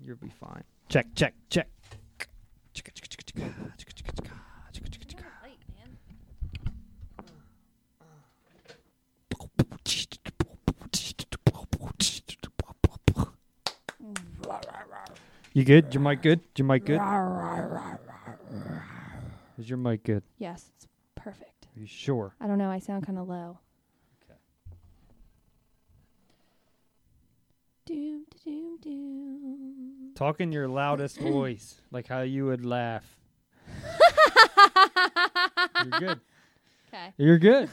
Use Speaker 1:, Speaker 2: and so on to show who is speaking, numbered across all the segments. Speaker 1: You'll be fine. Check, check, check. You good? Your mic good? Your mic good? Is your mic good?
Speaker 2: Yes, it's perfect.
Speaker 1: Are you sure?
Speaker 2: I don't know. I sound kind of low. Doom, doom, doom.
Speaker 1: Talk in your loudest voice, like how you would laugh. You're good.
Speaker 2: 'Kay.
Speaker 1: You're good.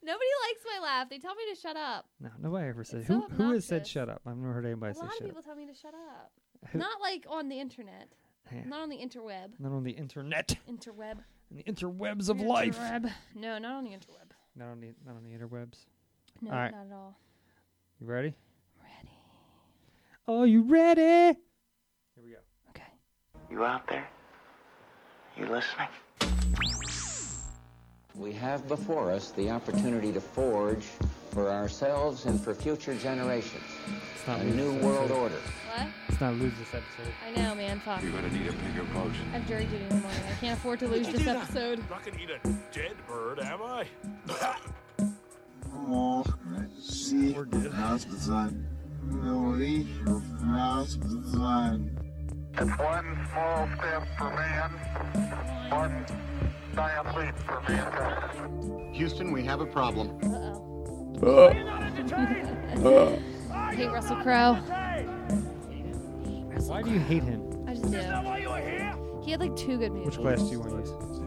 Speaker 2: Nobody likes my laugh. They tell me to shut up.
Speaker 1: No, nobody ever said
Speaker 2: It's
Speaker 1: who
Speaker 2: so
Speaker 1: who has said
Speaker 2: obnoxious.
Speaker 1: shut up. I've never heard anybody
Speaker 2: a
Speaker 1: say
Speaker 2: lot of
Speaker 1: shut
Speaker 2: people
Speaker 1: up.
Speaker 2: tell me to shut up.
Speaker 1: Who-
Speaker 2: Not like on the internet.
Speaker 1: Yeah.
Speaker 2: Not on the interweb.
Speaker 1: Not on the internet,
Speaker 2: Interweb.
Speaker 1: on the interwebs of life.
Speaker 2: Interweb. No, not on the interweb.
Speaker 1: Not on the not on the interwebs.
Speaker 2: No,
Speaker 1: All right.
Speaker 2: not at all.
Speaker 1: You ready?
Speaker 2: Ready.
Speaker 1: Are you ready?
Speaker 2: Okay.
Speaker 3: You out there? You listening?
Speaker 4: We have before us the opportunity to forge for ourselves and for future generations
Speaker 1: It's not
Speaker 4: a
Speaker 1: lose
Speaker 4: new
Speaker 1: this
Speaker 4: world
Speaker 1: episode.
Speaker 4: order.
Speaker 2: What?
Speaker 1: It's not lose this episode.
Speaker 2: I know, man. Fuck. You're gonna need a bigger boat. I have jury duty in the morning. I can't afford to lose this episode.
Speaker 5: not gonna eat a dead bird, am I?
Speaker 1: We're good.
Speaker 3: It's one small step for man, one giant leap for mankind.
Speaker 6: Houston, we have a problem.
Speaker 2: Uh oh. Hey, Russell Crowe.
Speaker 1: Why do you hate him?
Speaker 2: I just do. He had like two good movies.
Speaker 1: Which glass do you want to use?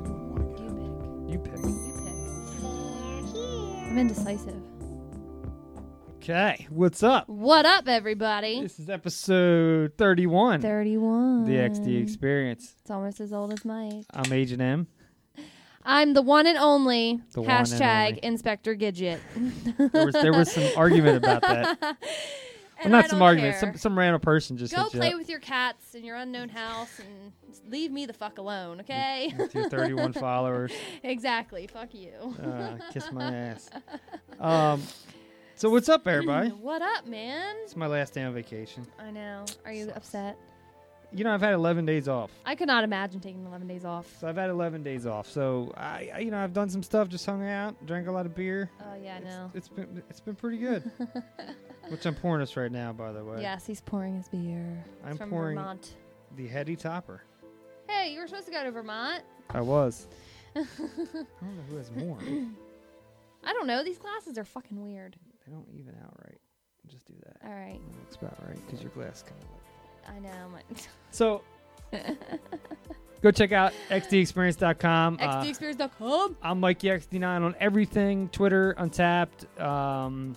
Speaker 2: You
Speaker 1: You pick.
Speaker 2: pick. You pick. I'm indecisive.
Speaker 1: Okay. What's up?
Speaker 2: What up, everybody?
Speaker 1: This is episode 31.
Speaker 2: 31.
Speaker 1: The XD Experience.
Speaker 2: It's almost as old as Mike.
Speaker 1: I'm Agent M.
Speaker 2: I'm the one and only
Speaker 1: The one and
Speaker 2: hashtag
Speaker 1: only.
Speaker 2: Inspector Gidget.
Speaker 1: There was, there was some argument about that. Well,
Speaker 2: And I
Speaker 1: not some
Speaker 2: don't
Speaker 1: argument.
Speaker 2: care.
Speaker 1: Some some random person just
Speaker 2: Go
Speaker 1: hit you
Speaker 2: play
Speaker 1: up
Speaker 2: with your cats in your unknown house and just leave me the fuck alone, okay?
Speaker 1: with your 31 followers.
Speaker 2: exactly. Fuck you.
Speaker 1: Uh, kiss my ass. Um, so what's up, everybody?
Speaker 2: What up, man?
Speaker 1: It's my last day on vacation.
Speaker 2: I know. Are you upset?
Speaker 1: You know, I've had 11 days off.
Speaker 2: I could not imagine taking 11 days off.
Speaker 1: So I've had 11 days off. So I, I you know, I've done some stuff. Just hung out, drank a lot of beer.
Speaker 2: Oh, yeah, I
Speaker 1: It's-
Speaker 2: know.
Speaker 1: it's been it's been pretty good. Which I'm pouring us right now, by the way.
Speaker 2: Yes, he's pouring his beer. It's
Speaker 1: I'm
Speaker 2: from
Speaker 1: pouring-
Speaker 2: Vermont.
Speaker 1: The heady topper.
Speaker 2: Hey, you were supposed to go to Vermont.
Speaker 1: I was. I don't know who has more. they
Speaker 2: I don't know. These glasses are fucking weird.
Speaker 1: don't even out right. Just do that.
Speaker 2: All right.
Speaker 1: That looks about right because your glass kind of. Like
Speaker 2: I know. my-
Speaker 1: So go check out xdexperience.com. Uh,
Speaker 2: XDExperience.com.
Speaker 1: I'm Mikey XD9 on everything Twitter, Untapped, um,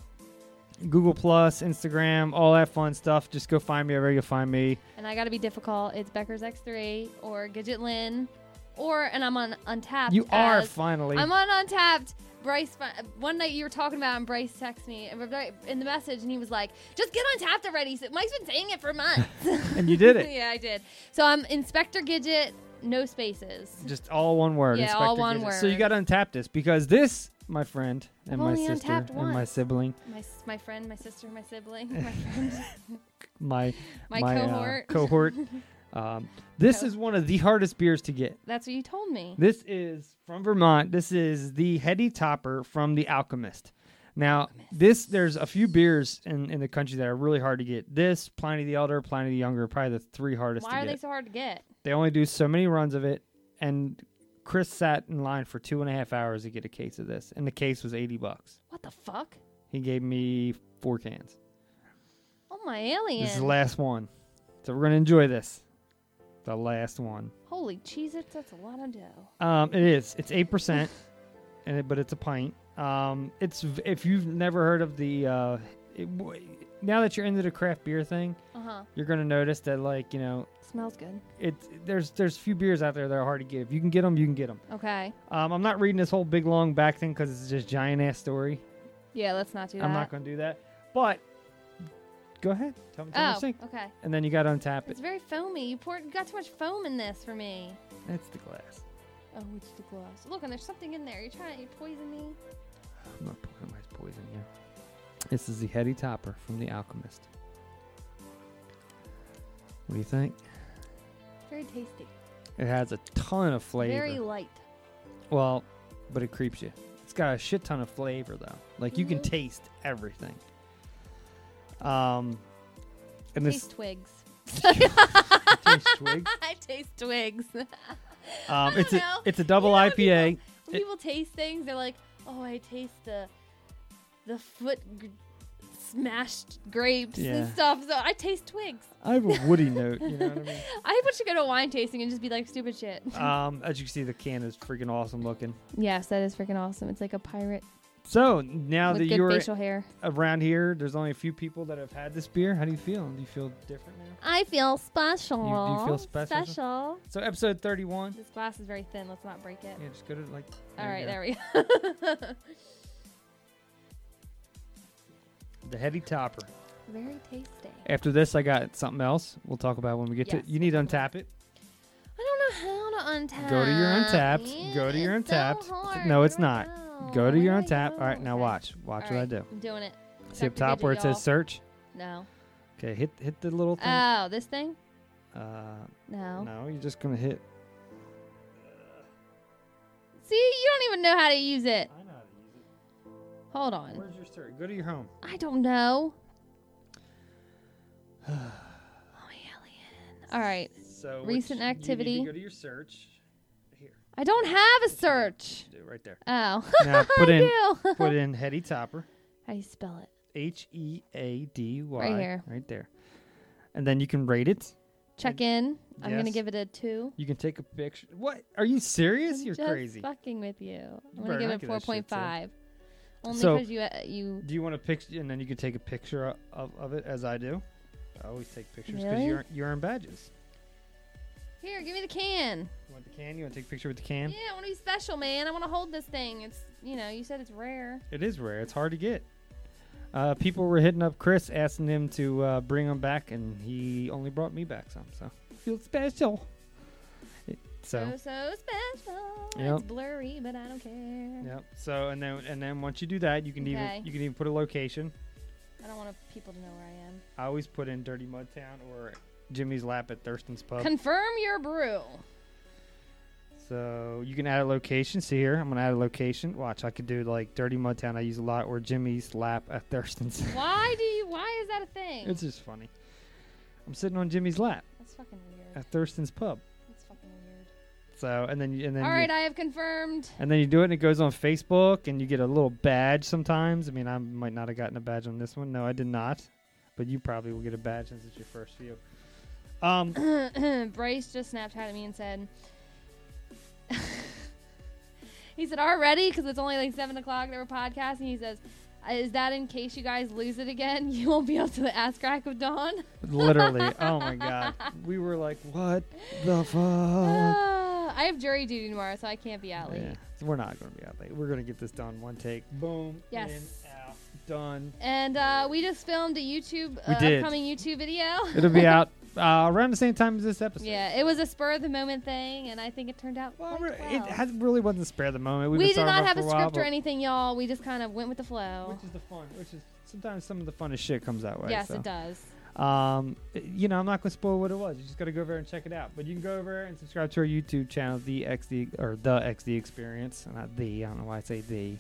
Speaker 1: Google, Plus, Instagram, all that fun stuff. Just go find me wherever you find me.
Speaker 2: And I got to be difficult. It's Becker's X3 or Gidget Lynn. Or, and I'm on Untapped.
Speaker 1: You are
Speaker 2: as-
Speaker 1: finally.
Speaker 2: I'm on Untapped. Bryce, fi- one night you were talking about, it and Bryce texted me and re- in the message, and he was like, "Just get Untapped already." So Mike's been saying it for months.
Speaker 1: and you did it.
Speaker 2: yeah, I did. So I'm Inspector Gidget, no spaces.
Speaker 1: Just all one word.
Speaker 2: Yeah, all
Speaker 1: Inspector
Speaker 2: one
Speaker 1: Gadget. So you
Speaker 2: word.
Speaker 1: got to untap this because this, my friend, and
Speaker 2: I've
Speaker 1: my
Speaker 2: only
Speaker 1: sister,
Speaker 2: untapped
Speaker 1: and
Speaker 2: once.
Speaker 1: my sibling,
Speaker 2: My s- my friend, my sister, my sibling, my friend.
Speaker 1: my
Speaker 2: My
Speaker 1: uh,
Speaker 2: cohort.
Speaker 1: cohort. um, this
Speaker 2: Co-
Speaker 1: is one of the hardest beers to get.
Speaker 2: That's what you told me.
Speaker 1: This is from Vermont. This is the Heady Topper from The Alchemist. Now, this there's a few beers in, in the country that are really hard to get. This, Pliny the Elder, Pliny the Younger, are probably the three hardest
Speaker 2: Why
Speaker 1: to
Speaker 2: are
Speaker 1: get.
Speaker 2: they so hard to get?
Speaker 1: they only do so many runs of it, and Chris sat in line for two and a half hours to get a case of this, and the case was eighty bucks.
Speaker 2: What the fuck?
Speaker 1: He gave me four cans.
Speaker 2: Oh my alien!
Speaker 1: This is the last one, so we're gonna enjoy this. The last one.
Speaker 2: Holy cheese! It's that's a lot of dough.
Speaker 1: Um, it is. It's eight percent, and it, but it's a pint. Um, it's v- if you've never heard of the uh, it, w- now that you're into the craft beer thing,
Speaker 2: Uh huh.
Speaker 1: you're gonna notice that like you know
Speaker 2: Smells good.
Speaker 1: it's there's there's few beers out there that are hard to get. If you can get them, you can get them.
Speaker 2: Okay.
Speaker 1: Um, I'm not reading this whole big long back thing because it's just giant ass story.
Speaker 2: Yeah, let's not do that.
Speaker 1: I'm not gonna do that. But go ahead, tell me what you
Speaker 2: Oh,
Speaker 1: think,
Speaker 2: okay.
Speaker 1: and then you gotta untap it.
Speaker 2: It's very foamy. You poured. You got too much foam in this for me.
Speaker 1: That's the glass.
Speaker 2: Oh, it's the glass. Look, and there's something in there. You're trying. You poison me.
Speaker 1: I'm not putting my poison here. This is the heady topper from The Alchemist. What do you think?
Speaker 2: Very tasty.
Speaker 1: It has a ton of flavor.
Speaker 2: Very light.
Speaker 1: well, but it creeps you. It's got a shit ton of flavor though. Like you
Speaker 2: Mm-hmm.
Speaker 1: can taste everything. Um, and this
Speaker 2: Taste twigs.
Speaker 1: tastes twig.
Speaker 2: I taste twigs.
Speaker 1: Um,
Speaker 2: don't
Speaker 1: it's a
Speaker 2: know.
Speaker 1: it's a double
Speaker 2: You know how
Speaker 1: IPA.
Speaker 2: people- when people taste things, they're like, "Oh, I taste the the foot g- smashed grapes
Speaker 1: Yeah.
Speaker 2: and stuff." So I taste twigs.
Speaker 1: I have a woody note. You know what I mean?
Speaker 2: I would should go to a wine tasting and just be like stupid shit.
Speaker 1: Um, as you can see, the can is freaking awesome looking.
Speaker 2: yes, that is freaking awesome. It's like a pirate
Speaker 1: So now
Speaker 2: with
Speaker 1: that
Speaker 2: good
Speaker 1: you're
Speaker 2: facial hair.
Speaker 1: around here, there's only a few people that have had this beer. How do you feel? Do you feel different now?
Speaker 2: I feel special.
Speaker 1: special?
Speaker 2: Special.
Speaker 1: So episode 31.
Speaker 2: This glass is very thin. Let's not break it.
Speaker 1: Yeah, just go to like.
Speaker 2: All right,
Speaker 1: there.
Speaker 2: there we go. uh,
Speaker 1: we go. The heavy topper.
Speaker 2: very tasty.
Speaker 1: After this, I got something else. We'll talk about when we get to.
Speaker 2: Yes.
Speaker 1: it. You need to untap it.
Speaker 2: I don't know how to untap.
Speaker 1: Go to your untapped. Go to
Speaker 2: Yeah,
Speaker 1: your
Speaker 2: it's so
Speaker 1: untapped.
Speaker 2: hard.
Speaker 1: no,
Speaker 2: Where
Speaker 1: it's
Speaker 2: do I
Speaker 1: not. Go to
Speaker 2: Where
Speaker 1: your
Speaker 2: do I
Speaker 1: untapped. All
Speaker 2: go?
Speaker 1: right, now
Speaker 2: Okay.
Speaker 1: watch. Watch
Speaker 2: All
Speaker 1: what I
Speaker 2: right,
Speaker 1: do.
Speaker 2: I'm doing it.
Speaker 1: See up
Speaker 2: Dr.
Speaker 1: top where it
Speaker 2: Digit,
Speaker 1: says search.
Speaker 2: y'all.
Speaker 1: Okay, hit hit the little
Speaker 2: No.
Speaker 1: thing.
Speaker 2: Oh, this thing?
Speaker 1: uh,
Speaker 2: No.
Speaker 1: no, you're just gonna hit.
Speaker 2: See, you don't even know how to use it. Hold on.
Speaker 1: Where's your search? Go to your home.
Speaker 2: I don't know. oh, alien. All right.
Speaker 1: So what
Speaker 2: Recent
Speaker 1: you- you need to
Speaker 2: activity.
Speaker 1: go to your search. Here,
Speaker 2: I don't have a search.
Speaker 1: do it right there.
Speaker 2: Oh.
Speaker 1: Now put
Speaker 2: I
Speaker 1: in
Speaker 2: do.
Speaker 1: put in heady topper.
Speaker 2: how do you spell it?
Speaker 1: H E A D Y.
Speaker 2: Right here.
Speaker 1: Right there. And then you can rate it.
Speaker 2: Check in. I'm going to
Speaker 1: Yes.
Speaker 2: give it a two.
Speaker 1: You can take a picture. What? Are you serious? You're
Speaker 2: Just
Speaker 1: crazy.
Speaker 2: fucking with you. I'm
Speaker 1: better
Speaker 2: going to
Speaker 1: not
Speaker 2: give it
Speaker 1: give that shit, too.
Speaker 2: 4.5. Only
Speaker 1: So-
Speaker 2: because you, uh, you
Speaker 1: Do you want a picture? And then you can take a picture o- of, of it as I do. I always take pictures because
Speaker 2: Really?
Speaker 1: you earn, you earn badges.
Speaker 2: Here, give me the can.
Speaker 1: You want the can? You want to take a picture with the can?
Speaker 2: Yeah, I want to be special, man. I want to hold this thing. It's, you know, you said it's rare.
Speaker 1: It is rare. It's hard to get. Uh, people were hitting up Chris asking him to uh, bring them back, and he only brought me back some. So feel special. It- so
Speaker 2: So, so special.
Speaker 1: Yep.
Speaker 2: It's blurry, but I don't care.
Speaker 1: yep. So and then and then once you do that, you can
Speaker 2: Okay.
Speaker 1: even you can even put a location.
Speaker 2: I don't want people to know where I am.
Speaker 1: I always put in Dirty Mud Town or Jimmy's Lap at Thurston's Pub.
Speaker 2: Confirm your brew.
Speaker 1: so you can add a location. See here, I'm gonna add a location. Watch, I could do like Dirty Mud Town. I use a lot, or Jimmy's Lap at Thurston's.
Speaker 2: Why do you? Why is that a thing?
Speaker 1: it's just funny. I'm sitting on Jimmy's lap
Speaker 2: That's fucking weird.
Speaker 1: at Thurston's Pub.
Speaker 2: That's fucking weird.
Speaker 1: So and then you, and then
Speaker 2: All
Speaker 1: you,
Speaker 2: right, I have confirmed.
Speaker 1: and then you do it, and it goes on Facebook, and you get a little badge sometimes. I mean, I might not have gotten a badge on this one. No, I did not, but you probably will get a badge since it's your first view. Um,
Speaker 2: Bryce just Snapchat at me and said. he said already because it's only like seven o'clock. They were podcasting. He says, "Uh, "Is that in case you guys lose it again? You won't be up to the ass crack of dawn."
Speaker 1: literally, oh my god, we were like, what the fuck?
Speaker 2: Ah, I have jury duty tomorrow, so I can't be out late.
Speaker 1: Yeah. We're not going to be out late. We're going to get this done one take. Boom.
Speaker 2: Yes.
Speaker 1: In, out, done.
Speaker 2: And uh, we just filmed a YouTube
Speaker 1: We
Speaker 2: uh,
Speaker 1: did.
Speaker 2: upcoming YouTube video.
Speaker 1: It'll be out uh, around the same time as this episode.
Speaker 2: yeah, it was a spur of the moment thing, and I think it turned out.
Speaker 1: Well,
Speaker 2: quite
Speaker 1: we're- it
Speaker 2: well.
Speaker 1: has, really wasn't spare the moment. We've
Speaker 2: we did
Speaker 1: been talking
Speaker 2: not
Speaker 1: about
Speaker 2: have
Speaker 1: it
Speaker 2: a
Speaker 1: for
Speaker 2: script
Speaker 1: while,
Speaker 2: or
Speaker 1: but-
Speaker 2: anything, y'all. We just kind of went with the flow.
Speaker 1: Which is the fun. Which is sometimes some of the funnest shit comes that way.
Speaker 2: yes,
Speaker 1: so.
Speaker 2: it does.
Speaker 1: Um, you know, I'm not going to spoil what it was. You just got to go over there and check it out. But you can go over there and subscribe to our YouTube channel, the XD or the XD Experience, Uh, not the. I don't know why I say the.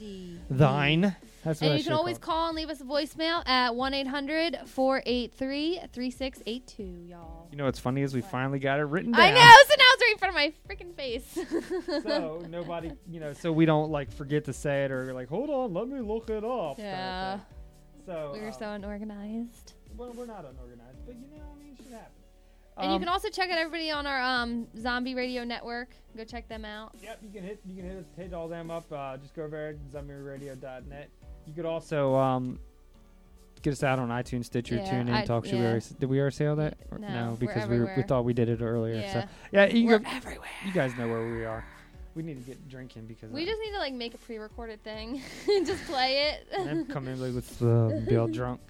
Speaker 1: Thine. That's what I
Speaker 2: And you
Speaker 1: should
Speaker 2: can always
Speaker 1: call it.
Speaker 2: call and leave us a voicemail at 1 800 483 3682, y'all.
Speaker 1: You know what's funny is we finally got it written down.
Speaker 2: I know, so now it's right in front of my freaking face.
Speaker 1: so nobody, you know, so we don't like forget to say it or like, hold on, let me look it up. uh,
Speaker 2: yeah,
Speaker 1: So um,
Speaker 2: we were so unorganized.
Speaker 1: well, we're not unorganized, but you know, I mean, shit happens. Um,
Speaker 2: And you can also check out everybody on our um, Zombie Radio Network. Go check them out.
Speaker 1: Yep, you can hit you can hit, us- hit all them up. Uh, just go over to zombieradio.net. You could also um, get us out on iTunes, Stitcher,
Speaker 2: Yeah,
Speaker 1: TuneIn,
Speaker 2: I-
Speaker 1: TalkShoe. We
Speaker 2: yeah.
Speaker 1: already s- Did we already say all that? Or-
Speaker 2: No, we're
Speaker 1: because we, were- we
Speaker 2: everywhere.
Speaker 1: thought we did it earlier.
Speaker 2: Yeah.
Speaker 1: So yeah, you,
Speaker 2: We're
Speaker 1: go-
Speaker 2: everywhere.
Speaker 1: you guys know where we are. We need to get drinking because
Speaker 2: We
Speaker 1: I-
Speaker 2: just need to like make a pre-recorded thing, just play it.
Speaker 1: I'm coming like with uh, be all drunk.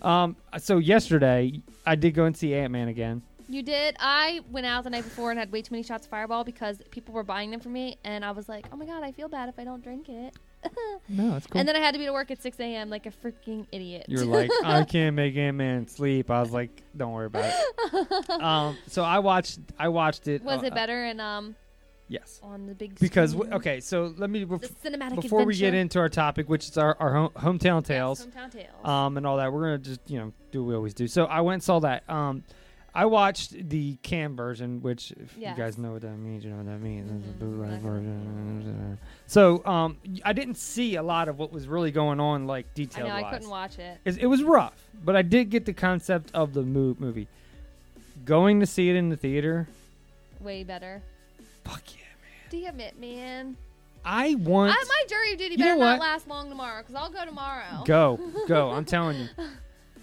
Speaker 1: Um, so yesterday I did go and see Ant Man again.
Speaker 2: you did. I went out the night before and had way too many shots of Fireball because people were buying them for me, and I was like, oh my god, I feel bad if I don't drink it.
Speaker 1: No, it's cool.
Speaker 2: And then I had to be to work at 6 a.m. like a freaking idiot.
Speaker 1: You're like, I can't make Ant Man sleep. I was like, don't worry about it. Um, so I watched, I watched it.
Speaker 2: was
Speaker 1: uh,
Speaker 2: it better in um
Speaker 1: Yes.
Speaker 2: on the big
Speaker 1: Because
Speaker 2: screen?
Speaker 1: w- okay, so let me bef-
Speaker 2: the cinematic
Speaker 1: before we get
Speaker 2: adventure.
Speaker 1: into our topic, which is our our home- hometown tales.
Speaker 2: Hometown Tales.
Speaker 1: um, and all that. We're gonna just you know do what we always do. So I went and saw that. Um, I watched the cam version, which if
Speaker 2: Yes. Mm-hmm.
Speaker 1: you guys know what that means, you know what that means. It's a bootleg version. So um, I didn't see a lot of what was really going on, like
Speaker 2: I
Speaker 1: detail
Speaker 2: know
Speaker 1: wise.
Speaker 2: I couldn't watch it.
Speaker 1: It, it was rough, but I did get the concept of the mo- movie. Going to see it in the theater,
Speaker 2: Way better.
Speaker 1: fuck yeah, man!
Speaker 2: Damn it, man.
Speaker 1: I want
Speaker 2: I, my jury duty
Speaker 1: You know
Speaker 2: better not
Speaker 1: what?
Speaker 2: last long tomorrow because I'll go tomorrow.
Speaker 1: go go i'm telling you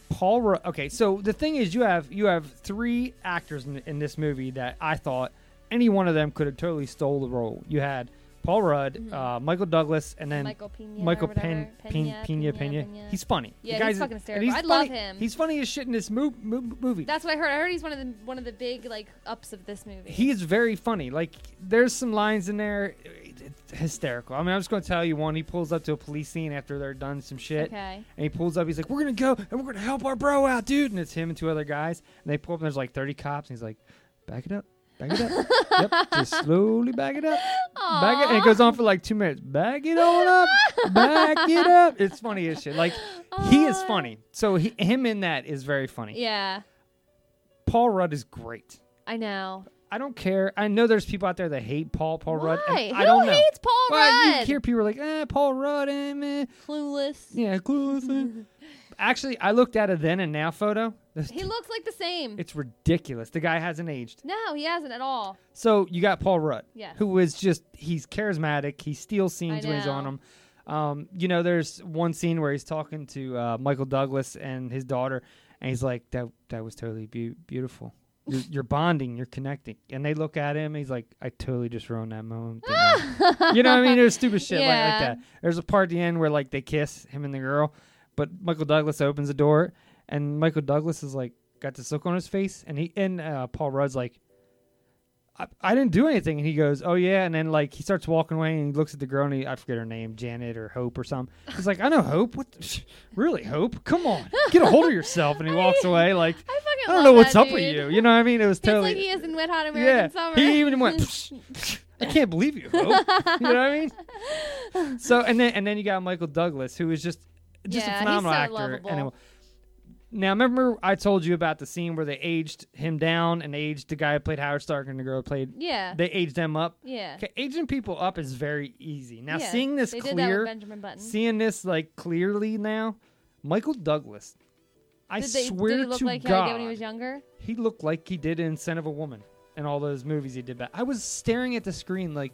Speaker 1: paul Ru- okay so the thing is you have you have three actors in, in this movie that i thought any one of them could have totally stole the role you had paul rudd uh, michael douglas and
Speaker 2: Mm-hmm.
Speaker 1: then
Speaker 2: Michael Pena
Speaker 1: michael
Speaker 2: or whatever.
Speaker 1: Pen- Pen- Pena, Pena,
Speaker 2: Pena, Pena.
Speaker 1: he's funny The
Speaker 2: Yeah,
Speaker 1: guy's-
Speaker 2: he's fucking
Speaker 1: and
Speaker 2: hysterical. I love
Speaker 1: funny.
Speaker 2: him.
Speaker 1: he's funny as shit in this mo- mo- movie
Speaker 2: That's what I heard. I heard he's one of the one of the big like ups of this movie.
Speaker 1: he is very funny. Like there's some lines in there, it's hysterical. I mean, I'm just gonna tell you one. He pulls up to a police scene after they're done some shit,
Speaker 2: Okay.
Speaker 1: and he pulls up. He's like, "We're gonna go and we're gonna help our bro out, dude." And it's him and two other guys, and they pull up. and There's like 30 cops, and he's like, "Back it up." Back it up. yep. Just slowly back it up. Back it. And it goes on for like two minutes. Back it on up. Back it up. It's funny as shit. Like he is funny. So he, him in that is very funny.
Speaker 2: yeah,
Speaker 1: Paul Rudd is great.
Speaker 2: I know.
Speaker 1: I don't care. I know there's people out there that hate Paul Paul Rudd. and
Speaker 2: Why?
Speaker 1: I
Speaker 2: Who
Speaker 1: don't know.
Speaker 2: hates Paul
Speaker 1: well, You
Speaker 2: Rudd?
Speaker 1: hear people like, eh, Paul Rudd, eh, meh.
Speaker 2: Clueless.
Speaker 1: yeah, close. eh. Actually, I looked at a then and now photo. This-
Speaker 2: He looks like the same.
Speaker 1: It's ridiculous. The guy hasn't aged.
Speaker 2: no, he hasn't at all.
Speaker 1: So you got Paul Rudd,
Speaker 2: Yes.
Speaker 1: who is just he's charismatic. He steals scenes when he's
Speaker 2: know.
Speaker 1: on them. Um, you know, there's one scene where he's talking to uh, Michael Douglas and his daughter, and he's like, "That that was totally beau- beautiful. You're, you're bonding. You're connecting." And they look at him. And he's like, "I totally just ruined that moment." didn't I?" you know what I mean? There's stupid shit like-
Speaker 2: Yeah.
Speaker 1: like, that. There's a part at the end where like they kiss him and the girl, but Michael Douglas opens the door, and Michael Douglas is like got this look on his face, and he and uh, Paul Rudd's like, I, I didn't do anything. And he goes, Oh, yeah. And then, like, he starts walking away and he looks at the girl and he, I forget her name, Janet or Hope or something. He's like, I know Hope. What? The, really, Hope? Come on. Get a hold of yourself. And he walks away, like,
Speaker 2: I fucking
Speaker 1: I don't
Speaker 2: love
Speaker 1: know what's
Speaker 2: that
Speaker 1: up with
Speaker 2: dude.
Speaker 1: you. You know what I mean? It was
Speaker 2: It's
Speaker 1: totally.
Speaker 2: like he is in Wet Hot American
Speaker 1: yeah.
Speaker 2: Summer.
Speaker 1: He even went, "Psh, I can't believe you, Hope. you know what I mean? So, and then, and then you got Michael Douglas, who is just, just
Speaker 2: Yeah,
Speaker 1: a
Speaker 2: he's
Speaker 1: phenomenal
Speaker 2: so
Speaker 1: actor.
Speaker 2: lovable.
Speaker 1: And it- now, remember I told you about the scene where they aged him down and aged the guy who played Howard Stark and the girl who played.
Speaker 2: Yeah.
Speaker 1: They aged them up.
Speaker 2: yeah.
Speaker 1: Okay, aging people up is very easy. Now,
Speaker 2: Yeah,
Speaker 1: seeing this
Speaker 2: they
Speaker 1: clear,
Speaker 2: did that with Benjamin Button.
Speaker 1: seeing this like clearly now, Michael Douglas, I
Speaker 2: Did, they,
Speaker 1: swear
Speaker 2: did he look
Speaker 1: to
Speaker 2: like
Speaker 1: God,
Speaker 2: how he did when he was younger?
Speaker 1: he looked like he did in *Son of a Woman* and all those movies he did. Back. I was staring at the screen like,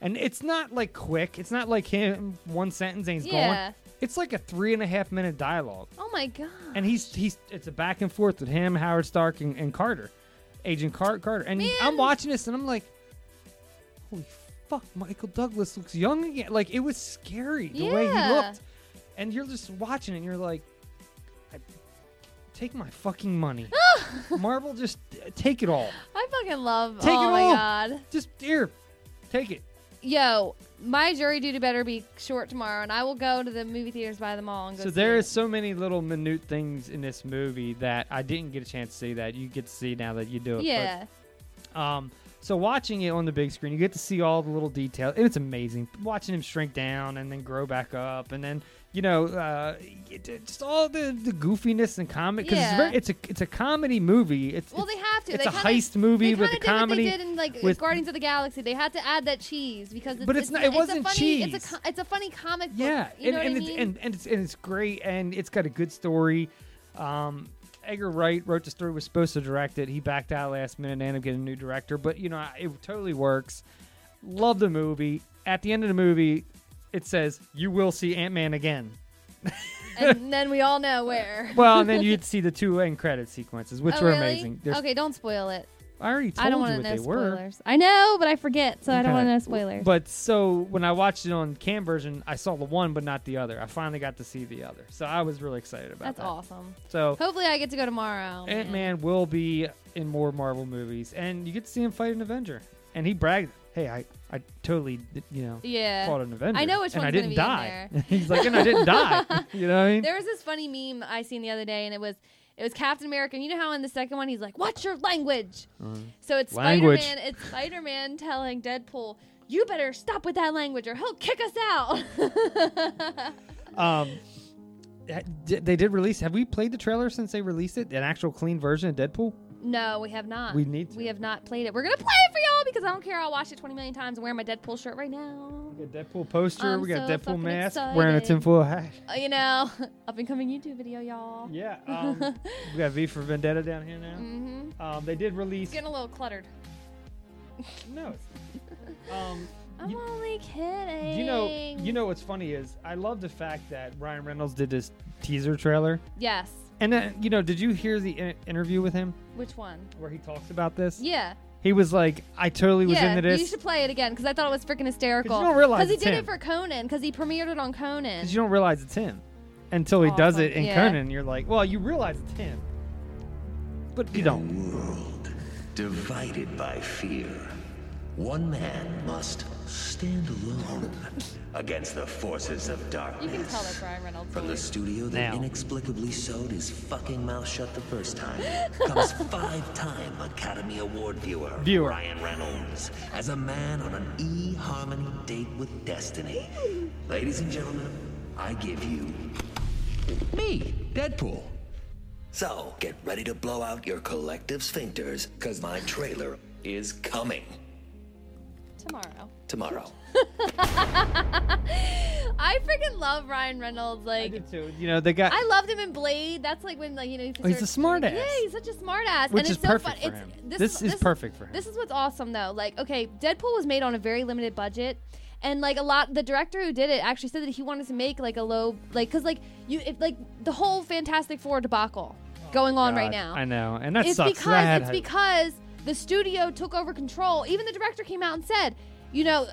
Speaker 1: and it's not like quick. It's not like him one sentence and he's
Speaker 2: Yeah.
Speaker 1: gone. It's like a three and a half minute dialogue
Speaker 2: Oh my god.
Speaker 1: and he's he's it's a back and forth with him, Howard Stark, and, and Carter, Agent Car- Carter. And
Speaker 2: Man.
Speaker 1: I'm watching this, and I'm like, holy fuck, Michael Douglas looks young again. Like it was scary the way he
Speaker 2: Yeah.
Speaker 1: looked, and you're just watching, it and you're like, I, take my fucking money, Marvel, just uh, take it all,
Speaker 2: I fucking love.
Speaker 1: Take
Speaker 2: oh
Speaker 1: it
Speaker 2: my
Speaker 1: all.
Speaker 2: god.
Speaker 1: just here, take it.
Speaker 2: Yo, my jury duty better be short tomorrow, and I will go to the movie theaters by the mall and go.
Speaker 1: So
Speaker 2: see
Speaker 1: there
Speaker 2: it.
Speaker 1: is so many little minute things in this movie that I didn't get a chance to see that you get to see now that you do it. but-
Speaker 2: Yeah.
Speaker 1: Um, so watching it on the big screen, you get to see all the little details, and it's amazing. Watching him shrink down and then grow back up, and then you know, uh, it- it- just all the, the goofiness and comedy. Because
Speaker 2: Yeah.
Speaker 1: it's, a it's a comedy movie. It's
Speaker 2: Well, they have to.
Speaker 1: It's
Speaker 2: they
Speaker 1: a
Speaker 2: kinda-
Speaker 1: heist movie
Speaker 2: they
Speaker 1: with a
Speaker 2: kinda
Speaker 1: comedy.
Speaker 2: Did what they did in like
Speaker 1: with-
Speaker 2: Guardians of the Galaxy. They had to add that cheese because it's,
Speaker 1: But it's not- it
Speaker 2: a
Speaker 1: wasn't
Speaker 2: funny,
Speaker 1: cheese.
Speaker 2: It's a co- it's a funny comic book.
Speaker 1: yeah,
Speaker 2: You know
Speaker 1: and and,
Speaker 2: what I
Speaker 1: it's,
Speaker 2: mean?
Speaker 1: and and it's and it's great, and it's got a good story. Um, Edgar Wright wrote the story, was supposed to direct it. He backed out last minute and ended up getting a new director, but you know, I- it totally works. Love the movie. At the end of the movie, it says, "You will see Ant Man again."
Speaker 2: and then we all know where.
Speaker 1: well, and then you'd see the two end credit sequences, which
Speaker 2: oh,
Speaker 1: were
Speaker 2: really?
Speaker 1: amazing. There's-
Speaker 2: Okay, don't spoil it.
Speaker 1: I already told
Speaker 2: I don't
Speaker 1: you
Speaker 2: want
Speaker 1: what
Speaker 2: to know
Speaker 1: they were.
Speaker 2: spoilers. I know, but I forget, so I don't
Speaker 1: Okay.
Speaker 2: want to know spoilers.
Speaker 1: But so when I watched it on cam version, I saw the one but not the other. I finally got to see the other, so I was really excited about
Speaker 2: That's
Speaker 1: that.
Speaker 2: awesome.
Speaker 1: So Eh,
Speaker 2: Hopefully, I get to go tomorrow.
Speaker 1: Ant Man will be in more Marvel movies, and you get to see him fight an Avenger. And he bragged, "Hey, I, I totally, d- you know,
Speaker 2: Yeah.
Speaker 1: fought an Avenger.
Speaker 2: I know which
Speaker 1: and I
Speaker 2: one's gonna
Speaker 1: didn't
Speaker 2: be in
Speaker 1: die."
Speaker 2: there.
Speaker 1: He's like, "And I didn't die." You know what I mean?
Speaker 2: There was this funny meme I seen the other day, and it was it was Captain America. And you know how in the second one he's like, "What's your language?" So it's
Speaker 1: Uh, Language.
Speaker 2: Spider Man. It's Spider Man telling Deadpool, "You better stop with that language, or he'll kick us out."
Speaker 1: Um, uh, d- they did release. Have we played the trailer since they released it? An actual clean version of Deadpool?
Speaker 2: no, we have not.
Speaker 1: We need to.
Speaker 2: We have not played it. We're gonna play it for y'all because I don't care. I'll watch it twenty million times. and wear my Deadpool shirt right now.
Speaker 1: We got Deadpool poster.
Speaker 2: I'm
Speaker 1: we got
Speaker 2: so
Speaker 1: Deadpool
Speaker 2: fucking
Speaker 1: mask. Wearing a
Speaker 2: excited.
Speaker 1: tinfoil hat.
Speaker 2: Uh, You know, up and coming YouTube video, y'all.
Speaker 1: Yeah. Um, we got V for Vendetta down here now. Mm-hmm. Um, they did release.
Speaker 2: It's getting a little cluttered.
Speaker 1: No. Um,
Speaker 2: I'm
Speaker 1: You-
Speaker 2: only kidding.
Speaker 1: you know, you know what's funny is I love the fact that Ryan Reynolds did this teaser trailer,
Speaker 2: Yes.
Speaker 1: and then you know, did you hear the in- interview with him
Speaker 2: Which one?
Speaker 1: where he talks about this?
Speaker 2: Yeah.
Speaker 1: He was like, "I totally was
Speaker 2: yeah,
Speaker 1: into this."
Speaker 2: you should play it again because I thought it was freaking hysterical.
Speaker 1: 'Cause you don't realize
Speaker 2: he
Speaker 1: it's
Speaker 2: did
Speaker 1: him.
Speaker 2: it for Conan because he premiered it on Conan.
Speaker 1: because you don't realize it's him until he does
Speaker 2: Awesome.
Speaker 1: it in
Speaker 2: Yeah.
Speaker 1: Conan. and You're like, well, you realize it's him, but you don't.
Speaker 7: world divided by fear. One man must stand alone against the forces of
Speaker 2: You
Speaker 7: darkness.
Speaker 2: can tell that Brian Reynolds.
Speaker 7: From the studio that
Speaker 1: Now.
Speaker 7: inexplicably sewed his fucking mouth shut the first time comes five-time Academy Award viewer,
Speaker 1: Viewer.
Speaker 7: Ryan Reynolds as a man on an e-harmony date with destiny. Ladies and gentlemen, I give you me, Deadpool. So get ready to blow out your collective sphincters, cause my trailer is coming
Speaker 2: tomorrow.
Speaker 7: tomorrow.
Speaker 2: I freaking love Ryan Reynolds.
Speaker 1: I
Speaker 2: Like
Speaker 1: did too. You know, they got
Speaker 2: I loved him in Blade. That's like when like you know you
Speaker 1: Oh, he's a
Speaker 2: consider-
Speaker 1: smartass.
Speaker 2: Yeah, he's such a smartass. ass.
Speaker 1: Which
Speaker 2: and
Speaker 1: is
Speaker 2: it's so
Speaker 1: perfect
Speaker 2: fun.
Speaker 1: for
Speaker 2: it's,
Speaker 1: him.
Speaker 2: This,
Speaker 1: This is perfect for him.
Speaker 2: This is what's awesome though. Like okay, Deadpool was made on a very limited budget. And like a lot, the director who did it actually said that he wanted to make like a low, like because like you, if, like the whole Fantastic Four debacle going on right
Speaker 1: God,
Speaker 2: now.
Speaker 1: I know, and that
Speaker 2: it's
Speaker 1: sucks. 'cause I
Speaker 2: because
Speaker 1: had
Speaker 2: it's
Speaker 1: hype.
Speaker 2: because the studio took over control. Even the director came out and said, you know,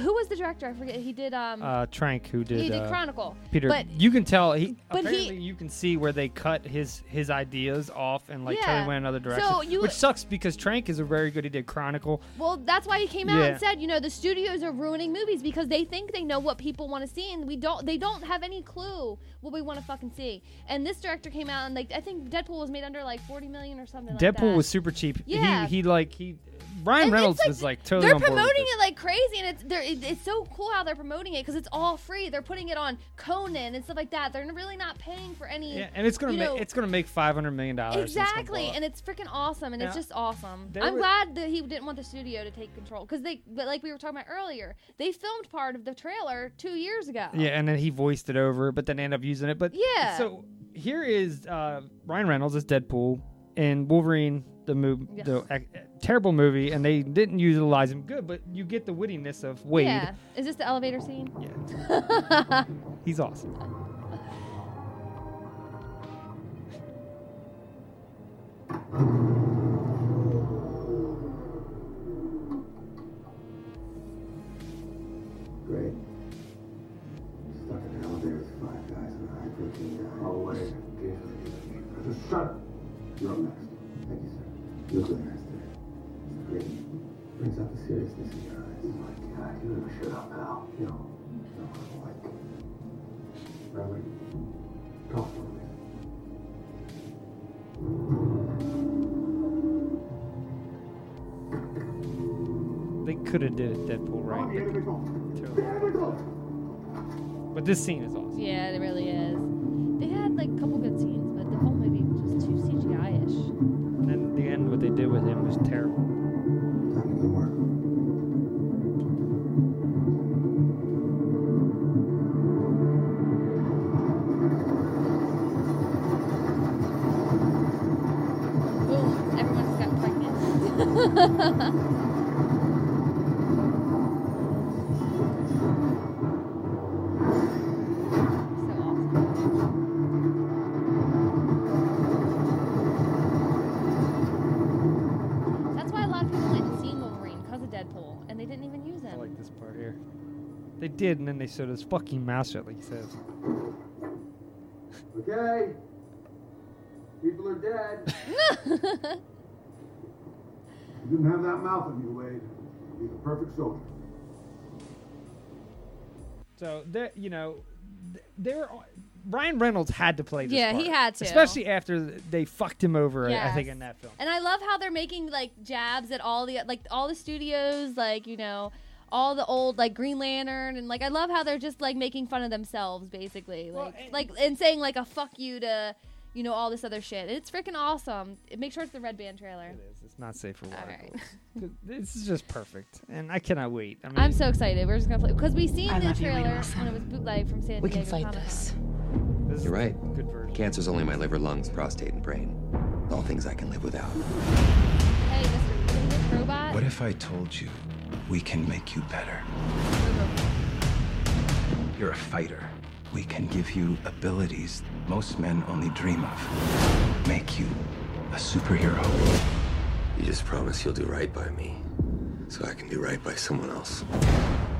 Speaker 2: who was the director? I forget. He did um
Speaker 1: uh, Trank who did,
Speaker 2: he did
Speaker 1: uh,
Speaker 2: Chronicle.
Speaker 1: Peter,
Speaker 2: but
Speaker 1: you can tell he.
Speaker 2: but he-
Speaker 1: apparently, you can see where they cut his his ideas off and like
Speaker 2: Yeah.
Speaker 1: totally went another direction,
Speaker 2: So you-
Speaker 1: which sucks because Trank is a very good. He did Chronicle.
Speaker 2: well, that's why he came out
Speaker 1: Yeah.
Speaker 2: and said, you know, the studios are ruining movies because they think they know what people want to see, and we don't. They don't have any clue what we want to fucking see. And this director came out and like I think Deadpool was made under like forty million or something. like
Speaker 1: Deadpool
Speaker 2: that.
Speaker 1: was super cheap.
Speaker 2: Yeah.
Speaker 1: He he like he. Ryan
Speaker 2: And it's
Speaker 1: Reynolds
Speaker 2: like
Speaker 1: was
Speaker 2: th-
Speaker 1: like totally.
Speaker 2: They're
Speaker 1: on board with
Speaker 2: promoting
Speaker 1: this.
Speaker 2: it like crazy, and it's they're, it- it's so cool how they're promoting it because it's all free. They're putting it on Conan and stuff like that. They're really not paying for any.
Speaker 1: Yeah, and it's gonna
Speaker 2: you
Speaker 1: make
Speaker 2: know-
Speaker 1: it's gonna make five hundred million dollars.
Speaker 2: exactly, and it's freaking awesome, and it's
Speaker 1: Now,
Speaker 2: just awesome.
Speaker 1: there
Speaker 2: I'm
Speaker 1: was-
Speaker 2: glad that he didn't want the studio to take control because they, but like we were talking about earlier, they filmed part of the trailer two years ago.
Speaker 1: yeah, and then he voiced it over, but then ended up using it. But
Speaker 2: Yeah.
Speaker 1: so here is uh, Ryan Reynolds as Deadpool in Wolverine, the movie,
Speaker 2: Yes.
Speaker 1: the ac- terrible movie, and they didn't utilize him good, but you get the wittiness of Wade.
Speaker 2: Yeah. Is this the elevator scene?
Speaker 1: Yeah. He's awesome.
Speaker 8: Great. Stuck in an elevator with five guys and I think he died. Oh, wait. Just shut up. You're up next. Thank you, sir. You look really nice today. It's great. It brings out the seriousness in your eyes. Oh, my God. You never shut up, Al. No. No, I don't like it. Robert, talk to me.
Speaker 1: They could have did it Deadpool right, but they totally- but this scene is awesome.
Speaker 2: Yeah, it really is. They had like a couple good scenes, but the whole movie was just too CGI ish.
Speaker 1: And then the end, what they did with him was terrible.
Speaker 8: Time to go to work.
Speaker 2: Boom! Everyone's got pregnant. So awesome.
Speaker 1: They did, and then they showed his fucking master, like he says.
Speaker 9: Okay. People are dead. you didn't have that mouth in you, Wade. You're the perfect soldier.
Speaker 1: So there, you know, th- there. Are, Ryan Reynolds had to play this.
Speaker 2: Yeah, he
Speaker 1: part,
Speaker 2: had to.
Speaker 1: especially after th- they fucked him over. I- I think
Speaker 2: Yes.
Speaker 1: in that film.
Speaker 2: And I love how they're making like jabs at all the like all the studios, like you know, all the old like Green Lantern, and like I love how they're just like making fun of themselves, basically, like like and saying like a fuck you to, you know, all this other shit. It's freaking awesome. Make sure it's the Red Band trailer.
Speaker 1: It's not safe for work.
Speaker 2: All right.
Speaker 1: This is just perfect, and I cannot wait. I mean,
Speaker 2: I'm so excited. We're just gonna play because we seen
Speaker 10: I
Speaker 2: the
Speaker 10: love you, Wayne
Speaker 2: trailer
Speaker 10: Wilson.
Speaker 2: when it was bootleg from San
Speaker 10: We
Speaker 2: Diego.
Speaker 10: can fight
Speaker 2: Comic-Con.
Speaker 10: this.
Speaker 1: You're
Speaker 11: right.
Speaker 1: Good version.
Speaker 11: Cancer's only my liver, lungs, prostate, and brain. All things I can live without.
Speaker 2: Hey, Mr. Mr. Robot.
Speaker 12: What if I told you we can make you better? You're a fighter. We can give you abilities most men only dream of. Make you a superhero.
Speaker 13: You just promise you'll do right by me, so I can do right by someone else.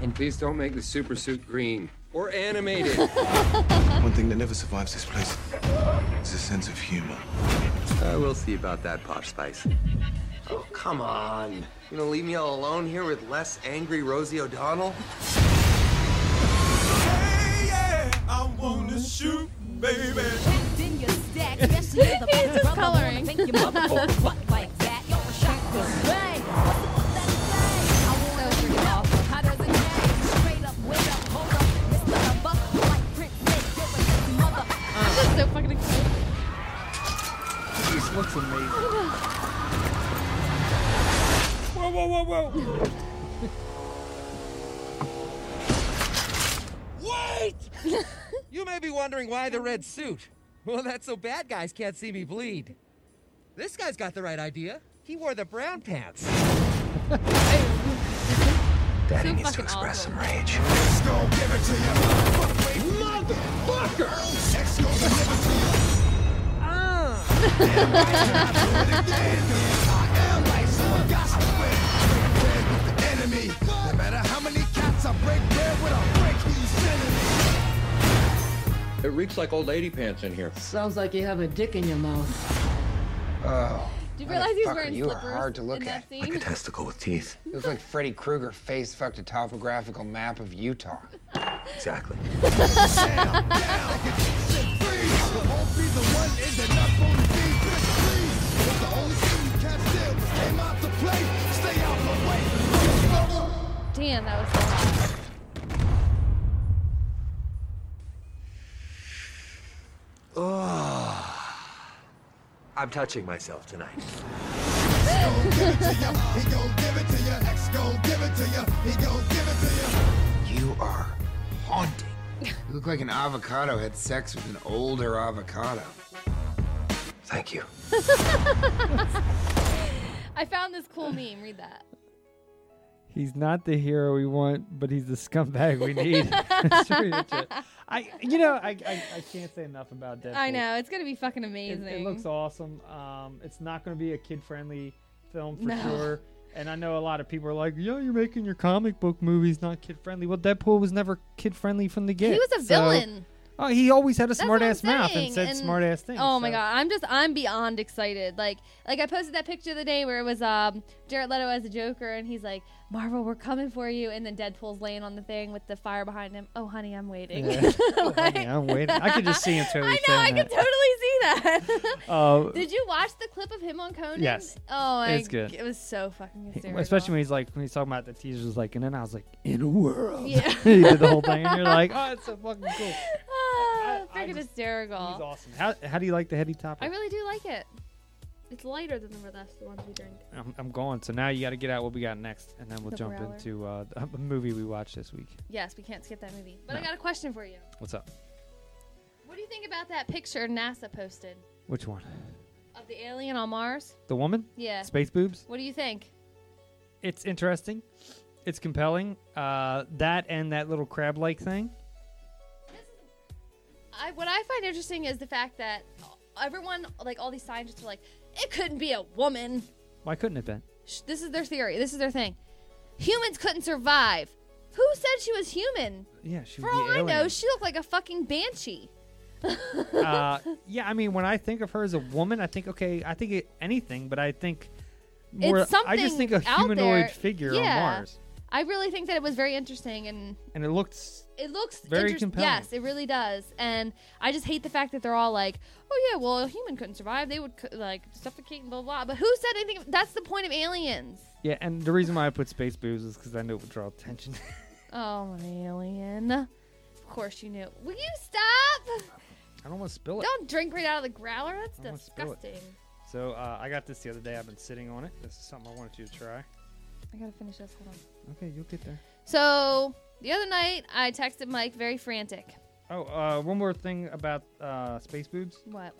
Speaker 14: And please don't make the super suit green or animated.
Speaker 12: One thing that never survives this place is a sense of humor.
Speaker 13: I will see about that, Posh Spice. Oh, come on. You gonna leave me all alone here with less angry Rosie O'Donnell?
Speaker 15: I wanna shoot, baby.
Speaker 10: Yes,
Speaker 2: you're the He's just coloring. I'm just so fucking excited.
Speaker 1: This looks amazing.
Speaker 15: Whoa, whoa, whoa, whoa.
Speaker 14: Wait! you may be wondering why the red suit. Well, that's so bad guys can't see me bleed. This guy's got the right idea. He wore the brown pants.
Speaker 12: Daddy
Speaker 14: So
Speaker 12: needs to
Speaker 14: fucking
Speaker 12: express
Speaker 14: awesome.
Speaker 12: some rage.
Speaker 16: It reeks like old lady pants in here.
Speaker 10: Sounds like you have a dick in your mouth.
Speaker 13: Oh.
Speaker 2: Do you
Speaker 13: motherfucker,
Speaker 2: realize he's wearing
Speaker 13: You are
Speaker 2: slippers
Speaker 13: hard to look
Speaker 2: in that
Speaker 13: at.
Speaker 2: scene?
Speaker 13: testicle with teeth. Looks like Freddy Krueger face fucked a topographical map of Utah. Exactly.
Speaker 2: Damn, that was so hot.
Speaker 11: Oh, I'm touching myself tonight.
Speaker 13: You are haunting. You look like an avocado had sex with an older avocado. Thank you.
Speaker 2: I found this cool meme. Read that.
Speaker 1: He's not the hero we want, but he's the scumbag we need. That's pretty much it. I, you know, I, I, I can't say enough about Deadpool.
Speaker 2: I know it's gonna be fucking
Speaker 1: It,
Speaker 2: amazing.
Speaker 1: it looks awesome. Um, it's not going to be a kid-friendly film for
Speaker 2: No.
Speaker 1: sure. And I know a lot of people are like, "Yo, you're making your comic book movies not kid-friendly." Well, Deadpool was never kid-friendly from the get.
Speaker 2: was a
Speaker 1: so-
Speaker 2: villain.
Speaker 1: Oh, he always had a
Speaker 2: That's what I'm
Speaker 1: smart-ass mouth and
Speaker 2: saying,
Speaker 1: said smart-ass things.
Speaker 2: Oh my
Speaker 1: so-
Speaker 2: god, I'm just I'm beyond excited. Like like I posted that picture the day where it was um Jared Leto as a Joker and he's like, "Marvel, we're coming for you." And then Deadpool's laying on the thing with the fire behind him. "Oh, honey, I'm waiting."
Speaker 1: Yeah. Oh, honey, I'm waiting. I could just see him totally
Speaker 2: I know,
Speaker 1: saying
Speaker 2: I could
Speaker 1: that.
Speaker 2: totally see that.
Speaker 1: Oh.
Speaker 2: Did you watch the clip of him on Conan?
Speaker 1: Yes.
Speaker 2: Oh, my
Speaker 1: It's good.
Speaker 2: g- It was so fucking hysterical.
Speaker 1: Especially when he's like when he's talking about the teasers, like, and then I was like, in a world,
Speaker 2: Yeah.
Speaker 1: he did the whole thing, and you're like, oh, it's so fucking cool.
Speaker 2: Ah, freaking hysterical.
Speaker 1: He's awesome. How, how do you like the heady topic?
Speaker 2: I really do like it. It's lighter than the rest of the ones we drink.
Speaker 1: I'm, I'm going. So now you got to get out what we got next, and then we'll
Speaker 2: The
Speaker 1: jump
Speaker 2: growler.
Speaker 1: into uh, the- a movie we watched this week.
Speaker 2: Yes, we can't skip that movie. But I
Speaker 1: No.
Speaker 2: got a question for you.
Speaker 1: What's up?
Speaker 2: What do you think about that picture NASA posted
Speaker 1: Which one?
Speaker 2: of the alien on Mars?
Speaker 1: The woman?
Speaker 2: Yeah.
Speaker 1: Space boobs.
Speaker 2: What do you think?
Speaker 1: It's interesting. It's compelling. Uh, that and that little crab-like thing.
Speaker 2: I what I find interesting is the fact that everyone, like all these scientists, are like, it couldn't be a woman.
Speaker 1: Why couldn't it been?
Speaker 2: Sh- This is their theory. This is their thing. Humans couldn't survive. Who said she was human?
Speaker 1: Yeah, she
Speaker 2: For
Speaker 1: would be
Speaker 2: all I know,
Speaker 1: alien.
Speaker 2: she looked like a fucking banshee.
Speaker 1: uh, yeah, I mean, when I think of her as a woman, I think okay, I think it, anything, but I think
Speaker 2: It's
Speaker 1: more. I just think a
Speaker 2: something out
Speaker 1: humanoid
Speaker 2: there.
Speaker 1: figure
Speaker 2: Yeah.
Speaker 1: on Mars,
Speaker 2: I really think that it was very interesting and
Speaker 1: and it looks
Speaker 2: it looks
Speaker 1: Very
Speaker 2: interest-
Speaker 1: compelling.
Speaker 2: Yes, it really does. And I just hate the fact that they're all like, "Oh yeah, well, a human couldn't survive. They would co- like suffocate and blah blah." But who said anything? That's the point of aliens.
Speaker 1: yeah. And the reason why I put space boobs is because I knew it would draw attention.
Speaker 2: Oh, an alien. Of course you knew. Will you stop?
Speaker 1: I don't want to spill it.
Speaker 2: Don't drink right out of the growler. That's
Speaker 1: I don't wanna spill it.
Speaker 2: disgusting.
Speaker 1: So uh, I got this the other day. I've been sitting on it. This is something I wanted you to try.
Speaker 2: I gotta finish this. Hold on.
Speaker 1: Okay, you'll get there.
Speaker 2: So the other night, I texted Mike very frantic.
Speaker 1: Oh, uh, one more thing about uh, space boobs.
Speaker 2: What?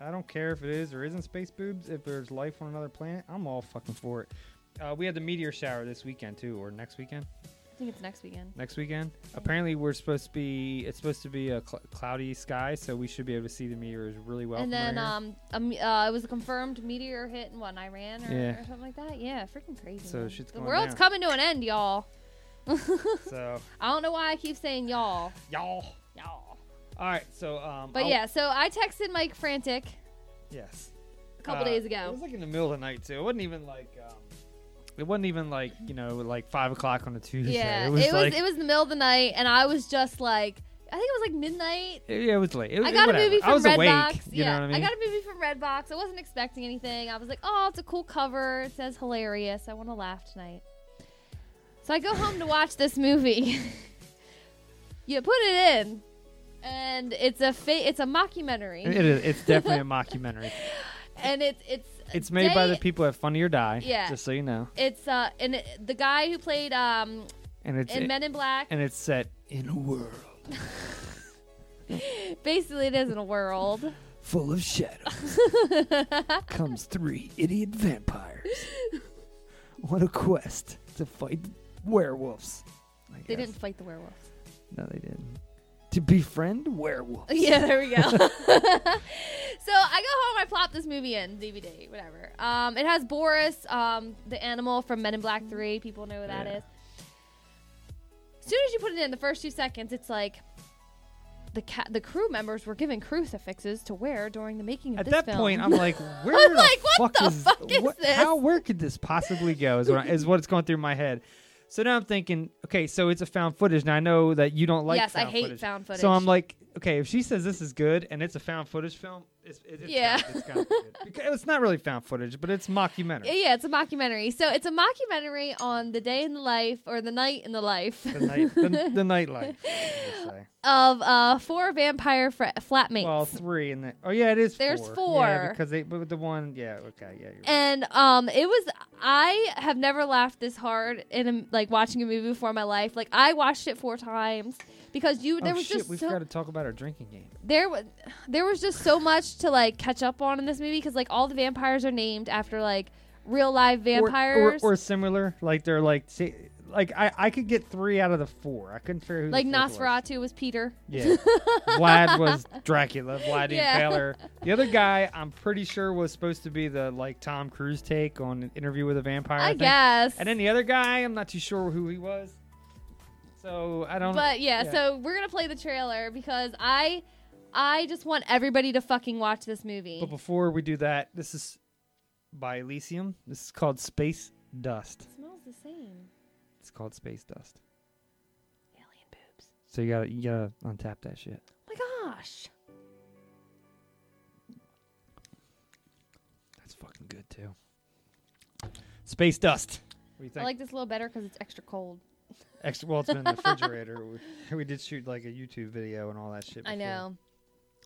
Speaker 1: I don't care if it is or isn't space boobs. If there's life on another planet, I'm all fucking for it. Uh, we had the meteor shower this weekend too, or next weekend.
Speaker 2: I think it's next weekend.
Speaker 1: Next weekend. Apparently, we're supposed to be. It's supposed to be a cl- cloudy sky, so we should be able to see the meteors really well.
Speaker 2: and
Speaker 1: from
Speaker 2: then
Speaker 1: right here.
Speaker 2: um, a me- uh, it was a confirmed meteor hit in what in Iran or,
Speaker 1: Yeah.
Speaker 2: or something like that. Yeah, freaking crazy.
Speaker 1: So
Speaker 2: man.
Speaker 1: shit's
Speaker 2: the
Speaker 1: going
Speaker 2: world's
Speaker 1: down.
Speaker 2: coming to an end, y'all.
Speaker 1: so
Speaker 2: I don't know why I keep saying y'all.
Speaker 1: Y'all.
Speaker 2: Y'all.
Speaker 1: all right. So um.
Speaker 2: But
Speaker 1: I'll-
Speaker 2: yeah, so I texted Mike frantic.
Speaker 1: Yes.
Speaker 2: A couple days ago.
Speaker 1: It was like in the middle of the night too. It wasn't even like. Um, it wasn't even like you know like five o'clock on a Tuesday.
Speaker 2: Yeah,
Speaker 1: it was like
Speaker 2: it was in the middle of the night, and I was just like, I think it was like midnight.
Speaker 1: yeah, it was late. It,
Speaker 2: I
Speaker 1: it-
Speaker 2: got a
Speaker 1: whatever.
Speaker 2: movie from
Speaker 1: I was
Speaker 2: Redbox.
Speaker 1: awake. You
Speaker 2: yeah,
Speaker 1: know what I mean?
Speaker 2: got a movie from Redbox. I wasn't expecting anything. I was like, oh, it's a cool cover. It says hilarious. I want to laugh tonight. So I go home to watch this movie. you put it in, and it's a fa- it's a mockumentary.
Speaker 1: It is. It's definitely a mockumentary.
Speaker 2: and it's it's
Speaker 1: It's made by
Speaker 2: day-
Speaker 1: the people at Funny or Die.
Speaker 2: Yeah.
Speaker 1: Just so you know.
Speaker 2: It's uh and it, the guy who played um
Speaker 1: And it's
Speaker 2: in Men in Black.
Speaker 1: And it's set in a world
Speaker 2: basically it is in a world.
Speaker 17: Full of shadows comes three idiot vampires
Speaker 1: on a quest to fight werewolves.
Speaker 2: They didn't fight the werewolves.
Speaker 1: No, they didn't. To befriend werewolves.
Speaker 2: Yeah, there we go. so I go home, I plop this movie in DVD, whatever. Um, it has Boris, um, the animal from Men in Black Three. People know who that is. As soon as you put it in, the first few seconds, it's like the ca- the crew members were given crucifixes to wear during the making of
Speaker 1: At
Speaker 2: this
Speaker 1: that
Speaker 2: film.
Speaker 1: point, I'm like, where
Speaker 2: I'm
Speaker 1: the
Speaker 2: like, what
Speaker 1: fuck
Speaker 2: the
Speaker 1: is,
Speaker 2: fuck is
Speaker 1: what-
Speaker 2: this?
Speaker 1: How where could this possibly go? Is what, I- is what's going through my head. So now I'm thinking, okay, so it's a found footage, and I know that you don't like.
Speaker 2: Yes, I
Speaker 1: found
Speaker 2: hate found footage.
Speaker 1: So I'm like, okay, if she says this is good and it's a found footage film, it's, it, it's
Speaker 2: Yeah.
Speaker 1: gotta- it's gotta be good. Because it's not really found footage, but it's mockumentary.
Speaker 2: Yeah, yeah, it's a mockumentary. So it's a mockumentary on the day in the life or the night in the life
Speaker 1: The night, the, the nightlife.
Speaker 2: of uh, four vampire fr- flatmates.
Speaker 1: Well, three and then oh yeah, it is.
Speaker 2: There's
Speaker 1: four. Yeah,
Speaker 2: four.
Speaker 1: because they but the one yeah okay yeah. You're
Speaker 2: and um it was i have never laughed this hard in a, like watching a movie before in my life like i watched it four times because you there
Speaker 1: oh,
Speaker 2: was
Speaker 1: shit,
Speaker 2: just
Speaker 1: we
Speaker 2: so
Speaker 1: forgot to talk about our drinking game.
Speaker 2: there was there was just so much to like catch up on in this movie because like all the vampires are named after like real live
Speaker 1: Or- Or, or,
Speaker 2: vampires
Speaker 1: similar, like they're like see, like I, I could get three out of the four. I couldn't figure who the
Speaker 2: like
Speaker 1: fourth was.
Speaker 2: nosferatu was peter
Speaker 1: Yeah, Vlad was Dracula. Vlad the
Speaker 2: Yeah.
Speaker 1: Impaler. The other guy, I'm pretty sure, was supposed to be the like Tom Cruise take on an interview with a vampire.
Speaker 2: I
Speaker 1: think.
Speaker 2: guess.
Speaker 1: And then the other guy, I'm not too sure who he was. So I don't.
Speaker 2: but yeah, so we're gonna play the trailer because i i just want everybody to fucking watch this movie
Speaker 1: But before we do that, this is by Elysium. This is called Space Dust.
Speaker 2: it smells the same
Speaker 1: It's called Space Dust. So you gotta you gotta untap that shit.
Speaker 2: oh my gosh
Speaker 1: That's fucking good too. Space Dust. What do you
Speaker 2: i
Speaker 1: think?
Speaker 2: like this a little better because it's extra cold
Speaker 1: Extra, well, it's been in the refrigerator. We, we did shoot like a YouTube video and all that shit.
Speaker 2: I
Speaker 1: before.
Speaker 2: know.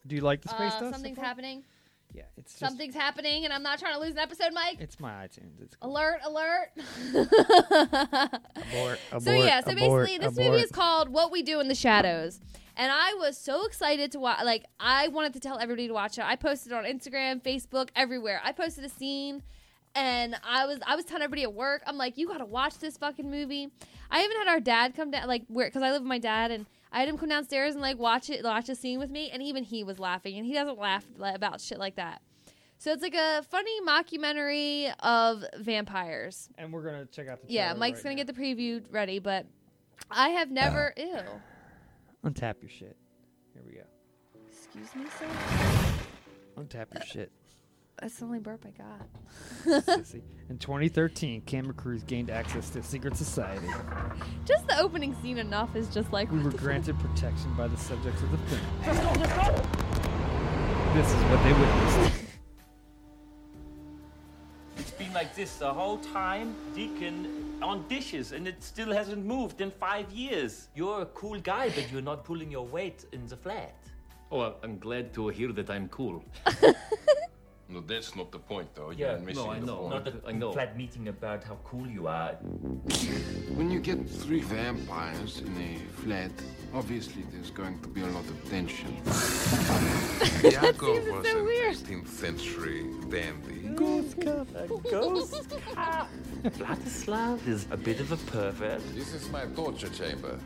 Speaker 1: Do you like the space
Speaker 2: Uh,
Speaker 1: dust?
Speaker 2: Something's happening.
Speaker 1: Yeah, it's just,
Speaker 2: something's happening, and I'm not trying to lose an episode, Mike.
Speaker 1: It's my iTunes. It's
Speaker 2: Alert! Alert!
Speaker 1: abort, abort,
Speaker 2: so yeah, so
Speaker 1: abort,
Speaker 2: basically, this
Speaker 1: abort.
Speaker 2: movie is called "What We Do in the Shadows," and I was so excited to watch. Like, I wanted to tell everybody to watch it. I posted it on Instagram, Facebook, everywhere. I posted a scene, and I was I was telling everybody at work. I'm like, you gotta watch this fucking movie. I even had our dad come down, like, where because I live with my dad, and I had him come downstairs and like watch it, watch a scene with me, and even he was laughing, and he doesn't laugh like, about shit like that. So it's like a funny mockumentary of vampires.
Speaker 1: And we're gonna check out the.
Speaker 2: Yeah,
Speaker 1: trailer
Speaker 2: Mike's
Speaker 1: right
Speaker 2: gonna get the preview ready, but I have never. ew.
Speaker 1: Untap your shit. Here we go.
Speaker 2: Excuse me, sir.
Speaker 1: Untap your shit.
Speaker 2: That's the only burp I got.
Speaker 1: Sissy. In 2013, camera crews gained access to secret society.
Speaker 2: just the opening scene enough is just like.
Speaker 1: We were granted protection by the subjects of the film. This is what they witnessed.
Speaker 13: It's been like this the whole time, Deacon on dishes, and it still hasn't moved in five years. You're a cool guy, but you're not pulling your weight in the flat.
Speaker 18: Oh, I'm glad to hear that I'm cool.
Speaker 19: No, that's not the point, though.
Speaker 18: Yeah, no, I know. Not that I know.
Speaker 13: Flat meeting about how cool you are.
Speaker 12: When you get three vampires in a flat, obviously there's going to be a lot of tension.
Speaker 2: Seems
Speaker 12: Yaakov was
Speaker 2: so
Speaker 12: an
Speaker 2: weird.
Speaker 12: 18th century dandy.
Speaker 13: Ghost cup. ghost cup. Vladislav is a bit of a pervert.
Speaker 12: This is my torture chamber.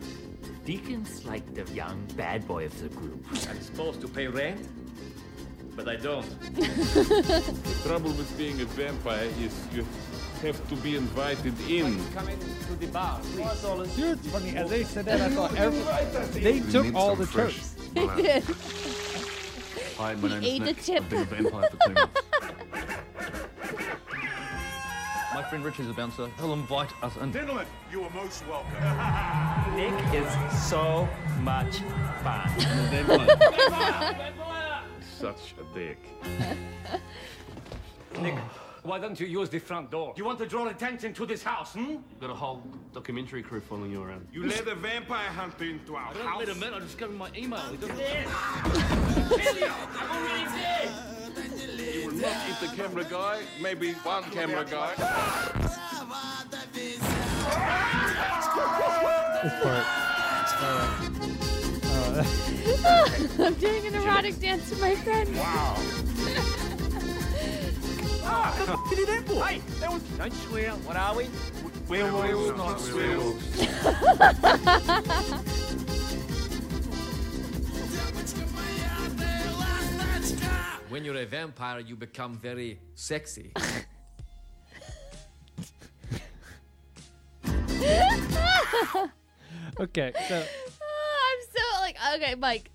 Speaker 13: Deacon's like the young bad boy of the group.
Speaker 18: I'm supposed to pay rent, but I don't.
Speaker 16: The trouble with being a vampire is you have to be invited in.
Speaker 13: Come in to the bar, please.
Speaker 1: You're funny. As they said that, I thought every, they took all the tropes.
Speaker 2: They did.
Speaker 20: Hi,
Speaker 2: He ate a chip.
Speaker 18: My friend Richard's a bouncer. He'll invite us in.
Speaker 9: Gentlemen, you are most welcome.
Speaker 13: Nick is so much fun.
Speaker 16: Such a dick.
Speaker 18: Nick, why don't you use the front door? You want to draw attention to this house, hmm? Got a whole documentary crew following you around.
Speaker 9: You led a vampire hunter into our
Speaker 18: Don't
Speaker 9: house.
Speaker 18: let him in. I just got my email. He doesn't-
Speaker 13: I'm already dead.
Speaker 16: You will not eat the camera guy, maybe one camera guy.
Speaker 1: This part. Uh, uh,
Speaker 2: I'm doing an erotic dance to my friend. Wow.
Speaker 13: Ah, what the f- did you do that for? Hey, that was. Don't swear. What are we? Mm-hmm. Werewolves, not werewolves.
Speaker 21: When you're a vampire, you become very sexy.
Speaker 1: okay, so
Speaker 2: Ah, I'm so like okay, Mike.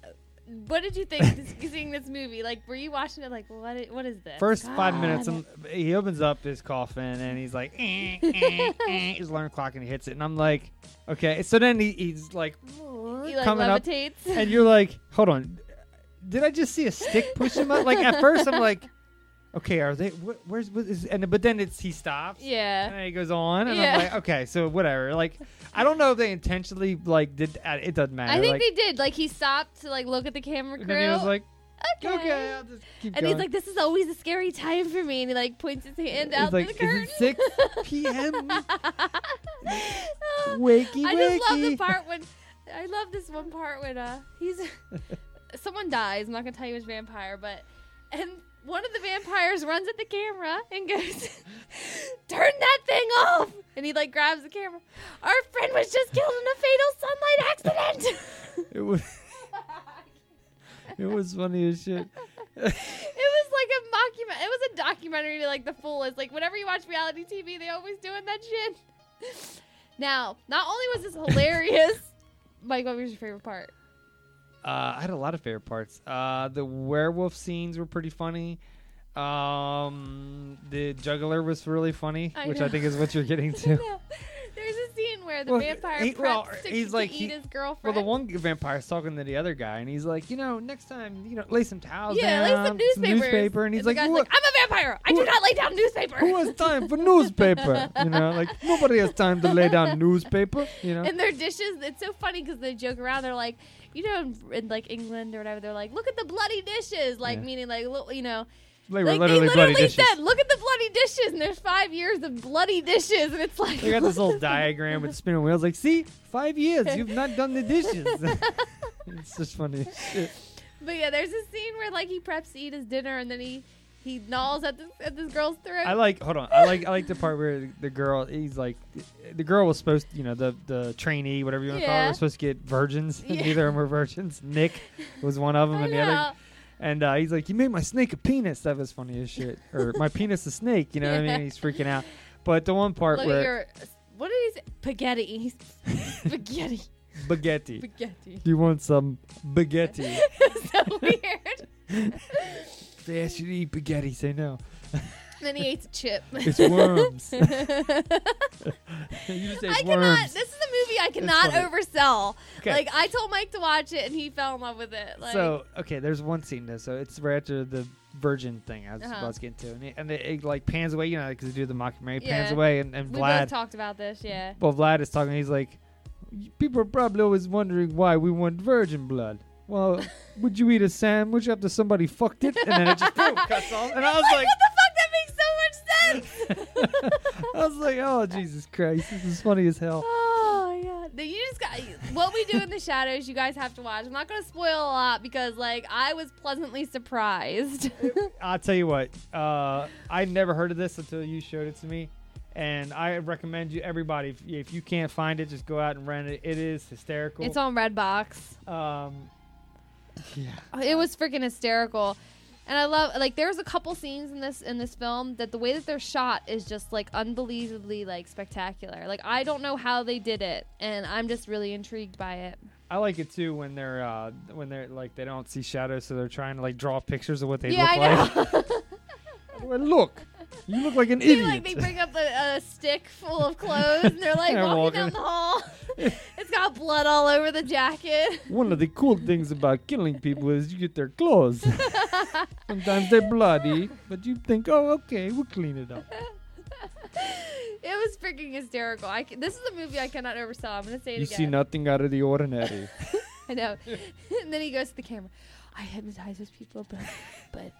Speaker 2: What did you think this, seeing this movie? Like, were you watching it? Like, what? i- What is this?
Speaker 1: first five
Speaker 2: God.
Speaker 1: minutes, um he opens up his coffin and he's like, eh, eh, eh, his alarm clock, and he hits it, and I'm like, okay. So then he, he's like,
Speaker 2: He like
Speaker 1: coming
Speaker 2: levitates.
Speaker 1: up, and you're like, hold on, did I just see a stick push him up? Like at first, I'm like, okay, are they? Wh- where's what is? And but then it's he stops.
Speaker 2: Yeah.
Speaker 1: And then he goes on, and
Speaker 2: Yeah.
Speaker 1: I'm like, okay, so whatever. Like, I don't know if they intentionally like did. uh, It doesn't matter.
Speaker 2: I think
Speaker 1: like,
Speaker 2: they did. Like, he stopped to like look at the camera crew.
Speaker 1: and then he was like,
Speaker 2: okay.
Speaker 1: okay, I'll just keep
Speaker 2: and
Speaker 1: going.
Speaker 2: he's like, "This is always a scary time for me." And he like points his hand
Speaker 1: It's
Speaker 2: out
Speaker 1: like,
Speaker 2: to the curtain.
Speaker 1: is it 6 p.m.? wakey,
Speaker 2: I just love the
Speaker 1: wakey.
Speaker 2: part when I love this one part when uh he's someone dies. I'm not gonna tell you which vampire, but and one of the vampires runs at the camera and goes, "Turn that thing off!" And he like grabs the camera. Our friend was just killed in a fatal sunlight accident.
Speaker 1: It was, it was funny as shit.
Speaker 2: It was like a mockument. It was a documentary to like the fullest. Like whenever you watch reality TV, they always doing that shit. Now, not only was this hilarious, Mike, what was your favorite part?
Speaker 1: Uh, I had a lot of favorite parts. Uh, the werewolf scenes were pretty funny. Um, the juggler was really funny,
Speaker 2: I
Speaker 1: which
Speaker 2: know.
Speaker 1: I think is what you're getting to.
Speaker 2: There's a scene where the
Speaker 1: Well,
Speaker 2: vampire
Speaker 1: he-
Speaker 2: preps
Speaker 1: well,
Speaker 2: to,
Speaker 1: he's
Speaker 2: to
Speaker 1: like,
Speaker 2: eat
Speaker 1: he-
Speaker 2: his
Speaker 1: Well,
Speaker 2: girlfriend.
Speaker 1: the one vampire's talking to the other guy, and he's like, you know, next time, you know, lay some towels
Speaker 2: yeah,
Speaker 1: down,
Speaker 2: like some newspapers.
Speaker 1: newspaper, and he's
Speaker 2: the
Speaker 1: like,
Speaker 2: guy's
Speaker 1: what?
Speaker 2: I'm a vampire. I do
Speaker 1: who-
Speaker 2: not lay down newspaper.
Speaker 1: Who has time for newspaper? you know, like nobody has time to lay down newspaper. You know,
Speaker 2: and their dishes it's so funny because they joke around they're like you know in, in like england or whatever they're like look at the bloody dishes like
Speaker 1: Yeah.
Speaker 2: meaning like lo- you know
Speaker 1: They were
Speaker 2: like
Speaker 1: literally
Speaker 2: they
Speaker 1: bloody
Speaker 2: literally
Speaker 1: dishes.
Speaker 2: said look at the bloody dishes and there's five years of bloody dishes and it's like
Speaker 1: They got this little diagram with spinning wheels. Like, see, five years, you've not done the dishes. it's just funny. as shit.
Speaker 2: but yeah there's a scene where like he preps to eat his dinner and then he he gnaws at this at this girl's throat
Speaker 1: I like. Hold on. I like. I like the part where the girl. He's like, the girl was supposed. You know, the the trainee, whatever you want to call her,
Speaker 2: Yeah.
Speaker 1: was supposed to get virgins. and
Speaker 2: Yeah.
Speaker 1: Neither of them were virgins. Nick was one of them,
Speaker 2: I
Speaker 1: and the other.
Speaker 2: know.
Speaker 1: And uh, he's like, "You made my snake a penis." That was funny as shit. Or my penis a snake. You know what I mean?
Speaker 2: Yeah.
Speaker 1: He's freaking out. But the one part
Speaker 2: look
Speaker 1: where
Speaker 2: at your What did he say? Spaghetti. He's- spaghetti.
Speaker 1: Spaghetti.
Speaker 2: Spaghetti.
Speaker 1: Do you want some spaghetti?
Speaker 2: It's so weird.
Speaker 1: they ask you to eat spaghetti, say no.
Speaker 2: then he ate a chip.
Speaker 1: It's worms.
Speaker 2: I
Speaker 1: just ate
Speaker 2: cannot.
Speaker 1: worms.
Speaker 2: This is a movie I cannot
Speaker 1: funny.
Speaker 2: oversell.
Speaker 1: Okay.
Speaker 2: Like I told Mike to watch it, and he fell in love with it. Like,
Speaker 1: so okay, there's one scene though. So it's right after the virgin thing I was
Speaker 2: Uh-huh.
Speaker 1: about to get into, and it, and it, it, like pans away, you know, because they do the mockumentary,
Speaker 2: yeah.
Speaker 1: pans away, and, and
Speaker 2: we
Speaker 1: Vlad,
Speaker 2: both talked about this. Yeah.
Speaker 1: well, Vlad is talking. He's like, people are probably always wondering why we want virgin blood. Well, would you eat a sandwich after somebody fucked it? And then it just boom, cuts off. And I was like,
Speaker 2: what the fuck? That makes so much sense.
Speaker 1: I was like, oh Jesus Christ, this is funny as hell.
Speaker 2: Oh yeah, Then you just got what we do in the shadows. You guys have to watch. I'm not gonna spoil a lot because like I was pleasantly surprised.
Speaker 1: I'll tell you what. Uh, I never heard of this until you showed it to me, and I recommend you everybody. If, if you can't find it, just go out and rent it. It is hysterical.
Speaker 2: It's on Redbox.
Speaker 1: Um,
Speaker 2: It was freaking hysterical. And I love like there's a couple scenes in this in this film that the way that they're shot is just like unbelievably like spectacular. Like I don't know how they did it and I'm just really intrigued by it.
Speaker 1: I like it too when they're uh, when they're like they don't see shadows, so they're trying to like draw pictures of what they
Speaker 2: yeah,
Speaker 1: look
Speaker 2: I
Speaker 1: like.
Speaker 2: know.
Speaker 1: Well, look, you look like an
Speaker 2: See,
Speaker 1: idiot.
Speaker 2: like they bring up a, a stick full of clothes and they're like
Speaker 1: They're
Speaker 2: walking, down
Speaker 1: walking.
Speaker 2: the hall. it's got blood all over the jacket.
Speaker 1: One of the cool things about killing people is you get their clothes. Sometimes they're bloody, but you think, oh, okay, we'll clean it up.
Speaker 2: It was freaking hysterical. I c this is a movie I cannot oversell. I'm gonna say it
Speaker 1: You
Speaker 2: again.
Speaker 1: see nothing out of the ordinary.
Speaker 2: I know. and then he goes to the camera. I hypnotize those people, but but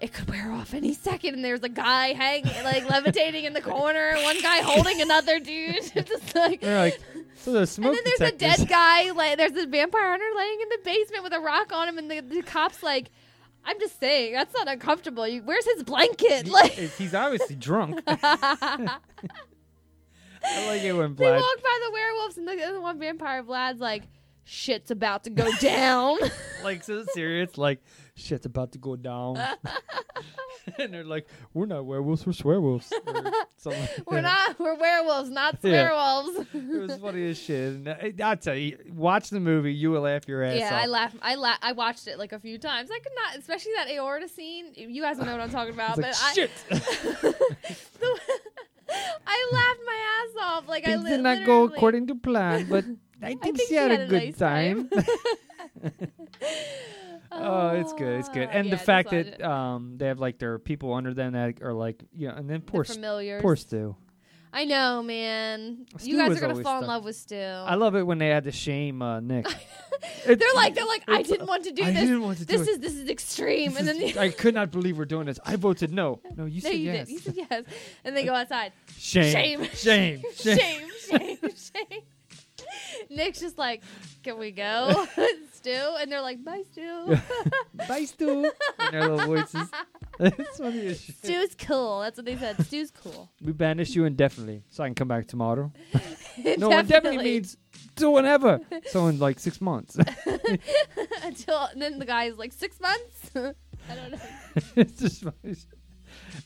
Speaker 2: it could wear off any second. And there's a guy hanging, like levitating in the corner. One guy holding another dude. It's just like.
Speaker 1: They're like, so there's
Speaker 2: And
Speaker 1: smoke
Speaker 2: then there's a dead guy. Like, there's a vampire hunter laying in the basement with a rock on him, and the, the cops like, "I'm just saying, that's not uncomfortable. You, where's his blanket?" Like,
Speaker 1: Is- He's obviously drunk. I like it when
Speaker 2: they
Speaker 1: Vlad.
Speaker 2: walk by the werewolves, and the, and the one vampire Vlad's like, "Shit's about to go down."
Speaker 1: like so serious, like shit's about to go down. and they're like, we're not werewolves, we're swearwolves. or something like
Speaker 2: We're
Speaker 1: that.
Speaker 2: not. We're werewolves, not
Speaker 1: Yeah.
Speaker 2: werewolves.
Speaker 1: It was funny as shit. And I, I tell you, watch the movie, you will laugh your ass
Speaker 2: yeah,
Speaker 1: off.
Speaker 2: I laughed. I la- I watched it like a few times. I could not, especially that aorta scene. You guys know what I'm talking about,
Speaker 1: It's
Speaker 2: but
Speaker 1: like, shit.
Speaker 2: I, I laughed my ass off. Like I
Speaker 1: Things
Speaker 2: li-
Speaker 1: did not go
Speaker 2: literally-
Speaker 1: according to plan, but I think she had, a good
Speaker 2: nice
Speaker 1: time. oh, it's good, it's good, and
Speaker 2: yeah,
Speaker 1: the
Speaker 2: just
Speaker 1: fact
Speaker 2: watch
Speaker 1: that
Speaker 2: it.
Speaker 1: um they have like their people under them that are like you know, and then poor Stu-
Speaker 2: familiars.
Speaker 1: poor Stu.
Speaker 2: I know, man.
Speaker 1: Stu
Speaker 2: you guys
Speaker 1: was
Speaker 2: are gonna
Speaker 1: always Uh,
Speaker 2: fall in
Speaker 1: stuck.
Speaker 2: love with Stu.
Speaker 1: I love it when they had to shame uh, Nick.
Speaker 2: they're like, they're like, I
Speaker 1: it's-
Speaker 2: didn't want to do
Speaker 1: I
Speaker 2: this.
Speaker 1: didn't want to do
Speaker 2: this
Speaker 1: it.
Speaker 2: is this is extreme.
Speaker 1: This
Speaker 2: and then
Speaker 1: is-
Speaker 2: the,
Speaker 1: I could not believe we're doing this. I voted no. No, you
Speaker 2: no,
Speaker 1: said
Speaker 2: you
Speaker 1: yes.
Speaker 2: did. You said yes. And they go outside. Shame.
Speaker 1: Shame. Shame. Shame.
Speaker 2: Shame. Shame. Shame. Nick's just like, can we go, Stu? And they're like, bye, Stu.
Speaker 1: Bye, Stu. In their little voices. it's funny as shit.
Speaker 2: Stu's cool. That's what they said. Stu's cool.
Speaker 1: We banish you indefinitely, so I can come back tomorrow. no, indefinitely means to whenever. So in like six months.
Speaker 2: until and then the guy's like six months. I don't know.
Speaker 1: it's just funny as shit.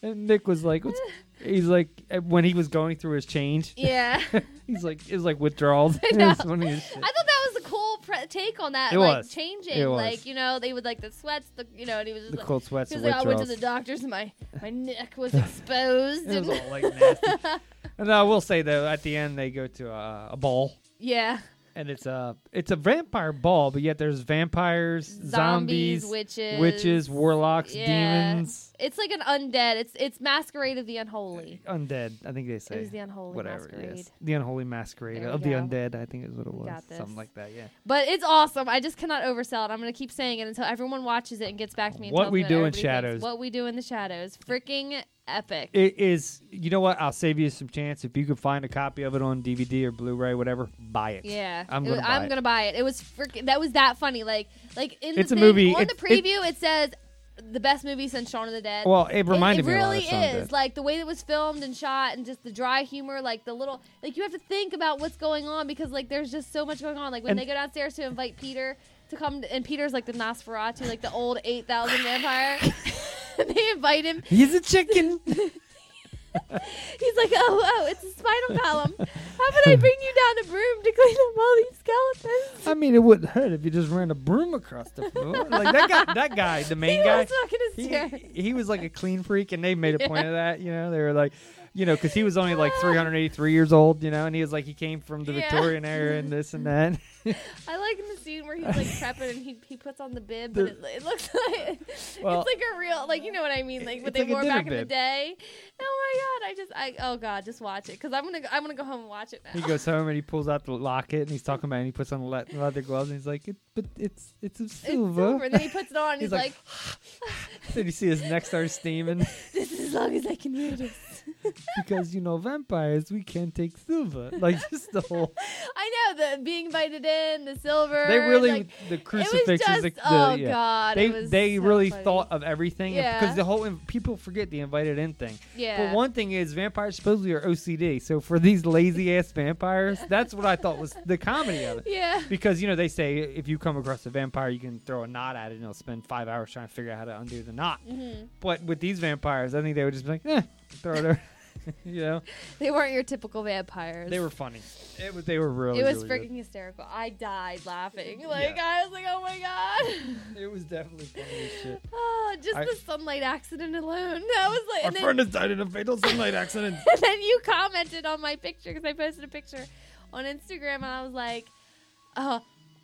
Speaker 1: And Nick was like, what's, he's like, uh, when he was going through his change.
Speaker 2: Yeah.
Speaker 1: he's like, it's like withdrawals.
Speaker 2: I
Speaker 1: It
Speaker 2: know.
Speaker 1: was funny as
Speaker 2: I
Speaker 1: shit.
Speaker 2: thought that was a cool pre- take on that,
Speaker 1: It
Speaker 2: like
Speaker 1: was.
Speaker 2: changing,
Speaker 1: It was.
Speaker 2: like you know they would like the sweats, the you know, and he was just
Speaker 1: The
Speaker 2: like,
Speaker 1: cold sweats
Speaker 2: He was
Speaker 1: and
Speaker 2: like, I went to the
Speaker 1: withdrawals."
Speaker 2: doctors, and my my neck was exposed.
Speaker 1: It was
Speaker 2: and-
Speaker 1: all like nasty. and I will say though, at the end they go to a, a ball.
Speaker 2: yeah,
Speaker 1: and it's a it's a vampire ball, but yet there's vampires, zombies,
Speaker 2: Zombies, witches.
Speaker 1: witches, warlocks,
Speaker 2: yeah.
Speaker 1: demons,
Speaker 2: It's like an undead. It's it's masquerade of the unholy.
Speaker 1: undead. I think they say
Speaker 2: the unholy
Speaker 1: whatever it
Speaker 2: masquerade.
Speaker 1: is. the unholy masquerade
Speaker 2: There we
Speaker 1: of the
Speaker 2: go.
Speaker 1: undead. I think is what it was,
Speaker 2: got this.
Speaker 1: something like that. Yeah.
Speaker 2: But it's awesome. I just cannot oversell it. I'm gonna keep saying it until everyone watches it and gets back to me. and
Speaker 1: What
Speaker 2: tells
Speaker 1: We
Speaker 2: me
Speaker 1: Do in
Speaker 2: everybody thinks.
Speaker 1: Shadows.
Speaker 2: What we do in the shadows. Freaking epic.
Speaker 1: It is. You know what? I'll save you some chance if you can find a copy of it on DVD or Blu-ray, whatever. Buy it.
Speaker 2: Yeah,
Speaker 1: I'm
Speaker 2: It-
Speaker 1: gonna. buy
Speaker 2: I'm
Speaker 1: it.
Speaker 2: gonna buy it. It was freaking. That was that funny. Like, like in
Speaker 1: It's
Speaker 2: the
Speaker 1: a
Speaker 2: thing-
Speaker 1: movie.
Speaker 2: on
Speaker 1: It's-
Speaker 2: the
Speaker 1: it-
Speaker 2: preview. It, says the best movie since Shaun of the Dead.
Speaker 1: Well, it reminded
Speaker 2: it,
Speaker 1: me a lot of
Speaker 2: really
Speaker 1: Shaun of the
Speaker 2: is
Speaker 1: Dead.
Speaker 2: like the way that was filmed and shot, and just the dry humor, like the little like you have to think about what's going on because like there's just so much going on. Like when
Speaker 1: And-
Speaker 2: they go downstairs to invite Peter to come, and Peter's like the Nosferatu, like the old eight thousand vampire. they invite him.
Speaker 1: He's a chicken.
Speaker 2: He's like, oh, oh, it's a spinal column. How would I bring you down a broom to clean up all these skeletons?
Speaker 1: I mean, it wouldn't hurt if you just ran a broom across the floor. like that guy, that guy, the main
Speaker 2: He
Speaker 1: guy.
Speaker 2: was fucking hysterical.
Speaker 1: he, he was like a clean freak, and they made a point
Speaker 2: Yeah.
Speaker 1: of that. You know, they were like, you know, because he was only like 383 years old. You know, and he was like, he came from the
Speaker 2: Yeah.
Speaker 1: Victorian era and this and that.
Speaker 2: I like in the scene where he's like prepping and he, he puts on the bib, but it, it looks like
Speaker 1: Well-
Speaker 2: it's like a real like you know what I mean like what
Speaker 1: It's
Speaker 2: they
Speaker 1: like a
Speaker 2: wore
Speaker 1: dinner
Speaker 2: back in the
Speaker 1: bib.
Speaker 2: day. Oh my god! I just I oh god, just watch it because I'm gonna go, I'm gonna go home and watch it
Speaker 1: he
Speaker 2: now.
Speaker 1: goes home and he pulls out the locket and he's talking about, it and he puts on the le- leather gloves and he's like, it, but it's it's of silver.
Speaker 2: Silver, and then he puts it on. And
Speaker 1: He's
Speaker 2: he's,
Speaker 1: like,
Speaker 2: like,
Speaker 1: then you see his neck start steaming
Speaker 2: "This is as long as I can wear this."
Speaker 1: because you know vampires, we can't take silver. Like just the whole.
Speaker 2: I know the being invited in, the silver.
Speaker 1: They really
Speaker 2: like,
Speaker 1: the
Speaker 2: was
Speaker 1: crucifixes.
Speaker 2: just-
Speaker 1: the, the-
Speaker 2: oh,
Speaker 1: yeah.
Speaker 2: God,
Speaker 1: They
Speaker 2: it was
Speaker 1: they
Speaker 2: so
Speaker 1: really
Speaker 2: funny.
Speaker 1: thought of everything because
Speaker 2: Yeah.
Speaker 1: the whole in- people forget the invited in thing.
Speaker 2: Yeah.
Speaker 1: But one thing is vampires supposedly are OCD. So for these lazy ass vampires, that's what I thought was the comedy of it.
Speaker 2: Yeah.
Speaker 1: Because you know they say if you come across a vampire, you can throw a knot at it and it'll spend five hours trying to figure out how to undo the knot.
Speaker 2: Mhm.
Speaker 1: But with these vampires, I think they would just be like, eh, throw it. over. you know,
Speaker 2: They weren't your typical vampires.
Speaker 1: they were funny. It was they were really.
Speaker 2: it was
Speaker 1: really good.
Speaker 2: freaking hysterical. I died laughing. Like I was like, oh my god.
Speaker 1: It was definitely funny as shit.
Speaker 2: Oh, just
Speaker 1: I-
Speaker 2: the sunlight accident alone. That was like, and then,
Speaker 1: died in a fatal sunlight accident.
Speaker 2: and then you commented on my picture because I posted a picture on Instagram, and I was like, oh,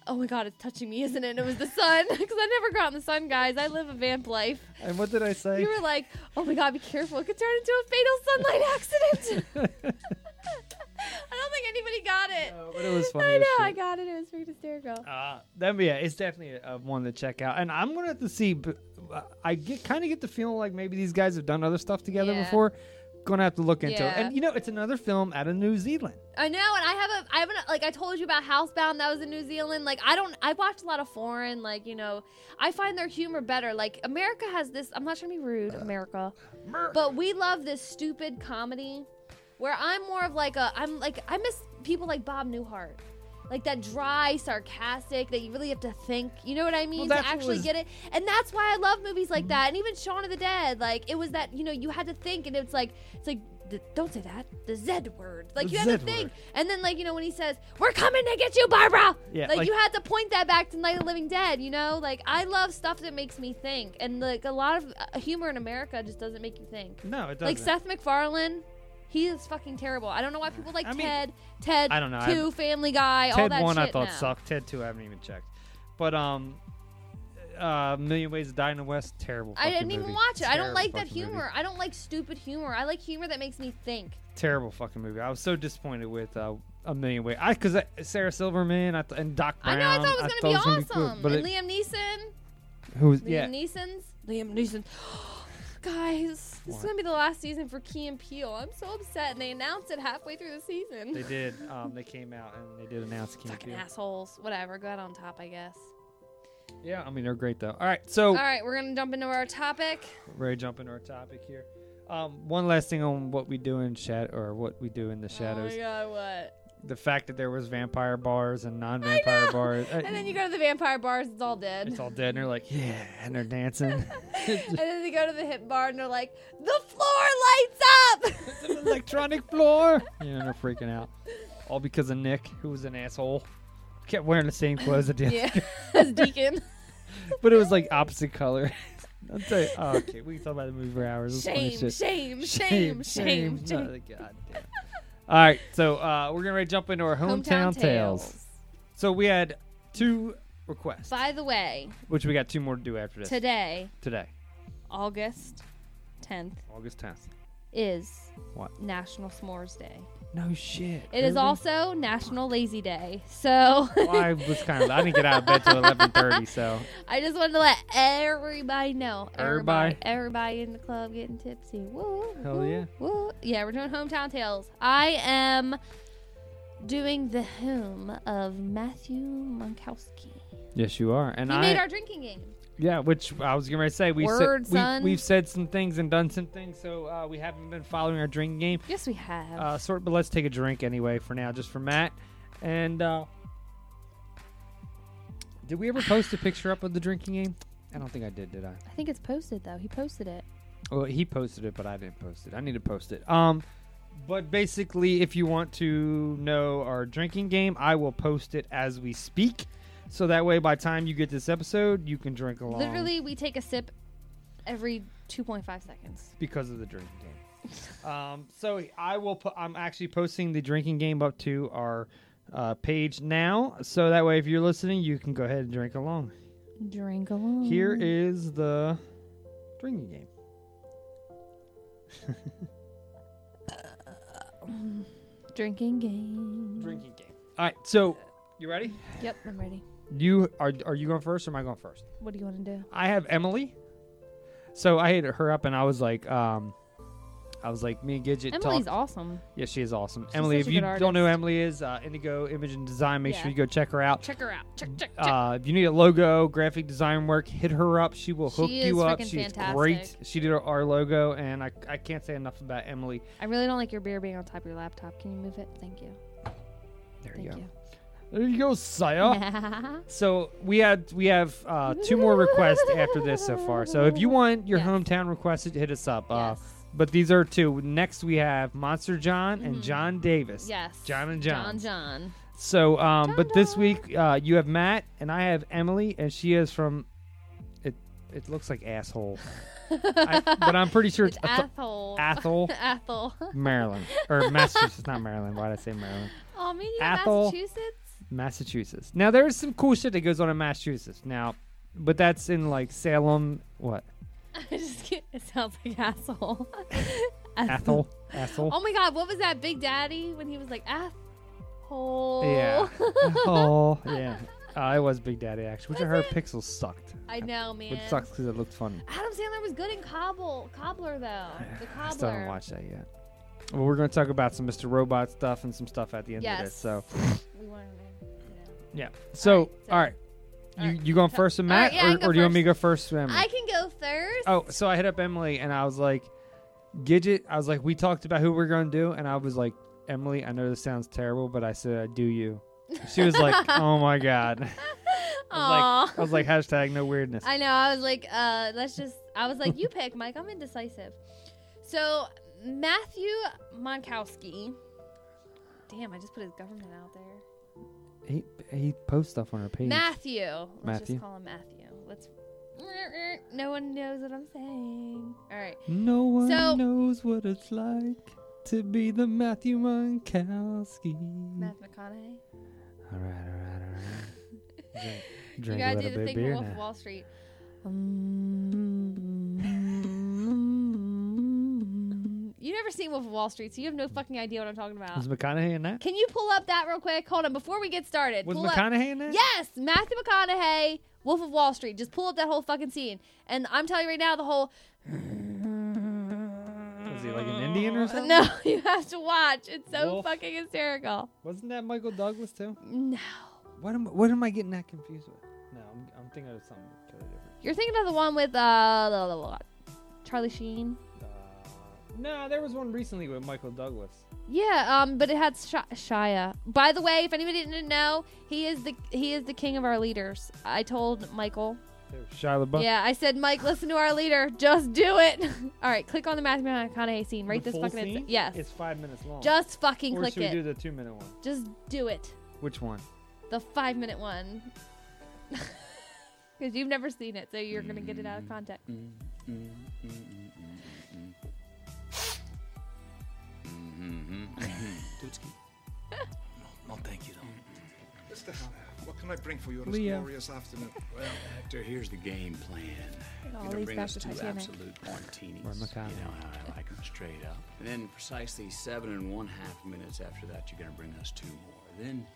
Speaker 2: oh my god, it's touching me, isn't it? And it was the sun because I never go out in the sun, guys. I live a vamp life.
Speaker 1: And what did I say?
Speaker 2: You were like, oh my god, be careful! It could turn into a fatal sunlight accident. I don't think anybody got it.
Speaker 1: but it was funny
Speaker 2: I
Speaker 1: as
Speaker 2: know,
Speaker 1: shit.
Speaker 2: I got it. It was pretty hysterical.
Speaker 1: Uh, then yeah, it's definitely a, a one to check out, and I'm gonna have to see. But uh, I get kind of get the feeling like maybe these guys have done other stuff together
Speaker 2: Yeah.
Speaker 1: before. Gonna have to look into it,
Speaker 2: Yeah.
Speaker 1: and you know, it's another film out of New Zealand.
Speaker 2: I know, and I have a, I haven't, like I told you about Housebound. That was in New Zealand. Like I don't, I watched a lot of foreign, like you know, I find their humor better. Like America has this. I'm not trying to be rude, America, but we love this stupid comedy, where I'm more of like a, I'm like I miss people like Bob Newhart. Like that dry, sarcastic that you really have to think. You know what I mean
Speaker 22: Well,
Speaker 2: to
Speaker 22: that's what
Speaker 2: actually
Speaker 22: was-
Speaker 2: get it, and that's why I love movies like that. And even Shaun of the Dead, like it was that you know you had to think, and it's like it's like the, don't say that the Z word. Like
Speaker 22: The
Speaker 2: you had
Speaker 22: Z
Speaker 2: to think,
Speaker 22: word.
Speaker 2: and then, like, you know, when he says, We're coming to get you, Barbara!
Speaker 22: Yeah,
Speaker 2: like,
Speaker 22: like-
Speaker 2: you had to point that back to Night of the Living Dead, you know? Like, I love stuff that makes me think. And, like, a lot of uh, humor in America just doesn't make you think.
Speaker 1: No, it
Speaker 2: Like, Seth
Speaker 1: doesn't.
Speaker 2: McFarlane, he is fucking terrible. I don't know why people like
Speaker 1: I mean,
Speaker 2: Ted, Ted,
Speaker 1: I don't know,
Speaker 2: 2,
Speaker 1: I've-
Speaker 2: Family Guy, all
Speaker 1: Ted
Speaker 2: that
Speaker 1: one
Speaker 2: shit.
Speaker 1: I thought
Speaker 2: now.
Speaker 1: sucked. Ted two I haven't even checked, but um, uh, Million Ways to Die in the West terrible.
Speaker 2: I
Speaker 1: fucking
Speaker 2: didn't even
Speaker 1: movie.
Speaker 2: watch it. I don't
Speaker 1: Terrible
Speaker 2: like that
Speaker 1: fucking movie.
Speaker 2: humor. I don't like stupid humor. I like humor that makes me think.
Speaker 1: Terrible fucking movie. I was so disappointed with uh, a million ways. I because Sarah Silverman I th- and Doc Brown.
Speaker 2: I know I thought it was going to
Speaker 1: gonna
Speaker 2: be awesome.
Speaker 1: good, but
Speaker 2: and
Speaker 1: it-
Speaker 2: Liam Neeson.
Speaker 1: who's
Speaker 2: Liam
Speaker 1: yeah.
Speaker 2: Neeson's Liam Neeson. Guys, this is
Speaker 1: What?
Speaker 2: gonna be the last season for Key and Peele. I'm so upset, and they announced it halfway through the season.
Speaker 1: They did. Um, they came out and they did announce King
Speaker 2: Fucking assholes. Whatever. Go out on top, I guess.
Speaker 1: Yeah, I mean they're great though. All right, so
Speaker 2: all right, we're gonna jump into our topic.
Speaker 1: we're ready to jump into our topic here. Um, one last thing on what we do in chat or what we do in the shadows.
Speaker 2: Oh my god, what?
Speaker 1: The fact that there was vampire bars and non-vampire bars. uh,
Speaker 2: And then you go to the vampire bars. It's all dead.
Speaker 1: it's all dead, and they're like, yeah, and they're dancing.
Speaker 2: and then they go to the hip bar, and they're like, the floor lights up.
Speaker 1: electronic floor. you know, they're freaking out, all because of Nick, who was an asshole. Kept wearing the same clothes at the
Speaker 2: yeah, as Deacon.
Speaker 1: but it was like opposite color. I'll tell you. Oh, okay, we can talk about the movie for hours. It's funny as
Speaker 2: Shame,
Speaker 1: shit.
Speaker 2: shame, shame, shame,
Speaker 1: shame.
Speaker 2: shame.
Speaker 1: Oh, God damn. All right, so uh, we're gonna ready to jump into our hometown,
Speaker 2: Hometown
Speaker 1: tales.
Speaker 2: tales.
Speaker 1: So we had two requests,
Speaker 2: By the way,
Speaker 1: which we got two more to do after this.
Speaker 2: today,
Speaker 1: Today,
Speaker 2: August 10th,
Speaker 1: August tenth.
Speaker 2: is
Speaker 1: What?
Speaker 2: National S'mores Day.
Speaker 1: No shit.
Speaker 2: It is
Speaker 1: really?
Speaker 2: also National Lazy Day. So
Speaker 1: Well, I was kind of. I didn't get out of bed till eleven thirty. So
Speaker 2: I just wanted to let everybody know.
Speaker 1: Everybody?
Speaker 2: Everybody, everybody in the club getting tipsy. Woo,
Speaker 1: Hell
Speaker 2: woo,
Speaker 1: yeah.
Speaker 2: woo. Yeah, we're doing hometown tales. I am doing the home of Matthew Monkowski.
Speaker 1: yes, you are. And
Speaker 2: He
Speaker 1: I
Speaker 2: made our drinking game.
Speaker 1: Yeah, which I was gonna say we
Speaker 2: Word,
Speaker 1: said,
Speaker 2: son.
Speaker 1: we, have said some things and done some things, so uh, we haven't been following our drinking game.
Speaker 2: Yes, we have.
Speaker 1: Uh, sort, but let's take a drink anyway for now, just for Matt. And uh, did we ever post a picture up of the drinking game? I don't think I did. Did I?
Speaker 2: I think it's posted though. He posted it.
Speaker 1: Well, he posted it, but I didn't post it. I need to post it. Um, But basically, if you want to know our drinking game, I will post it as we speak. So that way, by the time you get this episode, you can drink along.
Speaker 2: Literally, we take a sip every 2.5 seconds.
Speaker 1: because of the drinking game. um, so I will. Po- I'm actually posting the drinking game up to our uh, page now, so that way, if you're listening, you can go ahead and drink along.
Speaker 2: Drink along.
Speaker 1: Here is the drinking game.
Speaker 2: Drinking game.
Speaker 1: Drinking game. All right, so you ready?
Speaker 2: Yep, I'm ready.
Speaker 1: You are. Are you going first, or am I going first?
Speaker 2: What do you want to do?
Speaker 1: I have Emily. So I hit her up and I was like, um, I was like, me and Gidget.
Speaker 2: Emily's
Speaker 1: talked-
Speaker 2: awesome.
Speaker 1: Yeah, she is awesome.
Speaker 2: She's
Speaker 1: Emily,
Speaker 2: such
Speaker 1: if
Speaker 2: a
Speaker 1: you
Speaker 2: good
Speaker 1: don't know who
Speaker 2: artist.
Speaker 1: Emily is, uh, Indigo Image and Design, make
Speaker 2: Yeah.
Speaker 1: sure you go check her out.
Speaker 2: Check her out. Check, check, check.
Speaker 1: Uh, if you need a logo, graphic design work, hit her up. She will
Speaker 2: She
Speaker 1: hook
Speaker 2: is
Speaker 1: you up.
Speaker 2: freaking
Speaker 1: She's
Speaker 2: fantastic.
Speaker 1: great. She did our logo, and I, I can't say enough about Emily.
Speaker 2: I really don't like your beer being on top of your laptop. Can you move it? Thank you.
Speaker 1: There
Speaker 2: Thank
Speaker 1: you go.
Speaker 2: you.
Speaker 1: There you go, Saya. so we had we have uh, two more requests after this so far. So if you want your hometown requests, hit us up. Uh, but these are two. Next we have Monster John and John Davis.
Speaker 2: Mm-hmm. Yes.
Speaker 1: John and John.
Speaker 2: John John.
Speaker 1: So, um, but this week uh, you have Matt and I have Emily, and she is from. It it looks like asshole, I, but I'm pretty sure it's,
Speaker 2: It's Athol.
Speaker 1: Athol,
Speaker 2: Athol.
Speaker 1: Maryland or Massachusetts, not Maryland. Why did I say Maryland?
Speaker 2: Oh, man, you
Speaker 1: Athol.
Speaker 2: Massachusetts?
Speaker 1: Massachusetts. Now there is some cool shit that goes on in Massachusetts now, but that's in like Salem. What?
Speaker 2: I just can't. It sounds like asshole.
Speaker 1: Athol. Athol.
Speaker 2: Oh my God, what was that Big Daddy when he was like asshole?
Speaker 1: Yeah. oh yeah. Uh, it was Big Daddy actually, which I heard pixels sucked.
Speaker 2: I know, man.
Speaker 1: Which sucks because it looked funny.
Speaker 2: Adam Sandler was good in Cobble, Cobbler though. The
Speaker 1: I still haven't
Speaker 2: Cobbler.
Speaker 1: watched that yet. Well, we're going to talk about some Mr. Robot stuff and some stuff at the end of this.
Speaker 2: Yes.
Speaker 1: So,
Speaker 2: We wanted to-
Speaker 1: yeah. So, all right. You, you going first with
Speaker 2: All right,
Speaker 1: Matt,
Speaker 2: yeah, I
Speaker 1: or,
Speaker 2: can go
Speaker 1: or do you want me to go
Speaker 2: first.
Speaker 1: first with Emily?
Speaker 2: I can go first.
Speaker 1: oh, so I hit up Emily and I was like, Gidget, I was like, we talked about who we're going to do. And I was like, Emily, I know this sounds terrible, but I said, I do you. She was like, oh my God. I was like, I was like, hashtag no weirdness.
Speaker 2: I know. I was like, uh, let's just. I was like, you pick, Mike. I'm indecisive. So Matthew Monkowski. Damn, I just put his government out there.
Speaker 1: He, he posts stuff on her page.
Speaker 2: Matthew. Let's
Speaker 1: Matthew.
Speaker 2: just call him Matthew. Let's. No one knows what I'm saying. All right.
Speaker 1: No one
Speaker 2: So-
Speaker 1: knows what it's like to be the Matthew Monkowski.
Speaker 2: Matt McConaughey.
Speaker 1: All right, all right, all right.
Speaker 2: You
Speaker 1: Drink, drink a
Speaker 2: gotta do
Speaker 1: little
Speaker 2: the
Speaker 1: bit
Speaker 2: thing
Speaker 1: of
Speaker 2: from Wolf
Speaker 1: beer
Speaker 2: of
Speaker 1: now.
Speaker 2: Wall Street. You never seen Wolf of Wall Street, so you have no fucking idea what I'm talking about.
Speaker 1: Was McConaughey in that?
Speaker 2: Can you pull up that real quick? Hold on, before we get started.
Speaker 1: Was
Speaker 2: pull up-
Speaker 1: McConaughey in that?
Speaker 2: Yes, Matthew McConaughey, Wolf of Wall Street. Just pull up that whole fucking scene, and I'm telling you right now, the whole
Speaker 1: Was he like an Indian or something?
Speaker 2: no, you have to watch. It's so
Speaker 1: Wolf.
Speaker 2: fucking hysterical.
Speaker 1: Wasn't that Michael Douglas too?
Speaker 2: No,
Speaker 1: What am What am I getting that confused with? No, I'm, I'm thinking of something totally different.
Speaker 2: you're thinking of the one with uh, la, la, la, la, Charlie Sheen.
Speaker 1: No, there was one recently with Michael Douglas.
Speaker 2: Yeah, um, but it had Sh- Shia. By the way, if anybody didn't know, he is the he is the king of our leaders. I told Michael.
Speaker 1: Shia LaBeouf.
Speaker 2: Yeah, I said, Mike, listen to our leader. Just do it. All right, click on the Matthew McConaughey scene. Right
Speaker 1: The
Speaker 2: this
Speaker 1: full
Speaker 2: fucking.
Speaker 1: scene?
Speaker 2: yes.
Speaker 1: It's five minutes long.
Speaker 2: Just fucking
Speaker 1: or
Speaker 2: click
Speaker 1: should
Speaker 2: it.
Speaker 1: we do the two minute one?
Speaker 2: Just do it.
Speaker 1: Which one?
Speaker 2: The five minute one. Because you've never seen it, so you're going to get it out of context.
Speaker 1: Mm-hmm.
Speaker 13: Mm-hmm.
Speaker 7: Tootski. no, no, thank you, though.
Speaker 23: Mr. Hunter, what can I bring for you on
Speaker 7: Leo.
Speaker 23: this glorious afternoon?
Speaker 7: Well, Hector, here's the game plan.
Speaker 23: It
Speaker 7: You're
Speaker 23: all
Speaker 7: gonna
Speaker 23: leads
Speaker 7: bring
Speaker 23: back
Speaker 7: us
Speaker 23: to
Speaker 7: two
Speaker 23: Titanic.
Speaker 7: absolute martinis.
Speaker 1: Or
Speaker 7: You know
Speaker 1: Macau.
Speaker 7: how I like 'em straight up. And then precisely seven and one half minutes after that, you're going to bring us two more. Then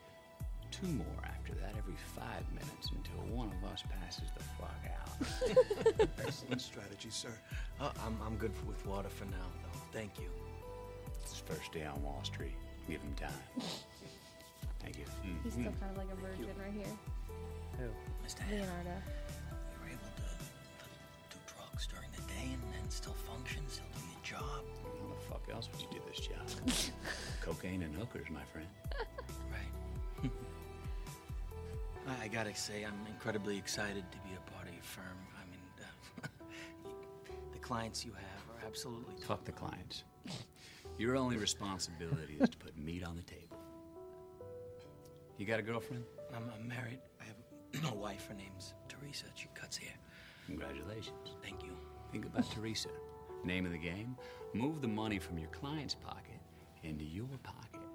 Speaker 7: two more after that every five minutes until one of us passes the fuck out. Excellent strategy, sir.
Speaker 23: Uh, I'm, I'm good with water for now, though. Thank you.
Speaker 7: It's his first day on Wall Street. Give him time. Thank you. Mm-hmm.
Speaker 2: He's still kind of like a virgin right here. Leonardo.
Speaker 18: You're able to, to do drugs during the day and, and still function, still do your job.
Speaker 7: How the fuck else would you do this job? Cocaine and hookers, my friend.
Speaker 18: I, I gotta say, I'm incredibly excited to be a part of your firm. I mean, uh, the clients you have are absolutely.
Speaker 7: Fuck the clients.
Speaker 18: Your only responsibility is to put meat on the table. You got a girlfriend? I'm, I'm married. I have a wife. Her name's Teresa. She cuts hair. Congratulations. Thank you. Think about Teresa. Name of the game? Move the money from your client's pocket into your pocket.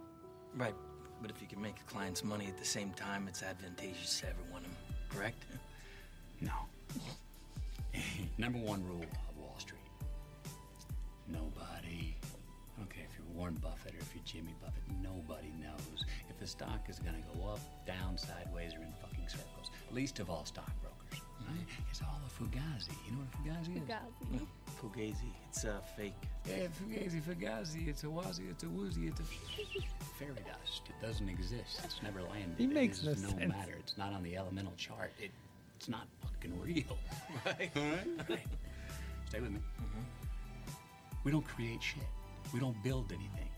Speaker 18: Right, but if you can make a client's money at the same time, it's advantageous to every one of them, correct? No. Number one rule of Wall Street nobody, I don't care if you're Warren Buffett or if you're Jimmy Buffett, nobody knows if the stock is going to go up, down, sideways, or in fucking circles. Least of all stockbrokers. Right? It's all a fugazi. You know what a fugazi is?
Speaker 2: Fugazi.
Speaker 18: Fugazi. It's a fake. Yeah, fugazi, fugazi. It's a wazi, it's a woozy, it's a fairy dust. It doesn't exist. It's never landed.
Speaker 1: He makes
Speaker 18: it is
Speaker 1: no
Speaker 18: no
Speaker 1: sense.
Speaker 18: matter. It's not on the elemental chart. It, it's not fucking real. Right? All right. Stay with me. We don't create shit. We don't build anything.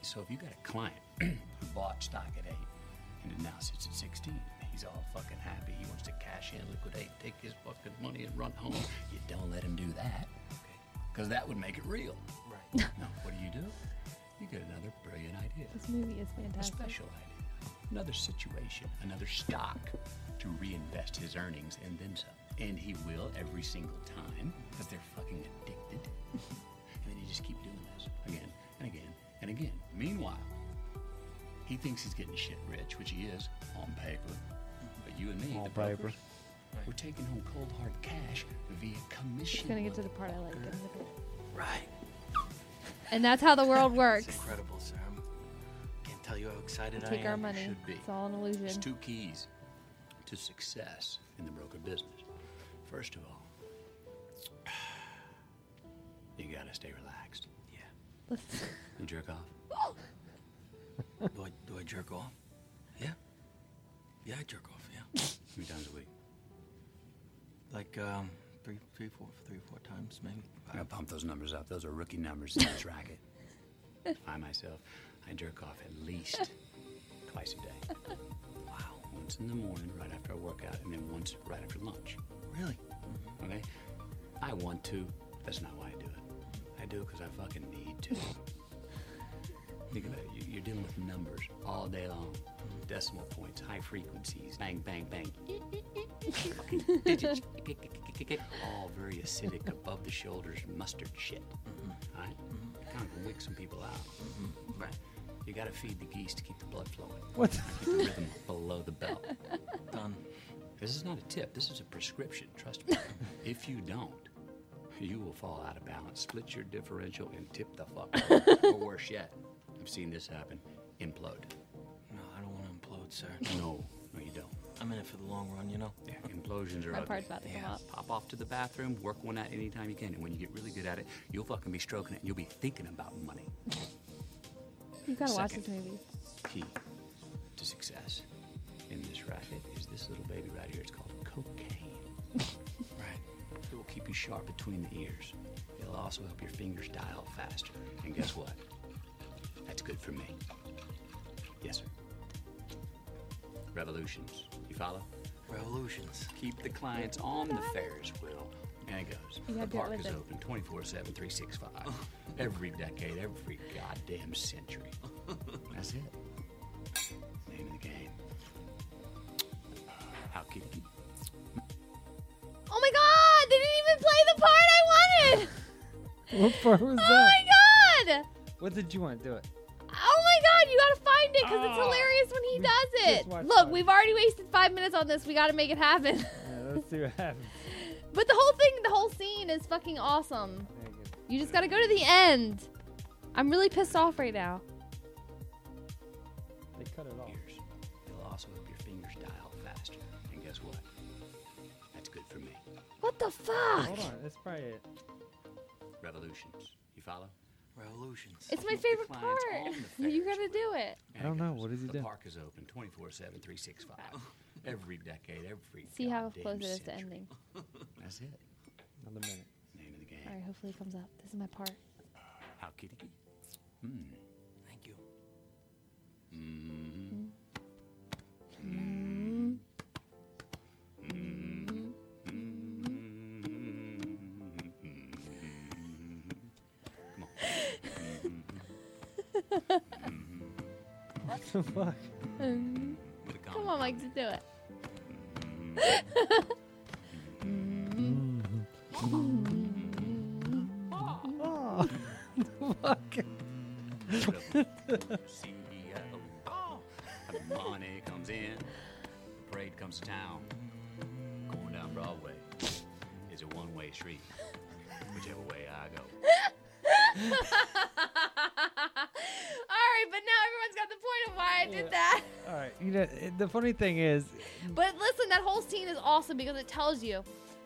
Speaker 18: So if you got a client who bought stock at eight and it now sits at 16, he's all fucking happy. He wants to cash in, liquidate, take his fucking money and run home. You don't let him do that. Because that would make it real. Right. now, what do you do? You get another brilliant idea.
Speaker 2: This movie is fantastic.
Speaker 18: A special idea. Another situation, another stock to reinvest his earnings and then some. And he will every single time because they're fucking addicted. and then you just keep doing this again and again and again. Meanwhile, he thinks he's getting shit rich, which he is on paper. But you and me, the paper. we're taking home cold hard cash via commission.
Speaker 2: Just gonna get to the part I like.
Speaker 18: Right.
Speaker 2: And that's how the world
Speaker 18: It's
Speaker 2: works.
Speaker 18: incredible, sir. I'm, can't tell you how excited I am.
Speaker 2: Take our money.
Speaker 18: Should be.
Speaker 2: It's all an illusion.
Speaker 18: There's two keys to success in the broker business. First of all, you gotta stay relaxed.
Speaker 2: Let's-
Speaker 18: You jerk off. do, I, do I jerk off? Yeah. Yeah, I jerk off. Yeah. Three times a week. Like um, three, three, four, three, four times maybe. I pump those numbers up. Those are rookie numbers in this racket. I myself, I jerk off at least twice a day. Wow. Once in the morning, right after I work out, and then once right after lunch. Really? Okay. I want to. That's not why I do it. I do it because I fucking need to. Think about it. You- You're dealing with numbers all day long. Decimal points, high frequencies, bang, bang, bang. Fucking digits. all very acidic, above the shoulders, mustard shit. All right? Kind of wick some people out. Right. You gotta feed the geese to keep the blood flowing.
Speaker 1: What?
Speaker 18: Keep the rhythm below the belt. Done. This is not a tip. This is a prescription. Trust me. if you don't, you will fall out of balance, split your differential, and tip the fuck over. or worse yet, I've seen this happen, implode. No, Oh, I don't want to implode, sir. No, no, you don't. I'm in it for the long run, you know? Yeah, implosions are
Speaker 2: My
Speaker 18: ugly.
Speaker 2: part's about to come
Speaker 18: Yeah,
Speaker 2: up.
Speaker 18: Pop off to the bathroom, work one out anytime you can, and when you get really good at it, you'll fucking be stroking it and you'll be thinking about money.
Speaker 2: You gotta watch this
Speaker 18: Second.
Speaker 2: movie.
Speaker 18: Key to success in this racket is this little baby right here. It's called cocaine. right. It will keep you sharp between the ears. It'll also help your fingers dial faster. And guess what? That's good for me. Yes, sir. Revolutions. You follow? Revolutions. Keep the clients on the Ferris wheel. And it goes.
Speaker 2: You gotta
Speaker 18: The
Speaker 2: do it
Speaker 18: park
Speaker 2: with
Speaker 18: is
Speaker 2: it.
Speaker 18: open 24 7, 365. Every decade, every goddamn century. That's it. Name of the game. How kitty.
Speaker 2: Oh my god! They didn't even play the part I wanted.
Speaker 1: What part was
Speaker 2: oh
Speaker 1: that?
Speaker 2: my god!
Speaker 1: What did you want to do it?
Speaker 2: Oh my god! You gotta find it because it's
Speaker 1: Ah.
Speaker 2: hilarious when he does
Speaker 1: just
Speaker 2: it.
Speaker 1: watched
Speaker 2: Look, we've already wasted five minutes on this. We gotta make it happen.
Speaker 1: Yeah, let's see what happens.
Speaker 2: but the whole thing, the whole scene is fucking awesome. You just gotta go to the end. I'm really pissed off right now.
Speaker 1: They cut it off.
Speaker 18: Ears. It'll also help your fingers dial faster. And guess what? That's good for me.
Speaker 2: What the
Speaker 1: Hold
Speaker 2: fuck?
Speaker 1: on, that's probably it.
Speaker 18: Revolutions. You follow? Revolutions.
Speaker 2: It's my favorite part. You gotta do it.
Speaker 1: I don't know. What does he
Speaker 18: the
Speaker 1: do?
Speaker 18: park is open 24 7, 365. Every decade, every.
Speaker 2: See how
Speaker 18: goddamn
Speaker 2: close it is to
Speaker 18: century.
Speaker 2: ending.
Speaker 18: That's it.
Speaker 1: Another minute.
Speaker 18: Name of the game.
Speaker 2: All right, hopefully it comes up. This is my part.
Speaker 18: How kitty? Hmm. Thank you. Mm.
Speaker 2: Mm-hmm.
Speaker 18: Mm. Mm. Come on.
Speaker 1: What the fuck?
Speaker 2: Come on, Mike, just do it.
Speaker 1: Oh, fuck.
Speaker 18: Seattle. The money comes in, the parade comes to town. Going down Broadway is a one way street, whichever way I go.
Speaker 2: All right, but now everyone's got the point of why I did that.
Speaker 1: All right. You know, it- the funny thing is,
Speaker 2: But listen, that whole scene is awesome because it tells you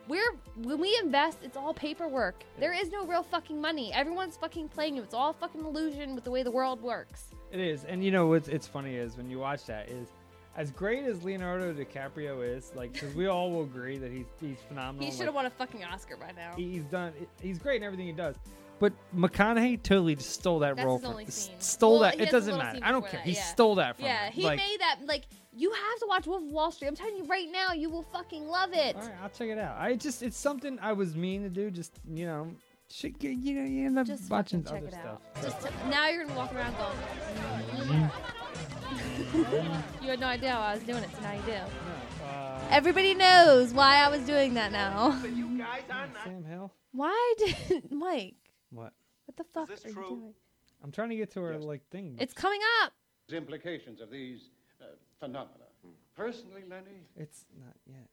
Speaker 2: we're when we invest, it's all paperwork. There is no real fucking money. Everyone's fucking playing you. It's all fucking illusion with the way the world works.
Speaker 1: it is, and you know what's it's funny is when you watch that is, as great as Leonardo DiCaprio is, like, because we all will agree that he's he's phenomenal.
Speaker 2: He should
Speaker 1: like,
Speaker 2: have won a fucking Oscar by now.
Speaker 1: He's done. He's great in everything he does. But McConaughey totally just stole that
Speaker 2: That's
Speaker 1: role
Speaker 2: his
Speaker 1: from
Speaker 2: only
Speaker 1: s-
Speaker 2: scene.
Speaker 1: stole
Speaker 2: Well,
Speaker 1: that.
Speaker 2: he
Speaker 1: It
Speaker 2: has a
Speaker 1: doesn't
Speaker 2: little
Speaker 1: matter.
Speaker 2: scene
Speaker 1: I don't
Speaker 2: before
Speaker 1: care.
Speaker 2: that,
Speaker 1: He
Speaker 2: yeah.
Speaker 1: stole that from.
Speaker 2: Yeah,
Speaker 1: him.
Speaker 2: he
Speaker 1: Like,
Speaker 2: made that. Like you have to watch Wolf of Wall Street. I'm telling you right now, you will fucking love it.
Speaker 1: All right, I'll check it out. I just it's something I was mean to do. Just you know, shit, you know, you end up watching
Speaker 2: check
Speaker 1: other
Speaker 2: it
Speaker 1: stuff.
Speaker 2: out. Just now you're gonna walk around going. you had no idea why I was doing it, so now you do. Everybody knows why I was doing that now.
Speaker 1: Sam Hill,
Speaker 2: Why did Mike?
Speaker 1: what?
Speaker 2: What the fuck are you doing?
Speaker 1: I'm trying to get to her like thing. but
Speaker 2: It's coming up.
Speaker 16: The implications of these uh, phenomena.
Speaker 1: Hmm.
Speaker 16: Personally, Lenny,
Speaker 1: it's not yet.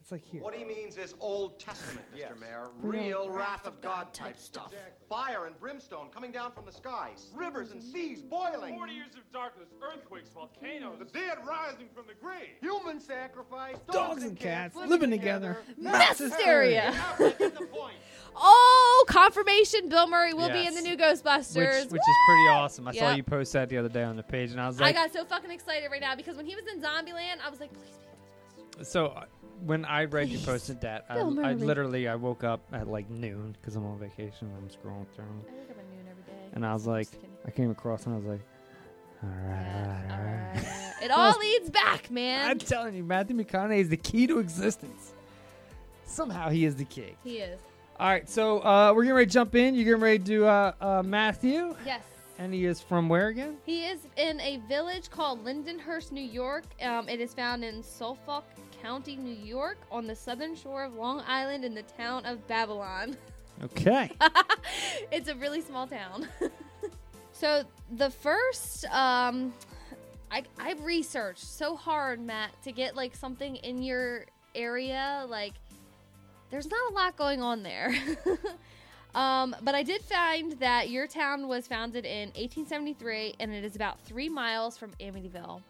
Speaker 1: It's like here.
Speaker 13: What he means is Old Testament, Mr. Mayor.
Speaker 1: Real
Speaker 13: Real wrath of God type stuff. Fire and brimstone coming down from the skies. Rivers and seas boiling.
Speaker 5: Forty years of darkness, earthquakes, volcanoes,
Speaker 13: The
Speaker 5: the dead rising from the grave.
Speaker 13: Human sacrifice.
Speaker 1: Dogs and cats living together.
Speaker 2: Mass hysteria. Oh, confirmation. Bill Murray will be in the
Speaker 1: Yes.
Speaker 2: new Ghostbusters.
Speaker 1: Which, which is pretty awesome. I saw
Speaker 2: Yep.
Speaker 1: you post that the other day on the page, and I was like,
Speaker 2: I got so fucking excited right now because when he was in Zombieland, I was like, please.
Speaker 1: So uh, when I read you posted that, I,
Speaker 2: Bill
Speaker 1: I
Speaker 2: Murray.
Speaker 1: literally I woke up at like noon because I'm on vacation. and I'm scrolling through,
Speaker 2: I wake up at noon every day.
Speaker 1: and I was like, I came across and I was like, all right, all right, all right.
Speaker 2: It all leads back, man.
Speaker 1: I'm telling you, Matthew McConaughey is the key to existence. Somehow he is the key.
Speaker 2: He is.
Speaker 1: All right, so uh, we're getting ready to jump in. You're getting ready to do uh, uh, Matthew,
Speaker 2: Yes.
Speaker 1: and he is from where again?
Speaker 2: He is in a village called Lindenhurst, New York. Um, it is found in Suffolk County, New York, on the southern shore of Long Island in the town of Babylon.
Speaker 1: Okay.
Speaker 2: it's a really small town. so the first, um, I I researched so hard, Matt, to get like something in your area. Like, there's not a lot going on there. um, but I did find that your town was founded in 1873, and it is about three miles from Amityville,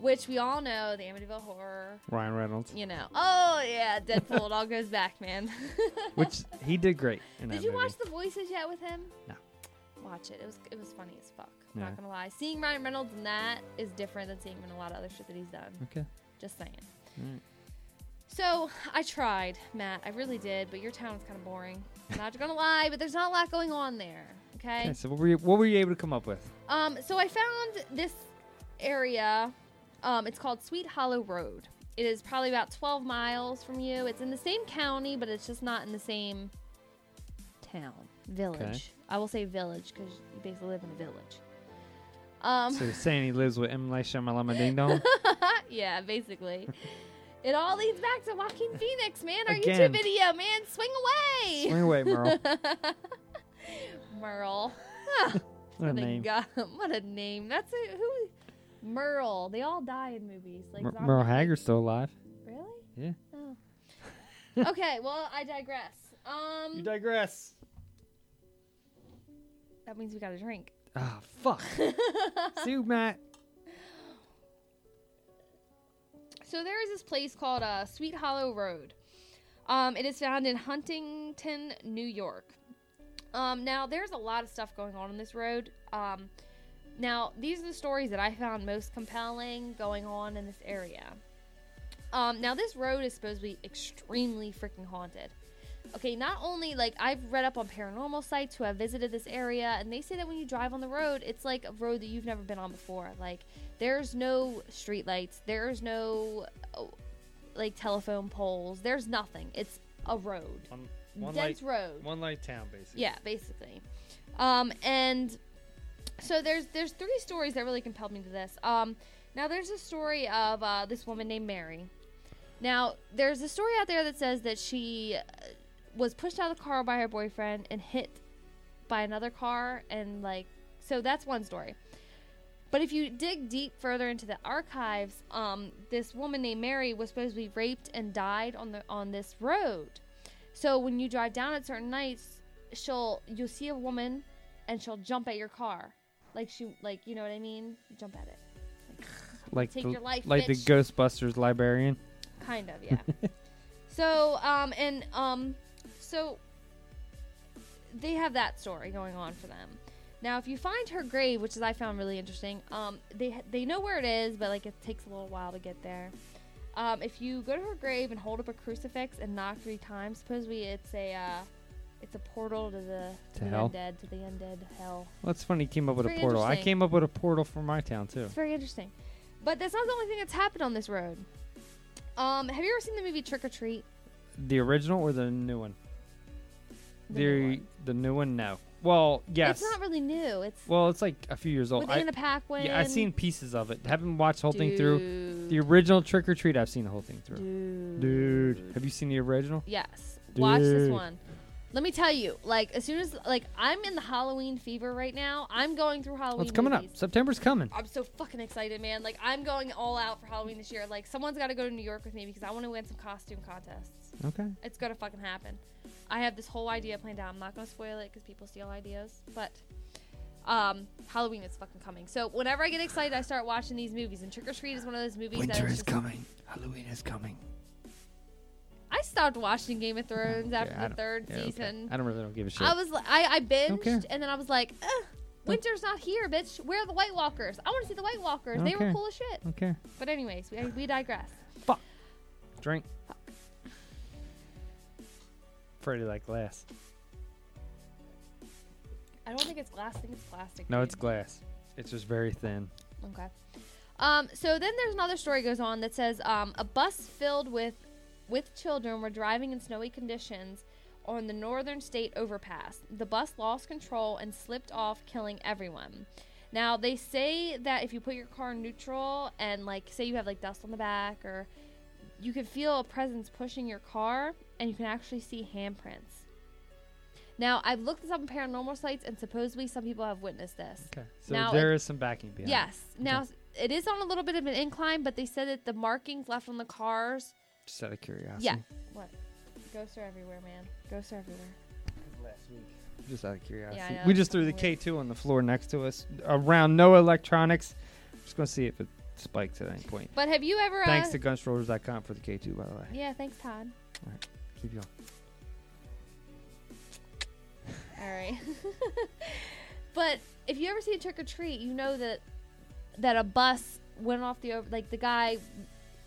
Speaker 2: which we all know the Amityville horror.
Speaker 1: Ryan Reynolds,
Speaker 2: You know, oh yeah, Deadpool. it all goes back, man.
Speaker 1: which he did great. In
Speaker 2: Did
Speaker 1: that
Speaker 2: you
Speaker 1: movie.
Speaker 2: watch The Voices yet with him?
Speaker 1: No.
Speaker 2: Watch it. It was it was funny as fuck. I'm
Speaker 1: Yeah.
Speaker 2: not gonna lie. Seeing Ryan Reynolds in that is different than seeing him in a lot of other shit that he's done.
Speaker 1: Okay.
Speaker 2: Just saying.
Speaker 1: All
Speaker 2: Mm.
Speaker 1: right.
Speaker 2: So I tried, Matt. I really did, but your town is kind of boring. not gonna lie, but there's not a lot going on there. Okay.
Speaker 1: Okay, so what were you, what were you able to come up with?
Speaker 2: Um, so I found this area. Um, it's called Sweet Hollow Road. It is probably about 12 miles from you. It's in the same county, but it's just not in the same town, village. I will say village because you basically live in a village. Um,
Speaker 1: So you're saying he lives with M. Night Shyamalama Ding Dong?
Speaker 2: yeah, basically. it all leads back to Joaquin Phoenix, man. Our
Speaker 1: Again.
Speaker 2: YouTube video, man. Swing away.
Speaker 1: Swing away, Merle.
Speaker 2: Merle.
Speaker 1: What
Speaker 2: They
Speaker 1: a name.
Speaker 2: got him. What a name. That's a, who? Merle. They all die in movies. Like
Speaker 1: Mer-
Speaker 2: zombie-
Speaker 1: Merle Haggard's still alive.
Speaker 2: Really?
Speaker 1: Yeah.
Speaker 2: Oh. okay. Well, I digress. Um,
Speaker 1: You digress.
Speaker 2: that means we got to drink.
Speaker 1: Ah, fuck. See you, Matt.
Speaker 2: So there is this place called uh, Sweet Hollow Road. Um, it is found in Huntington, New York. Um, now there's a lot of stuff going on in this road. Um, now these are the stories that I found most compelling going on in this area. Um, now this road is supposed to be extremely freaking haunted. Okay, not only like I've read up on paranormal sites who have visited this area, and they say that when you drive on the road, it's like a road that you've never been on before. Like there's no street lights, there's no oh, like telephone poles, there's nothing. It's a road, dense road.
Speaker 1: One light town, basically.
Speaker 2: Yeah, basically. Um, and so there's there's three stories that really compelled me to this. Um, now there's a story of uh, this woman named Mary. Now there's a story out there that says that she uh, was pushed out of the car by her boyfriend and hit by another car, and like so that's one story. But if you dig deep further into the archives, um, this woman named Mary was supposed to be raped and died on the on this road. So when you drive down at certain nights, she'll you'll see a woman, and she'll jump at your car, like she like you know what I mean, jump at it,
Speaker 1: Like
Speaker 2: Take
Speaker 1: the,
Speaker 2: your life,
Speaker 1: like the
Speaker 2: bitch.
Speaker 1: Ghostbusters librarian.
Speaker 2: kind of yeah. so um and um so they have that story going on for them. Now, if you find her grave, which is I found really interesting, um, they ha- they know where it is, but like it takes a little while to get there. Um, if you go to her grave and hold up a crucifix and knock three times, supposedly it's a uh, it's a portal to the,
Speaker 1: To
Speaker 2: the
Speaker 1: hell?
Speaker 2: undead, to the undead hell.
Speaker 1: Well, that's funny. He came up
Speaker 2: It's
Speaker 1: with a
Speaker 2: very
Speaker 1: portal. I
Speaker 2: interesting.
Speaker 1: came up with a portal for my town too.
Speaker 2: It's very interesting, but that's not the only thing that's happened on this road. Um, have you ever seen the movie Trick or Treat?
Speaker 1: The original or the new one?
Speaker 2: The
Speaker 1: The the new one, no. Well, yes.
Speaker 2: It's not really new. It's
Speaker 1: well, it's like a few years old.
Speaker 2: Were they
Speaker 1: I,
Speaker 2: in a pack
Speaker 1: Yeah, I've
Speaker 2: wagon?
Speaker 1: seen pieces of it. Haven't watched the whole thing through. The original Trick or Treat, I've seen the whole thing through.
Speaker 2: Dude.
Speaker 1: Have you seen the original?
Speaker 2: Yes. Watch this
Speaker 1: Dude.
Speaker 2: one. Let me tell you, like as soon as like I'm in the Halloween fever right now. I'm going through Halloween.
Speaker 1: What's coming
Speaker 2: movies.
Speaker 1: up? September's coming.
Speaker 2: I'm so fucking excited, man. Like I'm going all out for Halloween this year. Like someone's got to go to New York with me because I want to win some costume contests.
Speaker 1: Okay.
Speaker 2: It's gonna fucking happen. I have this whole idea planned out. I'm not gonna spoil it because people steal ideas, but um, Halloween is fucking coming. So whenever I get excited, I start watching these movies. And Trick or Treat is one of those movies that
Speaker 17: Winter
Speaker 2: is
Speaker 17: is
Speaker 2: just-
Speaker 17: coming. Halloween is coming.
Speaker 2: I stopped watching Game of Thrones
Speaker 1: Yeah,
Speaker 2: after
Speaker 1: I
Speaker 2: the
Speaker 1: don't-
Speaker 2: third
Speaker 1: yeah, okay.
Speaker 2: season.
Speaker 1: I don't really don't give a shit.
Speaker 2: I was li- I, I
Speaker 1: care.
Speaker 2: binged and then I was like, Ugh, winter's not here, bitch. Where are the White Walkers? I want to see the White Walkers. They were
Speaker 1: Okay.
Speaker 2: cool as shit.
Speaker 1: Okay.
Speaker 2: But anyways, we, we digress.
Speaker 1: Drink. Pretty like glass.
Speaker 2: I don't think it's glass. I think it's plastic.
Speaker 1: No,
Speaker 2: dude.
Speaker 1: it's glass. It's just very thin.
Speaker 2: Okay. Um, so then there's another story goes on that says um, a bus filled with with children were driving in snowy conditions on the northern state overpass. The bus lost control and slipped off, killing everyone. Now they say that if you put your car in neutral and like say you have like dust on the back or you can feel a presence pushing your car and you can actually see handprints. Now I've looked this up on paranormal sites and supposedly some people have witnessed this.
Speaker 1: Okay. So
Speaker 2: Now,
Speaker 1: there
Speaker 2: it-
Speaker 1: is some backing behind. it.
Speaker 2: Yes. Now s- it is on a little bit of an incline, but they said that the markings left on the cars.
Speaker 1: Just out of curiosity.
Speaker 2: Yeah. What? Ghosts are everywhere, man. Ghosts are everywhere.
Speaker 1: Last week. Just out of curiosity.
Speaker 2: I know,
Speaker 1: we
Speaker 2: it's
Speaker 1: just threw the
Speaker 2: fucking
Speaker 1: K2 on the floor next to us around no electronics. I'm just going to see if it spikes at any point.
Speaker 2: But have you ever?
Speaker 1: Thanks
Speaker 2: uh,
Speaker 1: to gunstrollers.com for the K2, by the way.
Speaker 2: Yeah. Thanks, Todd.
Speaker 1: All right. Keep going.
Speaker 2: All right. but if you ever see a trick or treat, you know that that a bus went off the over. Like the guy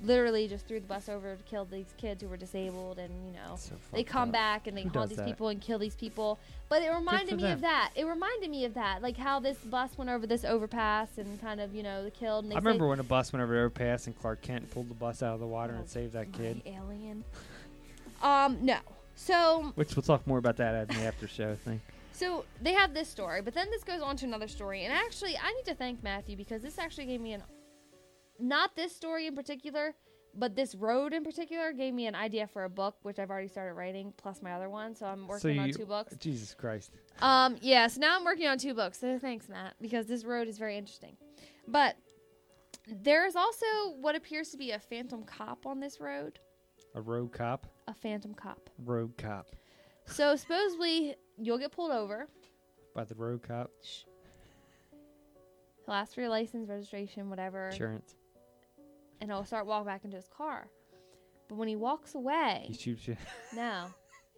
Speaker 2: literally just threw the bus over to kill these kids who were disabled, and you know they
Speaker 21: fucked
Speaker 2: come
Speaker 21: up.
Speaker 2: back and they
Speaker 21: Who
Speaker 2: haunt
Speaker 21: does
Speaker 2: these
Speaker 21: that?
Speaker 2: people and kill these people. But it reminded
Speaker 21: for
Speaker 2: me
Speaker 21: them.
Speaker 2: of that. It reminded me of that, like how this bus went over this overpass and kind of you know the killed. And they
Speaker 1: I remember
Speaker 2: say,
Speaker 1: when a bus went over the overpass and Clark Kent pulled the bus out of the water
Speaker 2: Oh,
Speaker 1: and saved that kid.
Speaker 2: alien. Um, no. So
Speaker 1: Which we'll talk more about that at the after show thing.
Speaker 2: So they have this story, but then this goes on to another story. And actually, I need to thank Matthew because this actually gave me an not this story in particular, but this road in particular gave me an idea for a book, which I've already started writing, plus my other one. So I'm working
Speaker 1: so you,
Speaker 2: on two books.
Speaker 1: Jesus Christ.
Speaker 2: Um, yeah, so now I'm working on two books. So thanks, Matt, because this road is very interesting. But there is also what appears to be a phantom cop on this road.
Speaker 1: A rogue cop.
Speaker 2: A phantom cop.
Speaker 1: Rogue cop.
Speaker 2: So supposedly you'll get pulled over.
Speaker 1: By the rogue cop.
Speaker 2: He'll ask for your license, registration, whatever.
Speaker 1: Insurance.
Speaker 2: and he'll start walking back into his car. But when he walks away,
Speaker 1: He shoots you.
Speaker 2: now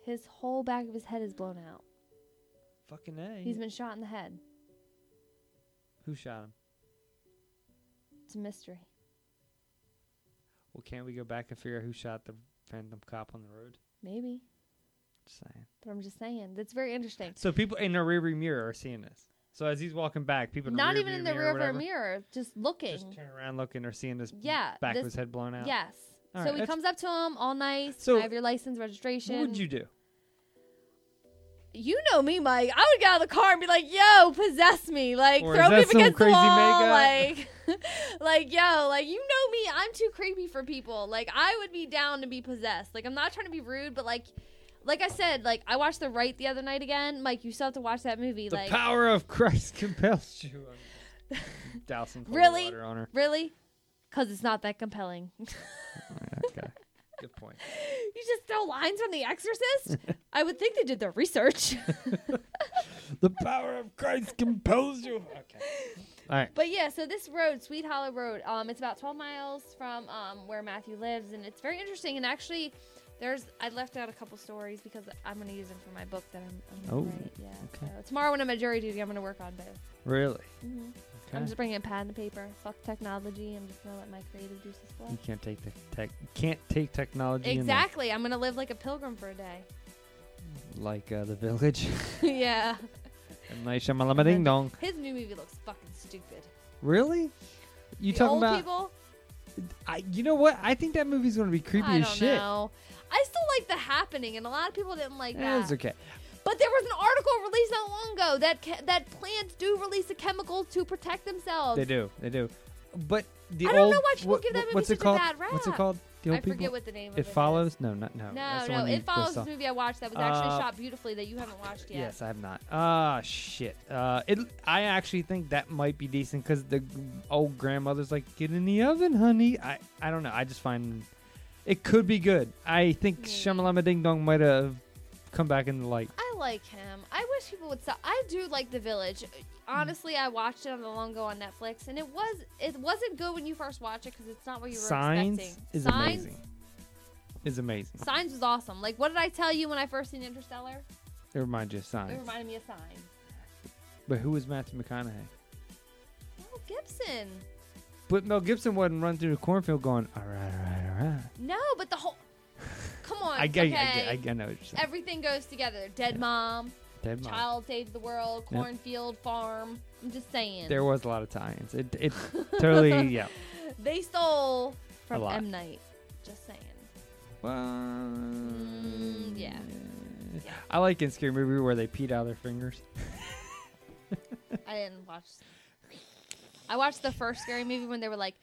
Speaker 2: his whole back of his head is blown out.
Speaker 1: Fucking A.
Speaker 2: He's been shot in the head.
Speaker 1: Who shot him?
Speaker 2: It's a mystery.
Speaker 1: Well, can't we go back and figure out who shot the phantom cop on the road?
Speaker 2: Maybe.
Speaker 1: Just saying.
Speaker 2: But I'm just saying. That's very interesting.
Speaker 1: So people in the rearview mirror are seeing this. So as he's walking back, people in
Speaker 2: Not
Speaker 1: the
Speaker 2: even
Speaker 1: rearview
Speaker 2: in the
Speaker 1: mirror, or
Speaker 2: rear view
Speaker 1: whatever,
Speaker 2: mirror, just looking.
Speaker 1: turn around looking are seeing this
Speaker 2: yeah.
Speaker 1: back
Speaker 2: this-
Speaker 1: of his head blown out.
Speaker 2: Yes.
Speaker 1: All
Speaker 2: so he
Speaker 1: right, that's-
Speaker 2: comes up to him all nice.
Speaker 1: So
Speaker 2: I have your license, registration.
Speaker 1: What would you do?
Speaker 2: You know me, Mike. I would get out of the car and be like, "Yo, possess me! Like
Speaker 1: Or
Speaker 2: throw
Speaker 1: is
Speaker 2: me
Speaker 1: that
Speaker 2: up
Speaker 1: some
Speaker 2: against the
Speaker 1: crazy
Speaker 2: wall!
Speaker 1: makeup?
Speaker 2: Like, like yo, like you know me. I'm too creepy for people. Like I would be down to be possessed. Like I'm not trying to be rude, but like, like I said, like I watched The Right the other night again. Mike, you still have to watch that movie.
Speaker 1: The
Speaker 2: like
Speaker 1: power of Christ compels you. I'm dousing cold
Speaker 2: really,
Speaker 1: water on her.
Speaker 2: really, because it's not that compelling.
Speaker 1: Okay. Good point.
Speaker 2: you just throw lines from The Exorcist. I would think they did their research.
Speaker 1: The power of Christ compels you. Okay. All right.
Speaker 2: But yeah, so this road, Sweet Hollow Road, um, it's about 12 miles from um, where Matthew lives, and it's very interesting. And actually, there's I left out a couple stories because I'm going to use them for my book that I'm. I'm
Speaker 1: Oh,
Speaker 2: gonna write. yeah.
Speaker 1: okay.
Speaker 2: So tomorrow when I'm at jury duty, I'm going to work on both.
Speaker 1: Really?
Speaker 2: Mhm.
Speaker 1: Okay.
Speaker 2: I'm just bringing a pad and paper. Fuck technology. I'm just going to let my creative juices flow.
Speaker 1: You can't take the tech. you Can't take technology.
Speaker 2: Exactly. I'm going to live like a pilgrim for a day.
Speaker 1: In the, like uh, the village.
Speaker 2: yeah.
Speaker 1: and Night Shyamalama Ding Dong.
Speaker 2: His new movie looks fucking stupid.
Speaker 1: Really? You
Speaker 2: The
Speaker 1: talking
Speaker 2: old
Speaker 1: about?
Speaker 2: people?
Speaker 1: I, you know what? I think that movie's gonna be creepy
Speaker 2: I
Speaker 1: as
Speaker 2: don't
Speaker 1: shit.
Speaker 2: know. I still like the happening, and a lot of people didn't like that.
Speaker 1: That's okay.
Speaker 2: But there was an article released not long ago that ca- that plants do release a chemical to protect themselves.
Speaker 1: They do. They do. But the
Speaker 2: I don't know
Speaker 1: old,
Speaker 2: why people
Speaker 1: what-
Speaker 2: give that
Speaker 1: what-
Speaker 2: movie
Speaker 1: what's
Speaker 2: such
Speaker 1: it
Speaker 2: a
Speaker 1: called?
Speaker 2: bad rap.
Speaker 1: What's it called? The
Speaker 2: I
Speaker 1: old
Speaker 2: forget
Speaker 1: people?
Speaker 2: what the name of
Speaker 1: it
Speaker 2: it is.
Speaker 1: follows? No, not no.
Speaker 2: No,
Speaker 1: that's the
Speaker 2: no,
Speaker 1: one you
Speaker 2: it follows
Speaker 1: pissed
Speaker 2: this
Speaker 1: off.
Speaker 2: movie I watched that was actually
Speaker 1: Uh,
Speaker 2: shot beautifully that you haven't watched yet.
Speaker 1: Yes, I have not. Ah, shit. Uh, it. I actually think that might be decent because the g- old grandmother's like, "Get in the oven, honey." I. I don't know. I just find it could be good. I
Speaker 2: Hmm.
Speaker 1: think Shamalama Ding Dong might have come back in the light.
Speaker 2: I like him. I wish people would stop. I do like The Village.
Speaker 1: Mm.
Speaker 2: Honestly, I watched it on the long ago on Netflix, and it was it wasn't good when you first watch it because it's not what you were
Speaker 1: Signs
Speaker 2: expecting.
Speaker 1: is
Speaker 2: Signs,
Speaker 1: amazing. Is amazing.
Speaker 2: Signs was awesome. Like, what did I tell you when I first seen Interstellar?
Speaker 1: It reminds you of
Speaker 2: It
Speaker 1: Signs.
Speaker 2: reminded me of Sign.
Speaker 1: But who was Matthew McConaughey?
Speaker 2: Mel Gibson.
Speaker 1: But Mel Gibson wasn't run through the cornfield going, all right, all right, all right.
Speaker 2: No, but the whole. Come on.
Speaker 1: I, get-
Speaker 2: okay.
Speaker 1: I, get- I, I know what you're saying.
Speaker 2: Everything goes together. Dead mom,
Speaker 1: Dead Mom.
Speaker 2: child saved the world,
Speaker 1: Yeah.
Speaker 2: cornfield farm. I'm just saying.
Speaker 1: There was a lot of tie-ins. It, it totally, yeah.
Speaker 2: They stole from
Speaker 1: lot.
Speaker 2: M Night. Just saying. Mm.
Speaker 1: Um,
Speaker 2: yeah.
Speaker 1: I like in scary movie where they peed out their fingers.
Speaker 2: I didn't watch. I watched the first scary movie when they were like,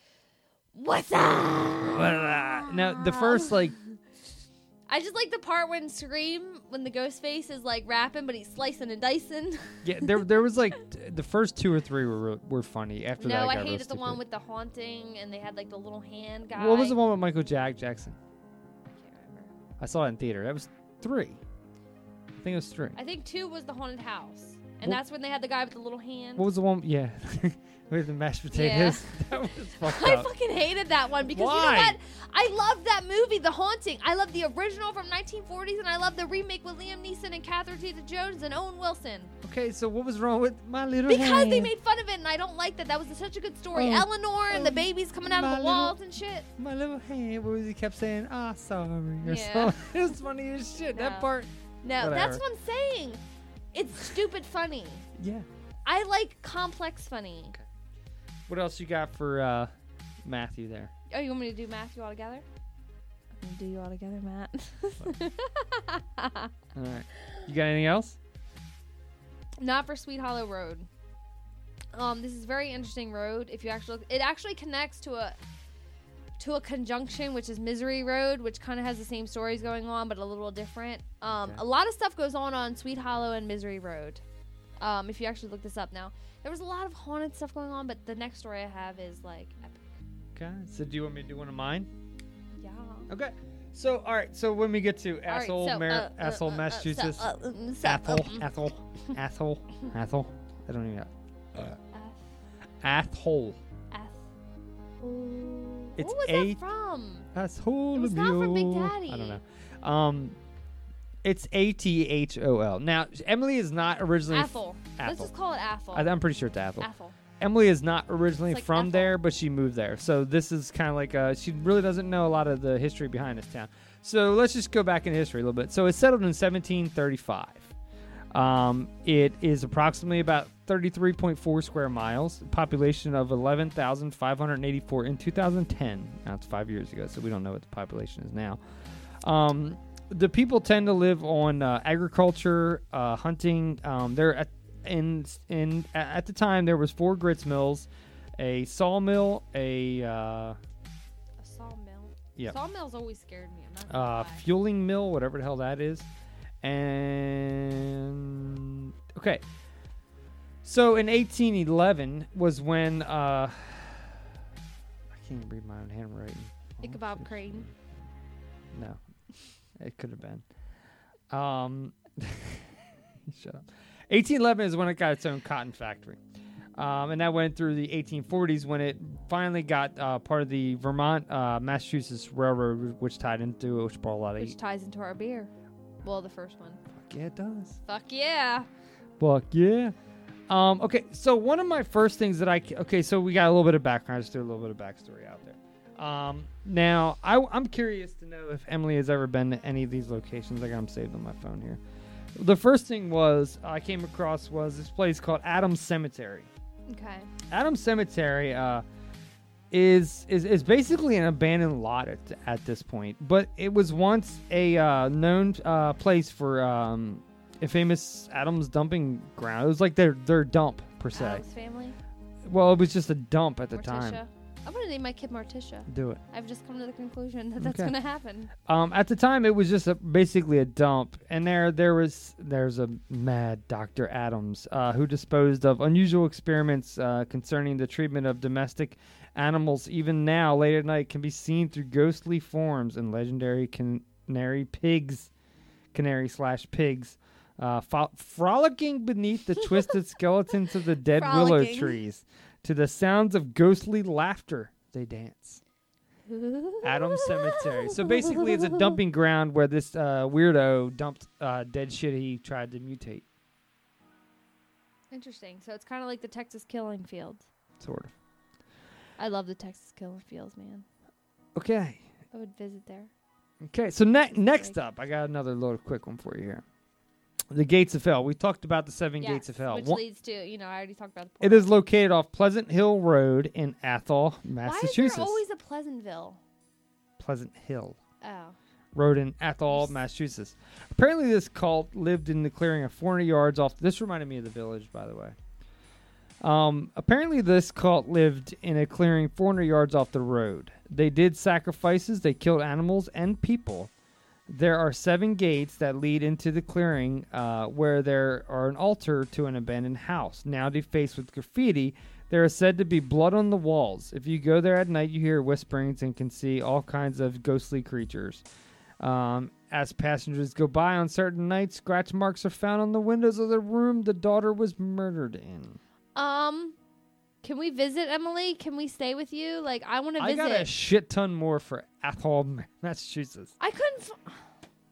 Speaker 2: "What's up?"
Speaker 1: now the first like
Speaker 2: I just like the part when Scream, when the ghost face is like rapping, but he's slicing and dicing.
Speaker 1: yeah there there was like t- the first two or three were real- were funny. After that,
Speaker 2: no,
Speaker 1: it
Speaker 2: I
Speaker 1: got real
Speaker 2: hated the one
Speaker 1: stupid.
Speaker 2: with the haunting, and they had like the little hand guy.
Speaker 1: What was the one with Michael Jack Jackson? I saw it in theater. That was three. I think it was three.
Speaker 2: I think two was the haunted house, and
Speaker 1: Wh-
Speaker 2: that's when they had the guy with the little hand.
Speaker 1: What was the one? Yeah, with the mashed potatoes. That was fucked
Speaker 2: I
Speaker 1: up.
Speaker 2: fucking hated that one because you
Speaker 1: Why?
Speaker 2: know what? I love that movie, The Haunting. I love the original from 1940s, and I love the remake with Liam Neeson and Catherine Zeta-Jones and Owen Wilson.
Speaker 1: Okay, so what was wrong with my little?
Speaker 2: Because they
Speaker 1: hand?
Speaker 2: made fun of it, and I don't like that. That was such a good story.
Speaker 1: Oh,
Speaker 2: Eleanor and the babies coming out
Speaker 1: my
Speaker 2: of the
Speaker 1: little-
Speaker 2: walls and shit.
Speaker 1: my little hand. What was he kept saying? Ah, sorry. Or
Speaker 2: Yeah.
Speaker 1: something. It was funny as shit.
Speaker 2: No.
Speaker 1: That part.
Speaker 2: No, that's
Speaker 1: Whatever.
Speaker 2: what I'm saying. It's stupid funny.
Speaker 1: Yeah.
Speaker 2: I like complex funny.
Speaker 1: What else you got for uh, Matthew there?
Speaker 2: Oh, you want me to do Matthew all together? I'm gonna do you all together, Matt.
Speaker 1: All right. You got anything else?
Speaker 2: Not for Sweet Hollow Road. Um, this is a very interesting road. If you actually, look, it actually connects to a to a conjunction, which is Misery Road, which kind of has the same stories going on, but a little different. Um,
Speaker 21: Okay.
Speaker 2: A lot of stuff goes on on Sweet Hollow and Misery Road. Um, if you actually look this up now, there was a lot of haunted stuff going on, but the next story I have is like, epic.
Speaker 1: Okay. So do you want me to do one of mine?
Speaker 2: yeah.
Speaker 1: Okay. So all right. So when we get to
Speaker 2: right,
Speaker 1: asshole,
Speaker 2: so,
Speaker 1: Mar-
Speaker 2: uh, uh,
Speaker 1: asshole,
Speaker 2: uh, uh,
Speaker 1: Massachusetts,
Speaker 2: so, uh, um, so,
Speaker 1: asshole,
Speaker 2: um,
Speaker 1: asshole, asshole, asshole. I don't even know. Asshole. It's
Speaker 2: what was
Speaker 1: a-
Speaker 2: that from?
Speaker 1: Asshole.
Speaker 2: It was not from Big Daddy.
Speaker 1: I don't know. Um, it's A T H O L. Now Emily is not originally f-
Speaker 2: Apple. Let's
Speaker 1: Apple.
Speaker 2: just call it Apple.
Speaker 1: I, am pretty sure it's Apple.
Speaker 2: Apple.
Speaker 1: Emily is not originally
Speaker 2: It's like
Speaker 1: from there, but she moved there. So this is kind of like uh, she really doesn't know a lot of the history behind this town. So let's just go back in history a little bit. So it settled in 1735. Um, it is approximately about 33.4 square miles, population of 11,584 in 2010. Now it's five years ago, so we don't know what the population is now. Um, the people tend to live on uh, agriculture, uh, hunting. Um, they're at, in in a- at the time there was four grits mills, a sawmill, a uh,
Speaker 2: A sawmill.
Speaker 1: Yeah.
Speaker 2: Sawmills always scared me. I'm not gonna
Speaker 1: uh,
Speaker 2: lie.
Speaker 1: fueling mill, whatever the hell that is, and okay. So in 1811 was when uh, I can't read my own handwriting.
Speaker 2: Ichabod Crane.
Speaker 1: No, it could have been. Um, shut up. 1811 is when it got its own cotton factory. Um, and that went through the 1840s when it finally got uh, part of the Vermont uh, Massachusetts Railroad, which tied into which brought a lot of
Speaker 2: Which ties into our beer. Well, the first one.
Speaker 1: Yeah, it does.
Speaker 2: Fuck yeah.
Speaker 1: Fuck yeah. Um, okay, so one of my first things that I c- okay, so we got a little bit of background. I just threw a little bit of backstory out there. Um, now I, I'm curious to know if Emily has ever been to any of these locations. I got them saved on my phone here. The first thing was I came across was this place called Adams Cemetery.
Speaker 2: Okay.
Speaker 1: Adams Cemetery uh, is, is is basically an abandoned lot at, at this point, but it was once a uh, known uh, place for um, a famous Adams dumping ground. It was like their their dump per se.
Speaker 2: Adam's family.
Speaker 1: Well, it was just a dump at the
Speaker 2: Morticia.
Speaker 1: time.
Speaker 2: I'm gonna name my kid Morticia.
Speaker 1: Do it.
Speaker 2: I've just come to the conclusion that that's
Speaker 1: Okay.
Speaker 2: gonna happen.
Speaker 1: Um, at the time, it was just a, basically a dump, and there there was there's a mad Dr. Adams uh, who disposed of unusual experiments uh, concerning the treatment of domestic animals. Even now, late at night, can be seen through ghostly forms and legendary canary pigs, canary slash pigs, uh, fo- frolicking beneath the twisted skeletons of the dead willow
Speaker 2: Frolicking.
Speaker 1: trees. To the sounds of ghostly laughter, they dance. Adam Cemetery. So basically, it's a dumping ground where this uh, weirdo dumped uh, dead shit he tried to mutate,
Speaker 2: Interesting. So it's kind of like the Texas killing fields.
Speaker 1: sort of.
Speaker 2: I love the Texas killing fields, man.
Speaker 1: Okay.
Speaker 2: I would visit there.
Speaker 1: Okay. So ne- next up, I got another little quick one for you here. The Gates of Hell. We talked about the seven gates of hell.
Speaker 2: Which
Speaker 1: One-
Speaker 2: leads to, you know, I already talked about the
Speaker 1: it is located off Pleasant Hill Road in Athol,
Speaker 2: Why is there
Speaker 1: Massachusetts.
Speaker 2: always a Pleasantville?
Speaker 1: Pleasant Hill.
Speaker 2: Oh.
Speaker 1: Road in Athol, Massachusetts. Apparently, this cult lived in the clearing of 400 yards off. This reminded me of the village, by the way. Um, apparently, this cult lived in a clearing 400 yards off the road. They did sacrifices, they killed animals and people. There are seven gates that lead into the clearing uh, where there are an altar to an abandoned house. Now defaced with graffiti, there is said to be blood on the walls. If you go there at night, you hear whisperings and can see all kinds of ghostly creatures. Um, as passengers go by on certain nights, scratch marks are found on the windows of the room the daughter was murdered in.
Speaker 2: Um, can we visit, Emily? Can we stay with you? Like, I want to
Speaker 1: I
Speaker 2: visit.
Speaker 1: got a shit ton more for Athol, Massachusetts.
Speaker 2: I couldn't f-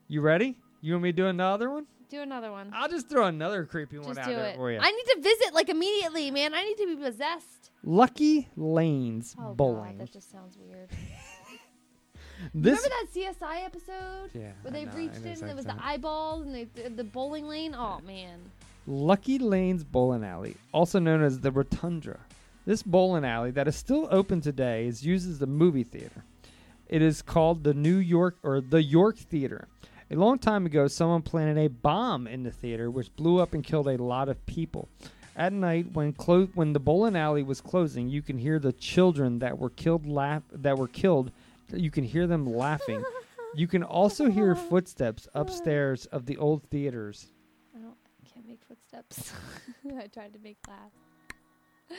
Speaker 1: You ready? You want me to do another one?
Speaker 2: do another one.
Speaker 1: I'll just throw another creepy one
Speaker 2: Just
Speaker 1: out
Speaker 2: do
Speaker 1: there
Speaker 2: it.
Speaker 1: for you.
Speaker 2: I need to visit like immediately, man. I need to be possessed.
Speaker 1: Lucky Lanes
Speaker 2: Oh
Speaker 1: Bowling.
Speaker 2: god, that just sounds weird.
Speaker 1: this
Speaker 2: Remember that CSI episode
Speaker 1: Yeah,
Speaker 2: where
Speaker 1: I
Speaker 2: they
Speaker 1: know, I
Speaker 2: reached
Speaker 1: know
Speaker 2: in and it was
Speaker 1: exactly.
Speaker 2: the eyeballs and they, th- the bowling lane? Oh man,
Speaker 1: Lucky Lanes Bowling Alley, also known as the Rotundra. This bowling alley that is still open today is used as a movie theater. It is called the New York or the York Theater. A long time ago, someone planted a bomb in the theater, which blew up and killed a lot of people. At night, when clo- when the bowling alley was closing, you can hear the children that were killed laugh that were killed. You can hear them laughing. You can also hear footsteps upstairs of the old theaters.
Speaker 2: I don't, I can't make footsteps. I tried to make laugh.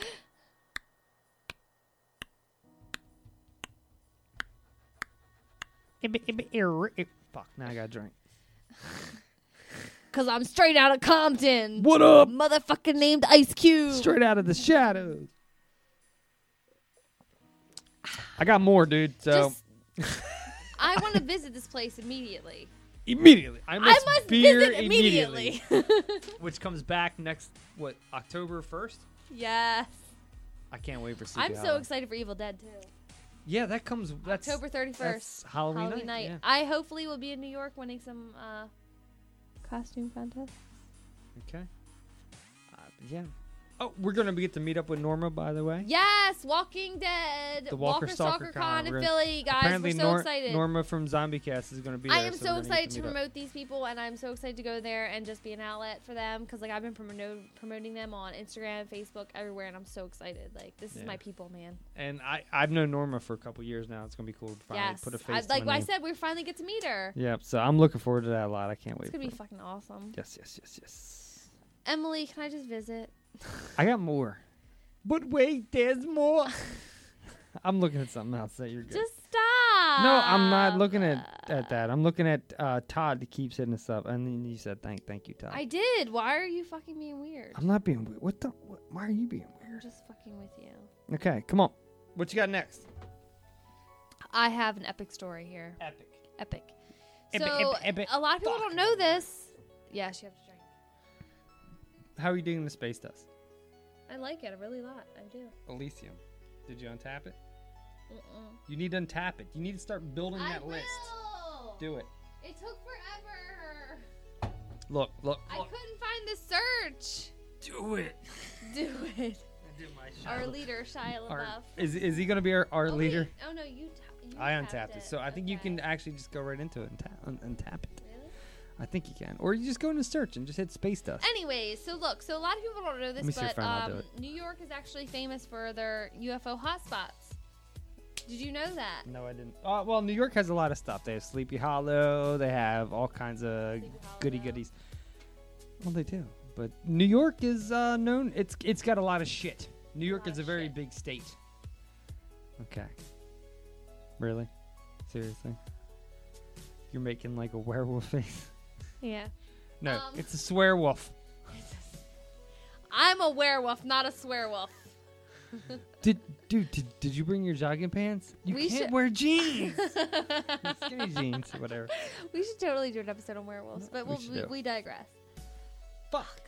Speaker 1: Fuck, now I got a drink.
Speaker 2: Cause I'm straight out of Compton.
Speaker 1: What up?
Speaker 2: motherfucking named Ice Cube?
Speaker 1: Straight out of the shadows. I got more, dude. So
Speaker 2: I want to visit this place immediately.
Speaker 1: immediately, I must,
Speaker 2: I must
Speaker 1: beer
Speaker 2: visit immediately.
Speaker 1: which comes back next what October first.
Speaker 2: yes,
Speaker 1: I can't wait for. Sleepy
Speaker 2: I'm so
Speaker 1: Hollow.
Speaker 2: excited for Evil Dead too.
Speaker 1: Yeah, that comes. That's
Speaker 2: October 31st,
Speaker 1: that's Halloween, night. yeah.
Speaker 2: I hopefully will be in New York winning some uh, costume contest.
Speaker 1: Okay. Uh, yeah. Oh, we're gonna be- get to meet up with Norma, by the way.
Speaker 2: Yes, Walking Dead,
Speaker 1: The Walker, Stalker
Speaker 2: Stalker Con in
Speaker 1: We're-
Speaker 2: Philly, guys.
Speaker 1: Apparently
Speaker 2: we're so
Speaker 1: Nor-
Speaker 2: excited.
Speaker 1: Norma from ZombieCast is gonna be.
Speaker 2: I
Speaker 1: there,
Speaker 2: am so,
Speaker 1: we're gonna get
Speaker 2: excited to
Speaker 1: meet up.
Speaker 2: promote these people, and I'm so excited to go there and just be an outlet for them because like I've been promoting promoting them on Instagram, Facebook, everywhere, and I'm so excited. Like this
Speaker 1: Yeah.
Speaker 2: is my people, man.
Speaker 1: And I, I've known Norma for a couple years now. It's gonna be cool to finally
Speaker 2: yes,
Speaker 1: put a face.
Speaker 2: I,
Speaker 1: to
Speaker 2: like
Speaker 1: my
Speaker 2: I
Speaker 1: name.
Speaker 2: said, we finally get to meet her.
Speaker 1: Yep. So I'm looking forward to that a lot. I can't wait.
Speaker 2: It's gonna be
Speaker 1: for it.
Speaker 2: fucking awesome.
Speaker 1: Yes, yes, yes, yes.
Speaker 2: Emily, can I just visit?
Speaker 1: I got more. But wait, there's more. I'm looking at something else that you're good.
Speaker 2: Just stop.
Speaker 1: no, I'm not looking at, at that. I'm looking at uh, Todd that keeps hitting us up, and then you said thank, thank you, Todd.
Speaker 2: I did. Why are you fucking being weird?
Speaker 1: I'm not being weird. What the? What, why are you being
Speaker 2: I'm just fucking with you.
Speaker 1: weird? Okay, come on. What you got next?
Speaker 2: I have an epic story here.
Speaker 1: Epic.
Speaker 2: Epic.
Speaker 1: Epic,
Speaker 2: so
Speaker 1: epic, epic.
Speaker 2: a lot of people don't know this. Yes, you have to drink.
Speaker 1: How are you doing the space dust?
Speaker 2: I like it a really lot. I do.
Speaker 1: Elysium. Did you untap it?
Speaker 2: Mm-mm.
Speaker 1: You need to untap it. You need to start building
Speaker 2: I
Speaker 1: that list.
Speaker 2: will.
Speaker 1: Do it.
Speaker 2: It took forever.
Speaker 1: Look, look.
Speaker 2: I couldn't find the search.
Speaker 1: Do it.
Speaker 2: Do it. Our
Speaker 1: Shia-
Speaker 2: leader, Shia LaBeouf.
Speaker 1: Our- is, is he going to be our, our
Speaker 2: Oh, wait.
Speaker 1: leader?
Speaker 2: Oh no, you. Ta- you
Speaker 1: I
Speaker 2: tapped
Speaker 1: untapped it. So I think you can actually just go right into it and, tap and, and tap it. I think you can. Or you just go into search and just hit space dust.
Speaker 2: Anyways, so look, so a lot of people don't know
Speaker 1: Let me
Speaker 2: this,
Speaker 1: see if
Speaker 2: but
Speaker 1: I'll do
Speaker 2: um,
Speaker 1: it.
Speaker 2: New York is actually famous for their UFO hotspots. Did you know that?
Speaker 1: No, I didn't. Uh, well, New York has a lot of stuff. They have Sleepy Hollow. They have all kinds of goody goodies. Well, they do. But New York is uh, known. It's it's got a lot of shit. New York is a very big state. Okay. Really? Seriously? You're making like a werewolf face.
Speaker 2: Yeah.
Speaker 1: No,
Speaker 2: Um,
Speaker 1: it's a swear wolf.
Speaker 2: I'm a werewolf, not a swearwolf.
Speaker 1: Did dude? Did, did you bring your jogging pants? You
Speaker 2: We
Speaker 1: can't
Speaker 2: should-
Speaker 1: wear jeans. Skinny jeans, whatever.
Speaker 2: we should totally do an episode on werewolves, but
Speaker 1: we
Speaker 2: we'll,
Speaker 1: should
Speaker 2: we,
Speaker 1: do.
Speaker 2: we digress.
Speaker 1: Fuck.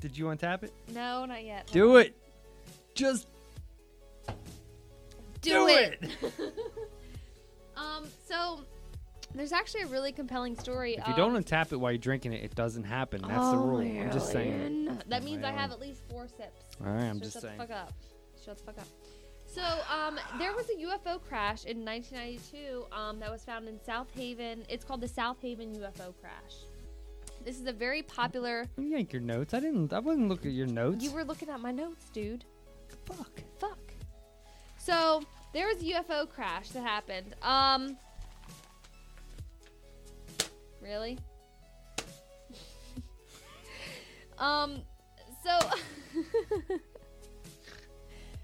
Speaker 1: Did you untap it?
Speaker 2: No, not yet.
Speaker 1: Do it. Just
Speaker 2: Do,
Speaker 1: do
Speaker 2: it. um. So there's actually a really compelling story.
Speaker 1: If you don't untap it while you're drinking it, it doesn't happen. That's
Speaker 2: Oh,
Speaker 1: the rule. I'm just saying.
Speaker 2: That means I
Speaker 1: Wow.
Speaker 2: have at least four sips.
Speaker 1: All right, I'm
Speaker 2: So
Speaker 1: just
Speaker 2: shut
Speaker 1: saying.
Speaker 2: the fuck up. Shut the fuck up. So, um, there was a UFO crash in 1992 um, that was found in South Haven. It's called the South Haven UFO crash. This is a very popular.
Speaker 1: You yank your notes. I didn't. I wouldn't look at your notes.
Speaker 2: You were looking at my notes, dude. Fuck. Fuck. So there was a UFO crash that happened. Um. Really? um. So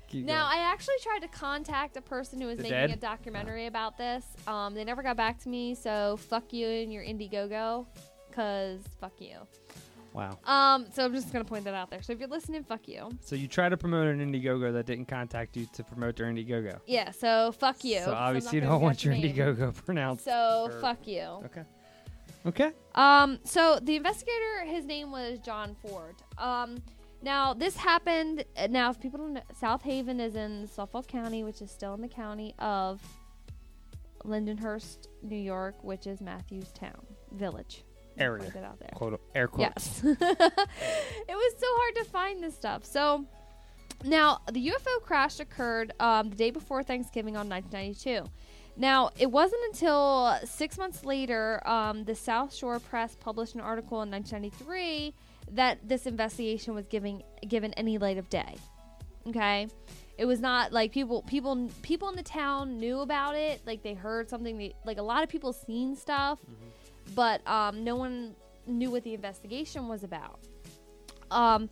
Speaker 1: Keep
Speaker 2: now
Speaker 1: going.
Speaker 2: I actually tried to contact a person who was
Speaker 1: The
Speaker 2: making
Speaker 1: dead?
Speaker 2: a documentary about this. Um, they never got back to me. So fuck you and your Indiegogo, cause fuck you.
Speaker 1: wow.
Speaker 2: Um, so I'm just gonna point that out there. So if you're listening, fuck you.
Speaker 1: So you try to promote an Indiegogo that didn't contact you to promote their Indiegogo.
Speaker 2: Yeah, so fuck you.
Speaker 1: So obviously you
Speaker 2: I'm not
Speaker 1: don't
Speaker 2: gonna
Speaker 1: want
Speaker 2: forget
Speaker 1: your
Speaker 2: your name.
Speaker 1: Indiegogo pronounced.
Speaker 2: So
Speaker 1: or-
Speaker 2: fuck you.
Speaker 1: Okay. Okay.
Speaker 2: Um, so the investigator, his name was John Ford. Um, now this happened. uh, Now, if people don't know, South Haven is in Suffolk County, which is still in the county of Lindenhurst, New York, which is Matthews Town Village.
Speaker 1: Area.
Speaker 2: Point that out there.
Speaker 1: Quote air quotes.
Speaker 2: Yes. it was so hard to find this stuff. So now the UFO crash occurred um, the day before Thanksgiving on 1992. Now it wasn't until six months later um, the South Shore Press published an article in 1993 that this investigation was giving given any light of day. Okay. It was not like people people people in the town knew about it. Like they heard something. They, like a lot of people seen stuff,
Speaker 1: Mm-hmm.
Speaker 2: but um, no one knew what the investigation was about. Um,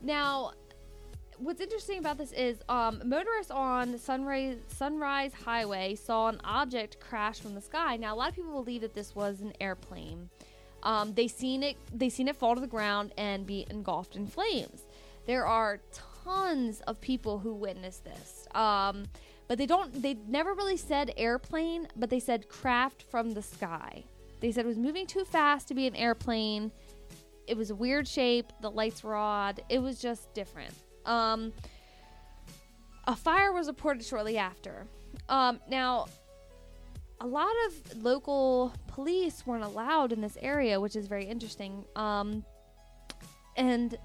Speaker 2: now, what's interesting about this is um, motorists on Sunrise Sunrise Highway saw an object crash from the sky. Now, a lot of people believe that this was an airplane. Um, they seen it. They seen it fall to the ground and be engulfed in flames. There are tons of people who witnessed this. Um, but they don't. They never really said airplane, but they said craft from the sky. They said it was moving too fast to be an airplane it was a weird shape the lights were odd it was just different um, a fire was reported shortly after um, now a lot of local police weren't allowed in this area which is very interesting um, and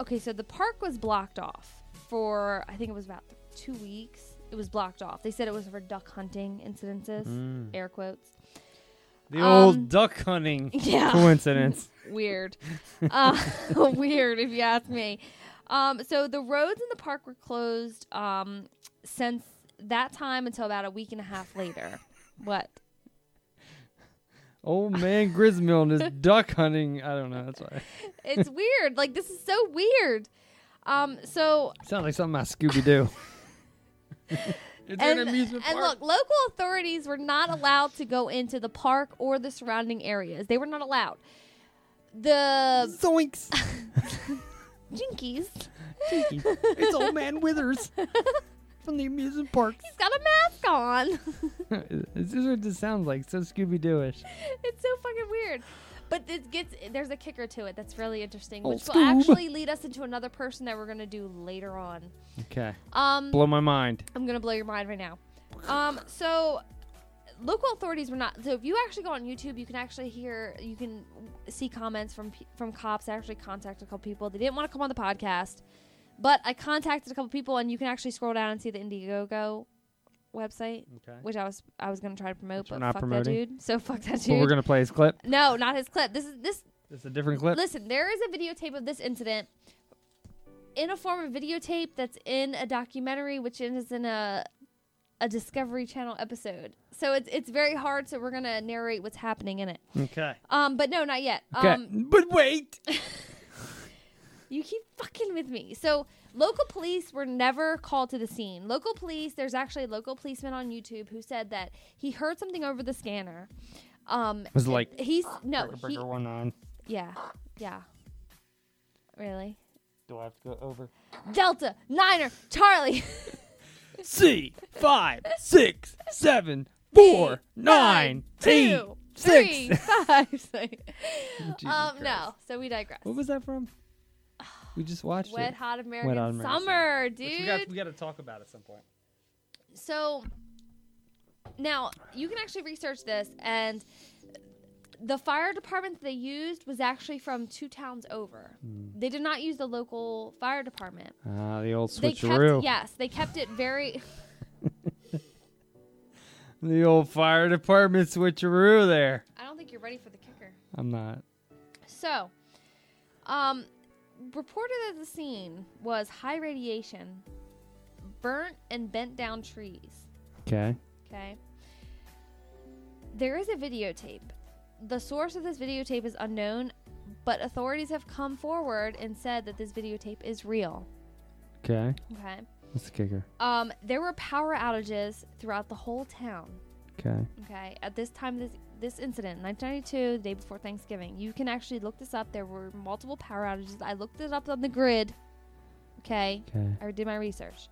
Speaker 2: okay, so the park was blocked off for I think it was about two weeks. It was blocked off. They said it was for duck hunting incidences,
Speaker 1: Mm.
Speaker 2: air quotes.
Speaker 1: The
Speaker 2: Um,
Speaker 1: old duck hunting
Speaker 2: yeah.
Speaker 1: coincidence.
Speaker 2: weird. Uh, weird, if you ask me. Um, so the roads in the park were closed um, since that time until about a week and a half later. What?
Speaker 1: Old man Grismill and his duck hunting. I don't know. That's why.
Speaker 2: It's weird. Like this is so weird. Um, so
Speaker 1: Sounds like something out of Scooby Doo.
Speaker 2: and, and look, local authorities were not allowed to go into the park or the surrounding areas. They were not allowed. The
Speaker 1: zoinks,
Speaker 2: jinkies.
Speaker 1: it's old man Withers from the amusement park.
Speaker 2: He's got a mask on.
Speaker 1: this is what this sounds like. So Scooby Dooish.
Speaker 2: it's so fucking weird. But it gets there's a kicker to it that's really interesting,
Speaker 1: Old
Speaker 2: which will
Speaker 1: Oh, Scoob.
Speaker 2: actually lead us into another person that we're gonna do later on.
Speaker 1: Okay.
Speaker 2: Um,
Speaker 1: Blow my mind.
Speaker 2: I'm gonna blow your mind right now. Um, so local authorities were not. So if you actually go on YouTube, you can actually hear, you can see comments from pe- from cops. that actually contacted a couple people. They didn't want to come on the podcast, but I contacted a couple people, and you can actually scroll down and see the Indiegogo website,
Speaker 1: Okay.
Speaker 2: which I was I was gonna try to promote,
Speaker 1: Which we're
Speaker 2: but
Speaker 1: not
Speaker 2: fuck
Speaker 1: promoting.
Speaker 2: that dude. So fuck that
Speaker 1: But
Speaker 2: dude.
Speaker 1: we're gonna play his clip.
Speaker 2: No, not his clip. This is this.
Speaker 1: It's a different clip.
Speaker 2: Listen, there is a videotape of this incident in a form of videotape that's in a documentary, which is in a a Discovery Channel episode. So it's it's very hard. So we're gonna narrate what's happening in it.
Speaker 1: Okay.
Speaker 2: Um, but no, not yet.
Speaker 1: Okay.
Speaker 2: Um,
Speaker 1: but wait.
Speaker 2: you keep fucking with me. So local police were never called to the scene. Local police, there's actually a local policeman on YouTube who said that he heard something over the scanner. Um,
Speaker 1: Was it like,
Speaker 2: he's no,
Speaker 1: Burger,
Speaker 2: he,
Speaker 1: burger one nine.
Speaker 2: yeah, yeah, really.
Speaker 1: Do I have to go over?
Speaker 2: Delta, Niner, Charlie.
Speaker 1: C five six seven four nine eight
Speaker 2: two, three,
Speaker 1: six.
Speaker 2: five, six.
Speaker 1: Jesus
Speaker 2: um,
Speaker 1: Christ.
Speaker 2: no. So we digress.
Speaker 1: What was that from? We just watched
Speaker 2: Wet
Speaker 1: it.
Speaker 2: Hot American
Speaker 1: Hot
Speaker 2: Summer,
Speaker 1: Which we got,
Speaker 2: dude.
Speaker 1: we got to talk about at some point.
Speaker 2: So now you can actually research this, and the fire department that they used was actually from two towns over.
Speaker 1: Hmm.
Speaker 2: They did not use the local fire department.
Speaker 1: Ah, the old
Speaker 2: They
Speaker 1: switcheroo.
Speaker 2: kept yes, they kept it very.
Speaker 1: The old fire department switcheroo there.
Speaker 2: I don't think you're ready for the kicker.
Speaker 1: I'm not.
Speaker 2: So, um, reported at the scene was high radiation, burnt and bent down trees.
Speaker 1: Okay.
Speaker 2: Okay. There is a videotape. The source of this videotape is unknown, but authorities have come forward and said that this videotape is real.
Speaker 1: Okay.
Speaker 2: Okay.
Speaker 1: What's the kicker?
Speaker 2: Um, there were power outages throughout the whole town.
Speaker 1: Okay.
Speaker 2: Okay. At this time, this this incident, 1992, the day before Thanksgiving, you can actually look this up. There were multiple power outages. I looked it up on the grid. Okay.
Speaker 1: 'Kay.
Speaker 2: I did my research.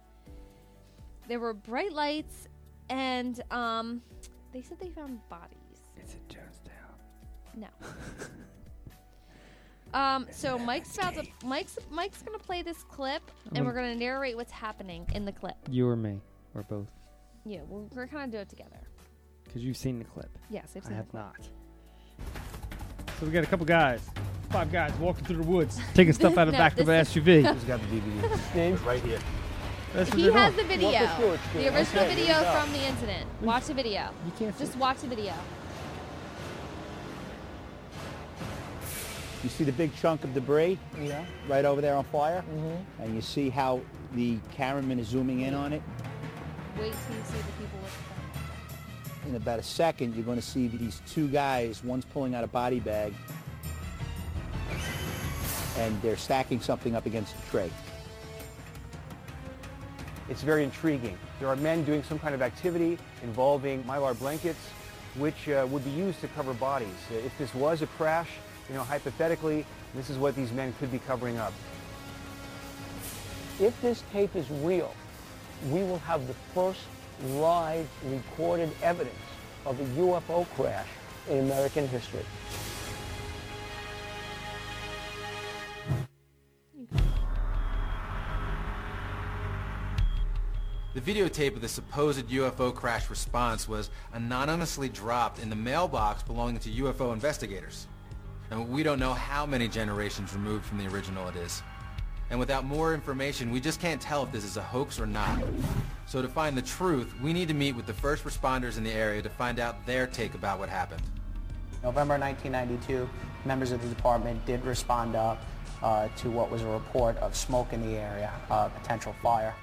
Speaker 2: There were bright lights, and um, they said they found bodies. It's
Speaker 1: a Jonestown.
Speaker 2: No. um. So Mike's about to Mike's Mike's gonna play this clip,
Speaker 1: I'm
Speaker 2: and we're gonna narrate what's happening in the clip.
Speaker 1: You or me, or both,
Speaker 2: Yeah, we're, we're gonna kind of do it together.
Speaker 1: because you've seen the clip.
Speaker 2: Yes, I've
Speaker 1: I
Speaker 2: seen the
Speaker 1: have
Speaker 2: clip.
Speaker 1: not. So we got a couple guys, five guys walking through the woods, taking stuff out of the
Speaker 2: No,
Speaker 1: back of an
Speaker 2: this is-
Speaker 1: SUV.
Speaker 2: Who's
Speaker 1: got the DVD? Names right here. That's what
Speaker 2: He
Speaker 1: they're
Speaker 2: has the
Speaker 1: doing.
Speaker 2: video, the original
Speaker 1: Okay, here we
Speaker 2: video
Speaker 1: go.
Speaker 2: from the incident. Watch the video.
Speaker 1: You can't
Speaker 2: Just watch the video.
Speaker 21: You see the big chunk of debris? Yeah. Right over there on fire? Mm-hmm. And you see how the cameraman is zooming in on it?
Speaker 2: Wait till you see the people with the
Speaker 21: In about a second, you're going to see these two guys. One's pulling out a body bag, and they're stacking something up against the tray.
Speaker 4: It's very intriguing. There are men doing some kind of activity involving mylar blankets, which uh, would be used to cover bodies. Uh, If this was a crash, you know, hypothetically, this is what these men could be covering up.
Speaker 24: If this tape is real, we will have the first live recorded evidence of a UFO crash in American history.
Speaker 12: The videotape of the supposed UFO crash response was anonymously dropped in the mailbox belonging to UFO investigators. And we don't know how many generations removed from the original it is. And without more information, we just can't tell if this is a hoax or not. So to find the truth, we need to meet with the first responders in the area to find out their take about what happened.
Speaker 3: November 1992, members of the department did respond up uh, to what was a report of smoke in the area, uh, potential fire.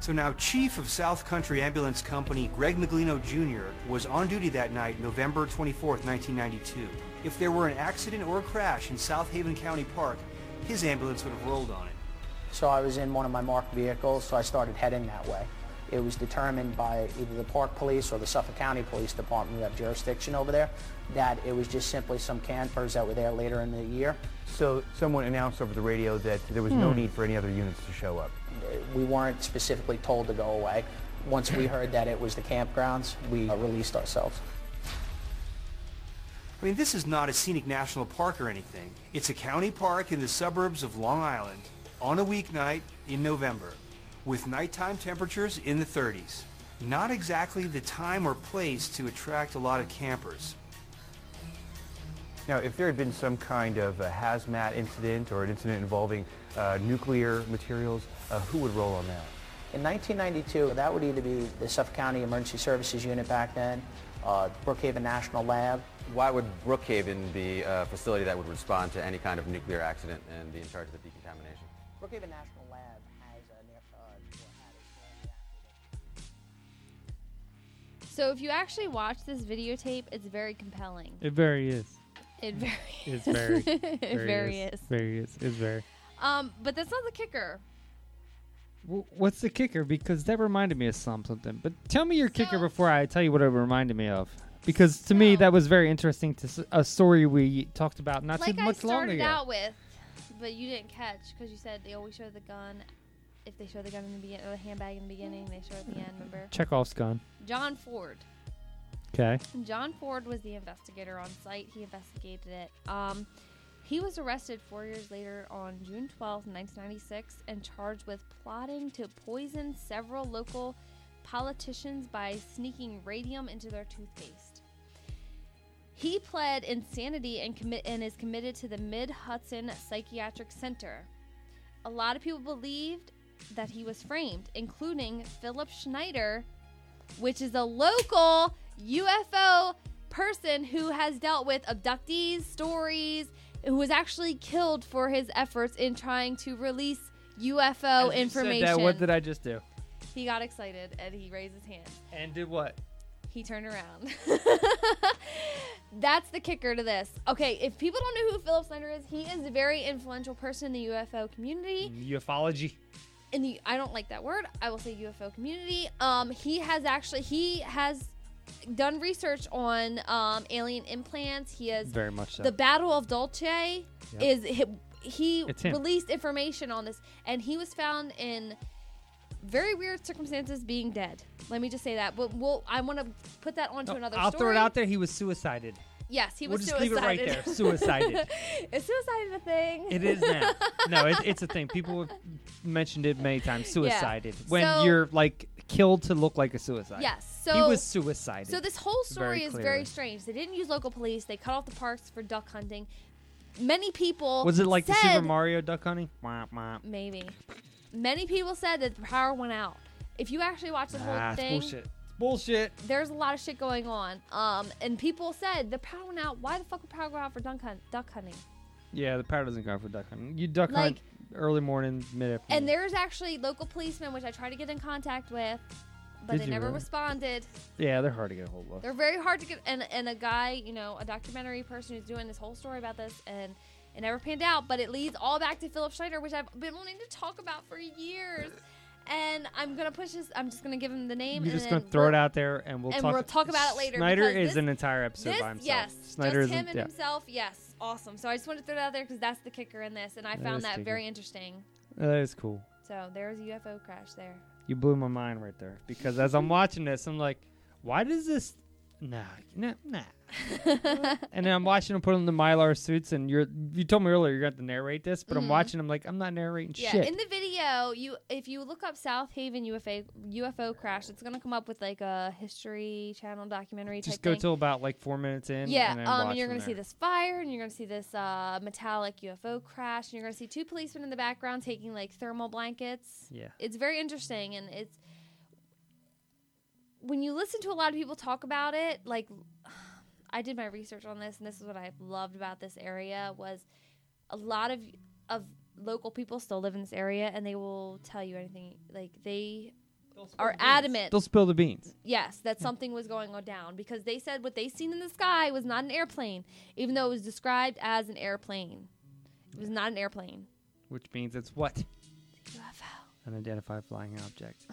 Speaker 4: So now Chief of South Country Ambulance Company Greg Miglino Jr. was on duty that night, November 24th, 1992. If there were an accident or a crash in South Haven County Park, his ambulance would have rolled on it.
Speaker 3: So I was in one of my marked vehicles, so I started heading that way. It was determined by either the park police or the Suffolk County Police Department, we have jurisdiction over there, that it was just simply some campers that were there later in the year.
Speaker 4: So someone announced over the radio that there was no
Speaker 3: Hmm.
Speaker 4: need for any other units to show up.
Speaker 3: We weren't specifically told to go away. Once we heard that it was the campgrounds, we uh, released ourselves.
Speaker 4: I mean, this is not a scenic national park or anything. It's a county park in the suburbs of Long Island on a weeknight in November with nighttime temperatures in the 30s. Not exactly the time or place to attract a lot of campers. Now, if there had been some kind of a hazmat incident or an incident involving uh, nuclear materials, uh, who would roll on that?
Speaker 3: In 1992, that would either be the Suffolk County Emergency Services Unit back then, uh, Brookhaven National Lab.
Speaker 6: Why would Brookhaven be a facility that would respond to any kind of nuclear accident and be in charge of the decontamination?
Speaker 3: Brookhaven National Lab has a near, uh,
Speaker 2: So if you actually watch this videotape, it's very compelling.
Speaker 1: It very is.
Speaker 2: It very
Speaker 1: It's very.
Speaker 2: it
Speaker 1: very,
Speaker 2: very
Speaker 1: is.
Speaker 2: is.
Speaker 1: Very is. It's very.
Speaker 2: Um, but that's not the kicker.
Speaker 1: W- What's the kicker? Because that reminded me of some something. But tell me your kicker before I tell you what it reminded me of. Because to me that was very interesting to s- a story we talked about not
Speaker 2: like
Speaker 1: too
Speaker 2: I
Speaker 1: much long
Speaker 2: started
Speaker 1: ago.
Speaker 2: out with, but you didn't catch because you said they always show the gun. If they show the gun in the beginning, or the handbag in the beginning, they show it at the end. Remember?
Speaker 1: Chekhov's gun.
Speaker 2: John Ford.
Speaker 1: Okay.
Speaker 2: John Ford was the investigator on site. He investigated it. Um, he was arrested four years later on June twelfth, 1996, and charged with plotting to poison several local politicians by sneaking radium into their toothpaste. He pled insanity and, commi- and is committed to the Mid Hudson Psychiatric Center. A lot of people believed that he was framed, including Philip Schneider, which is a local UFO person who has dealt with abductees, stories, who was actually killed for his efforts in trying to release UFO
Speaker 1: As you said
Speaker 2: information.
Speaker 1: that, what did I just do?
Speaker 2: he got excited and he raised his hand.
Speaker 1: And did what?
Speaker 2: He turned around. That's the kicker to this. Okay, if people don't know who Philip Snyder is, he is a very influential person in the UFO community.
Speaker 1: Ufology.
Speaker 2: In the I don't like that word. I will say UFO community. Um, he has actually he has done research on um, alien implants. He has
Speaker 1: Very much so.
Speaker 2: the Battle of Dulce is he, he
Speaker 1: It's him.
Speaker 2: released information on this, and he was found in very weird circumstances being dead. Let me just say that. But we'll, I want to put that onto
Speaker 1: No,
Speaker 2: another.
Speaker 1: Oh, I'll
Speaker 2: story.
Speaker 1: throw it out there. He was suicided.
Speaker 2: Yes, he
Speaker 1: We'll
Speaker 2: was
Speaker 1: just leave it right
Speaker 2: suicided.
Speaker 1: there, suicided.
Speaker 2: is suicide a thing?
Speaker 1: It is now. no, it, it's a thing. People have mentioned it many times. Suicided. When
Speaker 2: So-
Speaker 1: you're like killed to look like a suicide.
Speaker 2: Yes,
Speaker 1: he
Speaker 2: so-
Speaker 1: was suicided.
Speaker 2: So this whole
Speaker 1: Very
Speaker 2: story is
Speaker 1: clearly.
Speaker 2: very strange. They didn't use local police. They cut off the parks for duck hunting. Many people
Speaker 1: Was it like the
Speaker 2: said-
Speaker 1: Super Mario duck hunting? Wah, wah.
Speaker 2: Maybe. Many people said that the power went out. If you actually watch the
Speaker 1: Nah,
Speaker 2: whole
Speaker 1: Ah, it's
Speaker 2: thing,
Speaker 1: bullshit. It's bullshit.
Speaker 2: there's a lot of shit going on. Um, and people said the power went out. Why the fuck would power go out for duck, hunt- duck hunting?
Speaker 1: Yeah, the power doesn't go for duck hunting. You duck
Speaker 2: Like-
Speaker 1: hunt early morning, mid afternoon.
Speaker 2: And there's actually local policemen, which I tried to get in contact with, but
Speaker 1: Did
Speaker 2: they
Speaker 1: you
Speaker 2: never
Speaker 1: really?
Speaker 2: responded.
Speaker 1: yeah, they're hard to get a hold of.
Speaker 2: They're very hard to get. And, and a guy, you know, a documentary person who's doing this whole story about this, and it never panned out. But it leads all back to Philip Schneider, which I've been wanting to talk about for years. And I'm gonna push this. I'm just gonna give him the name.
Speaker 1: You're
Speaker 2: and
Speaker 1: just
Speaker 2: then
Speaker 1: gonna throw it
Speaker 2: we're-
Speaker 1: out there, and we'll
Speaker 2: and
Speaker 1: talk.
Speaker 2: we'll talk about it later
Speaker 1: Snyder
Speaker 2: because
Speaker 1: is
Speaker 2: this-
Speaker 1: an entire episode
Speaker 2: this,
Speaker 1: by himself.
Speaker 2: Yes,
Speaker 1: Snyder
Speaker 2: just
Speaker 1: is
Speaker 2: him
Speaker 1: an-
Speaker 2: and
Speaker 1: yeah.
Speaker 2: himself. Yes, awesome. So I just wanted to throw that out there because that's the kicker in this, and I
Speaker 1: That is
Speaker 2: found that
Speaker 1: kicker.
Speaker 2: very interesting.
Speaker 1: Uh, That is cool.
Speaker 2: So there's a UFO crash there.
Speaker 1: You blew my mind right there because as I'm watching this, I'm like, why does this Nah, nah, nah. and then I'm watching them put on the mylar suits, and you're you told me earlier you're going to narrate this, but
Speaker 2: Mhm.
Speaker 1: I'm watching. I'm like, I'm not narrating
Speaker 2: Yeah,
Speaker 1: shit.
Speaker 2: in the video, you if you look up South Haven UFA UFO crash, it's gonna come up with like a History Channel documentary.
Speaker 1: Just
Speaker 2: type
Speaker 1: go
Speaker 2: thing.
Speaker 1: till about like four minutes in.
Speaker 2: yeah,
Speaker 1: and then
Speaker 2: um,
Speaker 1: watch
Speaker 2: and you're
Speaker 1: from
Speaker 2: gonna see
Speaker 1: there.
Speaker 2: this fire, and you're gonna see this uh, metallic UFO crash, and you're gonna see two policemen in the background taking like thermal blankets.
Speaker 1: Yeah.
Speaker 2: it's very interesting, and it's when you listen to a lot of people talk about it, like I did my research on this, and this is what I loved about this area was a lot of of local people still live in this area, and they will tell you anything. Like they are adamant.
Speaker 1: They'll spill the beans.
Speaker 2: Yes, that something was going on down because they said what they seen in the sky was not an airplane, even though it was described as an airplane. It was not an airplane.
Speaker 1: Which means it's what?
Speaker 2: UFO.
Speaker 1: Unidentified flying object.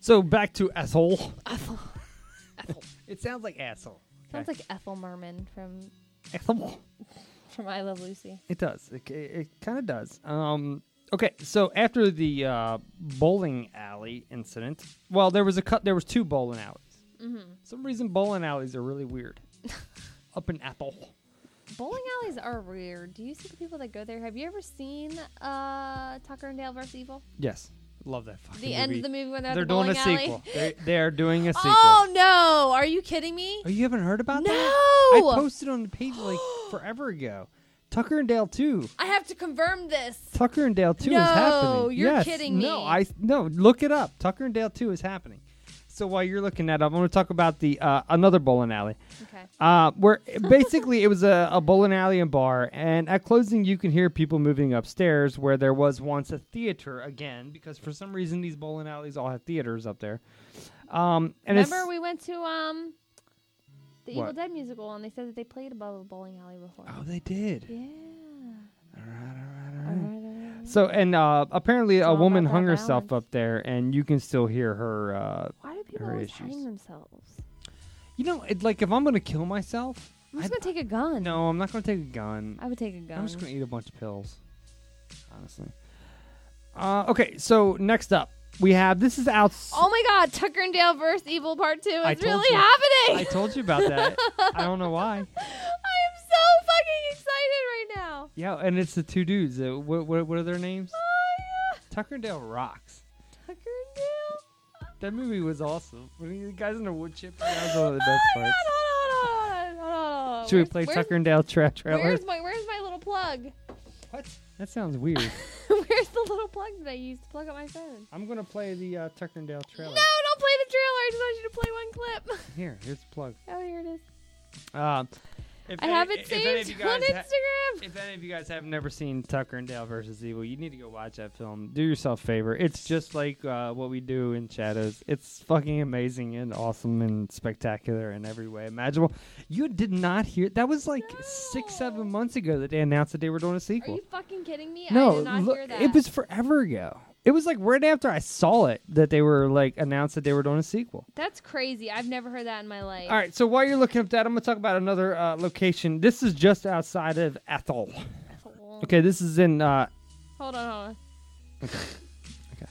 Speaker 1: so back to asshole. Asshole. it sounds like asshole.
Speaker 2: Sounds
Speaker 1: Okay.
Speaker 2: like Ethel Merman from
Speaker 1: Ethel.
Speaker 2: from I Love Lucy.
Speaker 1: It does. It, it kind of does. Um, okay, so after the uh, bowling alley incident, well, there was a cut. There was two bowling alleys.
Speaker 2: Mm-hmm.
Speaker 1: some reason, bowling alleys are really weird. Up in Apple.
Speaker 2: Bowling alleys are weird. Do you see the people that go there? Have you ever seen uh, Tucker and Dale vs. Evil?
Speaker 1: Yes, love that fucking.
Speaker 2: The end of the movie when they're at
Speaker 1: they're
Speaker 2: the
Speaker 1: doing a
Speaker 2: bowling alley?
Speaker 1: sequel. They, they are doing a sequel.
Speaker 2: Oh no! Are you kidding me?
Speaker 1: Oh, you haven't heard about that? I
Speaker 2: No!
Speaker 1: posted on the page like forever ago. Tucker and Dale two.
Speaker 2: I have to confirm this.
Speaker 1: Tucker and Dale 2 is happening.
Speaker 2: No, you're
Speaker 1: Yes.
Speaker 2: kidding
Speaker 1: No,
Speaker 2: me.
Speaker 1: I no, look it up. Tucker and Dale 2 is happening. So while you're looking that up, I want to talk about the uh, another bowling alley.
Speaker 2: Okay.
Speaker 1: Uh, where basically it was a, a bowling alley and bar, and at closing you can hear people moving upstairs where there was once a theater again, because for some reason these bowling alleys all have theaters up there. Um, and it's-
Speaker 2: Remember we went to um the Evil
Speaker 1: What?
Speaker 2: Dead musical and they said that they played above a bowling alley before.
Speaker 1: oh they did.
Speaker 2: Yeah.
Speaker 1: So and uh, apparently a
Speaker 2: all
Speaker 1: woman
Speaker 2: about that
Speaker 1: hung herself up there, and you can still hear her. Uh,
Speaker 2: Why do people
Speaker 1: her
Speaker 2: always
Speaker 1: issues.
Speaker 2: hang themselves?
Speaker 1: You know, it, like if I'm gonna kill myself,
Speaker 2: I'm just gonna take a gun.
Speaker 1: No, I'm not gonna take a gun.
Speaker 2: I would take a
Speaker 1: I'm just
Speaker 2: gun.
Speaker 1: gonna eat a bunch of pills. Honestly. Uh, okay, so next up we have this is out.
Speaker 2: Oh my God! Tucker and Dale versus Evil Part Two
Speaker 1: I
Speaker 2: is
Speaker 1: told
Speaker 2: really
Speaker 1: you-
Speaker 2: happening.
Speaker 1: I told you about that. I don't know why.
Speaker 2: I'm so fucking excited right now. Oh
Speaker 1: Yeah, and it's the two dudes. Uh, what, what what are their names? Tucker and Dale rocks.
Speaker 2: Tucker and Dale.
Speaker 1: That movie was awesome. When he- the guys in the wood chip, that was one of the best parts.
Speaker 2: Hold on, hold on, hold on.
Speaker 1: Should
Speaker 2: Oh
Speaker 1: we
Speaker 2: Where's-
Speaker 1: play
Speaker 2: where's-
Speaker 1: Tucker and Dale tra- trailer?
Speaker 2: Where's my Where's my little plug?
Speaker 1: What? that sounds weird.
Speaker 2: where's the little plug that I used to plug up my phone?
Speaker 1: I'm gonna play the uh, Tucker and Dale trailer.
Speaker 2: No, don't play the trailer. I just want you to play one clip.
Speaker 1: Here, here's the plug.
Speaker 2: Oh, here it is.
Speaker 1: Um, if
Speaker 2: I
Speaker 1: any-
Speaker 2: have it
Speaker 1: if any of
Speaker 2: saved
Speaker 1: you
Speaker 2: on
Speaker 1: guys ha-
Speaker 2: Instagram.
Speaker 1: if any of you guys have never seen Tucker and Dale versus Evil, you need to go watch that film. Do yourself a favor. It's just like uh, what we do in Shadows. It's fucking amazing and awesome and spectacular in every way imaginable. You did not hear that was like six, seven months ago that they announced that they were doing a
Speaker 2: Are
Speaker 1: sequel.
Speaker 2: you fucking kidding me?
Speaker 1: no,
Speaker 2: I did not
Speaker 1: look,
Speaker 2: hear that.
Speaker 1: it was forever ago. It was like right after I saw it that they were like announced that they were doing a sequel.
Speaker 2: That's crazy. I've never heard that in my life.
Speaker 1: All right, so while you're looking up that, I'm going to talk about another uh, location. This is just outside of Athol. Okay, this is in. Uh,
Speaker 2: Hold on, hold on.
Speaker 1: okay.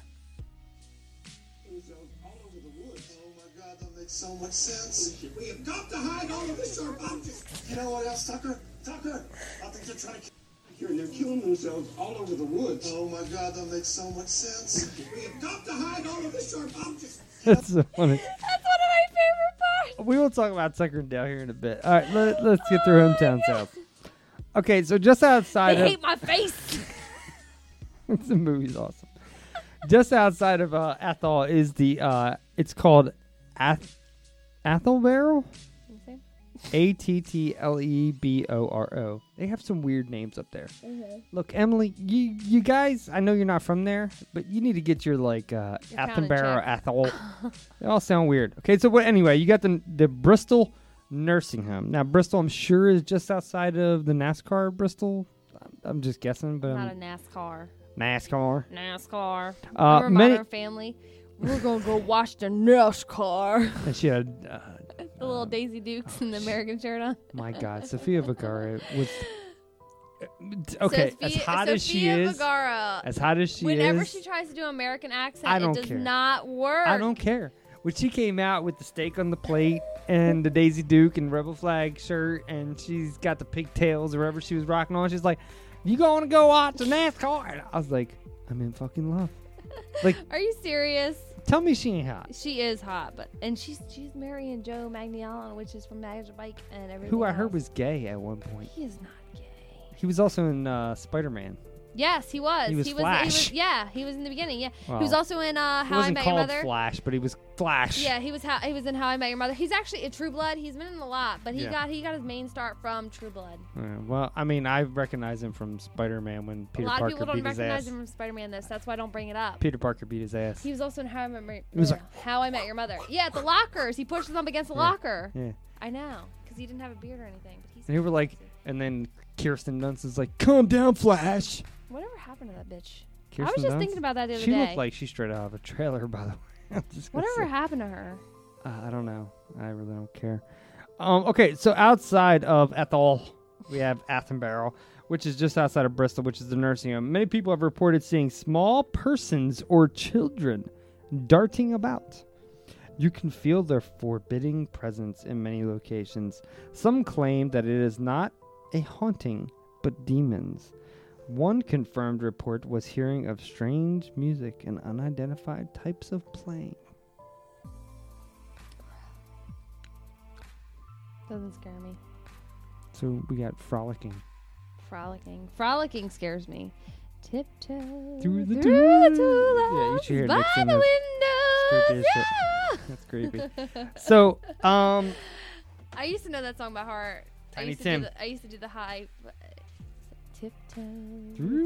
Speaker 8: That makes so much sense. We have got to hide all of this sharp objects. You know what else, Tucker? Tucker, I think they're trying to kill here, and they're killing themselves all over the woods. Oh my God, that makes so much sense. we have got to hide all of this sharp objects.
Speaker 1: That's so funny.
Speaker 2: That's one of my favorite parts.
Speaker 1: We will talk about Tucker and Dale here in a bit. All right, let, let's get through hometown south. Okay, so just outside
Speaker 2: they
Speaker 1: of
Speaker 2: hate my face.
Speaker 1: the movie's awesome. Just outside of uh, Athol is the uh, it's called Ath- Athol Barrel.
Speaker 2: Okay.
Speaker 1: A T T L E B O R O. They have some weird names up there.
Speaker 2: Mm-hmm.
Speaker 1: Look, Emily, you you guys, I know you're not from there, but you need to get your like uh,
Speaker 2: Your pound and
Speaker 1: Athenborough
Speaker 2: check.
Speaker 1: Athol. they all sound weird. Okay, so what? Anyway, you got the the Bristol Nursing Home. Now Bristol, I'm sure, is just outside of the NASCAR Bristol. I'm, I'm just guessing, but
Speaker 2: Not a
Speaker 1: I'm-
Speaker 2: NASCAR.
Speaker 1: NASCAR.
Speaker 2: NASCAR.
Speaker 1: Uh,
Speaker 2: Remember
Speaker 1: many-
Speaker 2: Modern Family? We're gonna go watch the NASCAR.
Speaker 1: And she had, uh,
Speaker 2: the little Daisy Dukes in the American shirt on.
Speaker 1: my God, Sophia Vergara was. Okay, as
Speaker 2: Sophia-
Speaker 1: hot as she
Speaker 2: Sofia
Speaker 1: is,
Speaker 2: Vergara,
Speaker 1: as hot as she
Speaker 2: whenever
Speaker 1: is,
Speaker 2: she tries to do an American accent,
Speaker 1: I don't
Speaker 2: it does
Speaker 1: care.
Speaker 2: not work.
Speaker 1: I don't care. when she came out with the steak on the plate and the Daisy Duke and Rebel Flag shirt, and she's got the pigtails or whatever she was rocking on, she's like, "You going to go watch the NASCAR?" And I was like, "I'm in fucking love." Like,
Speaker 2: Are you serious?
Speaker 1: tell me she ain't hot.
Speaker 2: She is hot, but and she's she's marrying Joe Magnion, which is from Magic Mike and everything.
Speaker 1: Who I heard
Speaker 2: else.
Speaker 1: was gay at one point.
Speaker 2: He is not.
Speaker 1: He was also in uh, Spider Man.
Speaker 2: Yes, he was.
Speaker 1: He was Flash.
Speaker 2: yeah, he was in the beginning. Yeah,
Speaker 1: Wow.
Speaker 2: he was also in uh,
Speaker 1: He
Speaker 2: How I
Speaker 1: wasn't
Speaker 2: Met Your
Speaker 1: called
Speaker 2: Mother.
Speaker 1: Flash, but he was Flash.
Speaker 2: Yeah, he was how he was in How I Met Your Mother. He's actually in True Blood. He's been in a lot, but he
Speaker 1: Yeah.
Speaker 2: got he got his main start from True Blood.
Speaker 1: Yeah, well, I mean, I recognize him from Spider Man when Peter
Speaker 2: a lot
Speaker 1: Parker
Speaker 2: of people don't
Speaker 1: beat his
Speaker 2: recognize
Speaker 1: ass.
Speaker 2: him from Spider Man though, so that's why I don't bring it up.
Speaker 1: Peter Parker beat his ass.
Speaker 2: He was also in How I Met Mar-
Speaker 1: He was like-
Speaker 2: How I Met Your Mother. Yeah, at the lockers. He pushes them against the locker.
Speaker 1: Yeah.
Speaker 2: I know, because he didn't have a beard or anything. But he's
Speaker 1: And they were like, and then Kirsten Dunst is like, "Calm down, Flash."
Speaker 2: whatever happened to that bitch?
Speaker 1: Kirsten
Speaker 2: I was just
Speaker 1: Dunst?
Speaker 2: thinking about that the other
Speaker 1: she
Speaker 2: day.
Speaker 1: looked like she's straight out of a trailer, by the way. I'm just gonna
Speaker 2: whatever
Speaker 1: say-
Speaker 2: happened to her?
Speaker 1: Uh, I don't know. I really don't care. Um, okay, so outside of Ethel, we have Athenbarrow, which is just outside of Bristol, which is the nursing home. Many people have reported seeing small persons or children darting about. You can feel their forbidding presence in many locations. Some claim that it is not a haunting, but demons. One confirmed report was hearing of strange music and unidentified types of playing.
Speaker 2: Doesn't scare me.
Speaker 1: So we got frolicking.
Speaker 2: Frolicking, frolicking scares me. Tiptoe
Speaker 1: Through the
Speaker 2: the
Speaker 1: tulips. Yeah, you should hear
Speaker 2: by
Speaker 1: Nick sing
Speaker 2: the
Speaker 1: this. It's
Speaker 2: windows.
Speaker 1: creepy as shit. That's creepy. So, um,
Speaker 2: I used to know that song by heart. I
Speaker 1: Tiny
Speaker 2: used
Speaker 1: Tim.
Speaker 2: To do the, I used to do the high. but- Tiptoe.
Speaker 1: through-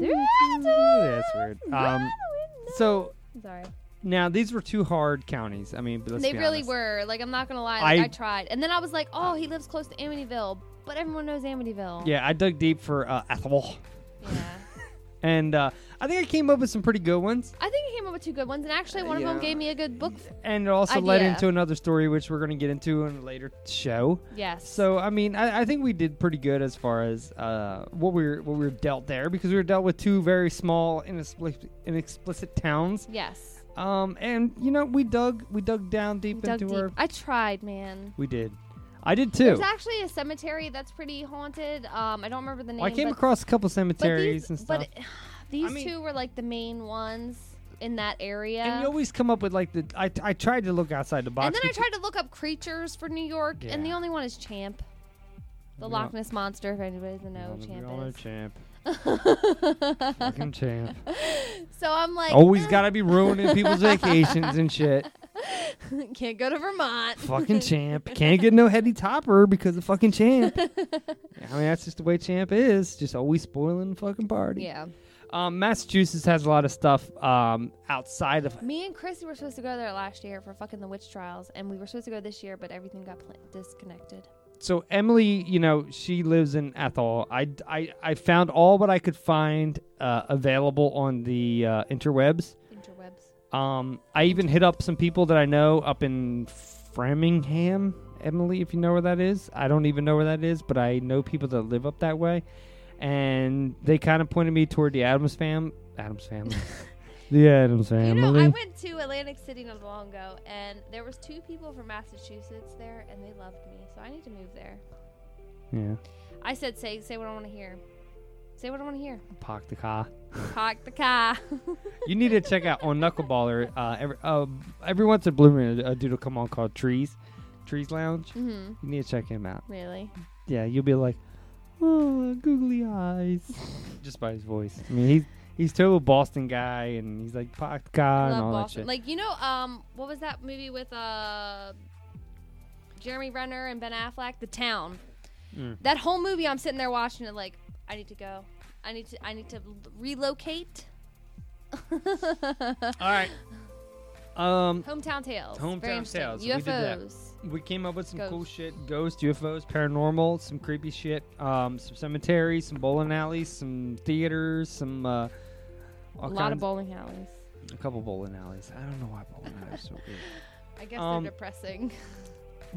Speaker 2: Through the
Speaker 1: yeah, that's weird.
Speaker 2: tulips.
Speaker 1: Um, so
Speaker 2: Sorry.
Speaker 1: now these were two hard counties. I mean, but let's
Speaker 2: they
Speaker 1: be
Speaker 2: really
Speaker 1: honest.
Speaker 2: were. Like I'm not gonna lie. Like, I,
Speaker 1: I-
Speaker 2: tried, and then I was like, oh, he lives close to Amityville, but everyone knows Amityville.
Speaker 1: Yeah, I dug deep for uh, Athol. Yeah. and uh, I think I came up with some pretty good ones,
Speaker 2: I think he came up with two good ones, and actually one of them
Speaker 1: yeah.
Speaker 2: gave me a good book.
Speaker 1: and it also led
Speaker 2: Idea.
Speaker 1: into another story, which we're going to get into in a later show.
Speaker 2: Yes.
Speaker 1: So I mean, I, I think we did pretty good as far as uh, what we were what we were dealt there because we were dealt with two very small inexplic- inexplicit towns.
Speaker 2: Yes.
Speaker 1: Um, and you know, we dug we dug down deep
Speaker 2: Dug
Speaker 1: into
Speaker 2: deep.
Speaker 1: our.
Speaker 2: I tried, man.
Speaker 1: We did. I did
Speaker 2: There's
Speaker 1: too.
Speaker 2: actually a cemetery that's pretty haunted. Um, I don't remember the name.
Speaker 1: Well, I came
Speaker 2: but
Speaker 1: across a couple cemeteries and stuff.
Speaker 2: but it- these two were like the main ones in that area.
Speaker 1: and you always come up with like the. I, I tried to look outside the box.
Speaker 2: And then I
Speaker 1: because-
Speaker 2: tried to look up creatures for New York, and the only one is Champ, the
Speaker 1: We
Speaker 2: Loch
Speaker 1: all-
Speaker 2: Ness monster. If anybody doesn't know who
Speaker 1: We
Speaker 2: Champ
Speaker 1: all
Speaker 2: is.
Speaker 1: know champ. Fucking champ.
Speaker 2: So I'm like,
Speaker 1: Always
Speaker 2: eh,
Speaker 1: gotta be ruining people's vacations and shit.
Speaker 2: can't go to Vermont.
Speaker 1: Fucking champ. Can't get no heady topper because of fucking champ. I mean, that's just the way champ is. Just always spoiling the fucking party.
Speaker 2: Yeah.
Speaker 1: Um, Massachusetts has a lot of stuff um, outside of
Speaker 2: Me and Chrissy were supposed to go there last year for fucking the witch trials, and we were supposed to go this year, but everything got pl- disconnected.
Speaker 1: so Emily, you know, she lives in Ethel. I, I, I found all what I could find uh, available on the uh, interwebs. Interwebs. Um, I even hit up some people that I know up in Framingham, Emily, if you know where that is. I don't even know where that is, but I know people that live up that way, and they kind of pointed me toward the Adams fam, Adams family, the Adams family.
Speaker 2: You know, I went to Atlantic City not long ago, and there was two people from Massachusetts there, and they loved me. So I need to move there.
Speaker 1: yeah,
Speaker 2: I said, say, say what I want to hear. Say what I want to hear.
Speaker 1: park the car.
Speaker 2: Park the car.
Speaker 1: you need to check out on Knuckleballer. Uh, every uh, every once in a blue moon, a dude will come on called Trees, Trees Lounge.
Speaker 2: Mhm.
Speaker 1: You need to check him out.
Speaker 2: really?
Speaker 1: Yeah, you'll be like, oh, googly eyes, just by his voice. I mean, he's he's total Boston guy, and he's like Podka
Speaker 2: I
Speaker 1: and all
Speaker 2: love
Speaker 1: that
Speaker 2: Boston.
Speaker 1: shit.
Speaker 2: Like you know, um, what was that movie with uh, Jeremy Renner and Ben Affleck, The Town?
Speaker 1: Mm.
Speaker 2: That whole movie, I'm sitting there watching it, like I need to go. I need to. I need to relocate.
Speaker 1: all right. Um,
Speaker 2: Hometown Tales. Very
Speaker 1: Hometown
Speaker 2: interesting. UFOs.
Speaker 1: Tales. We did that. We came up with some cool shit: ghosts, UFOs, paranormal, some creepy shit, um, some cemeteries, some bowling alleys, some theaters, some uh,
Speaker 2: A lot
Speaker 1: all
Speaker 2: of
Speaker 1: kinds-
Speaker 2: bowling alleys.
Speaker 1: A couple bowling alleys. I don't know why bowling alleys are so weird.
Speaker 2: I guess
Speaker 1: Um,
Speaker 2: they're depressing.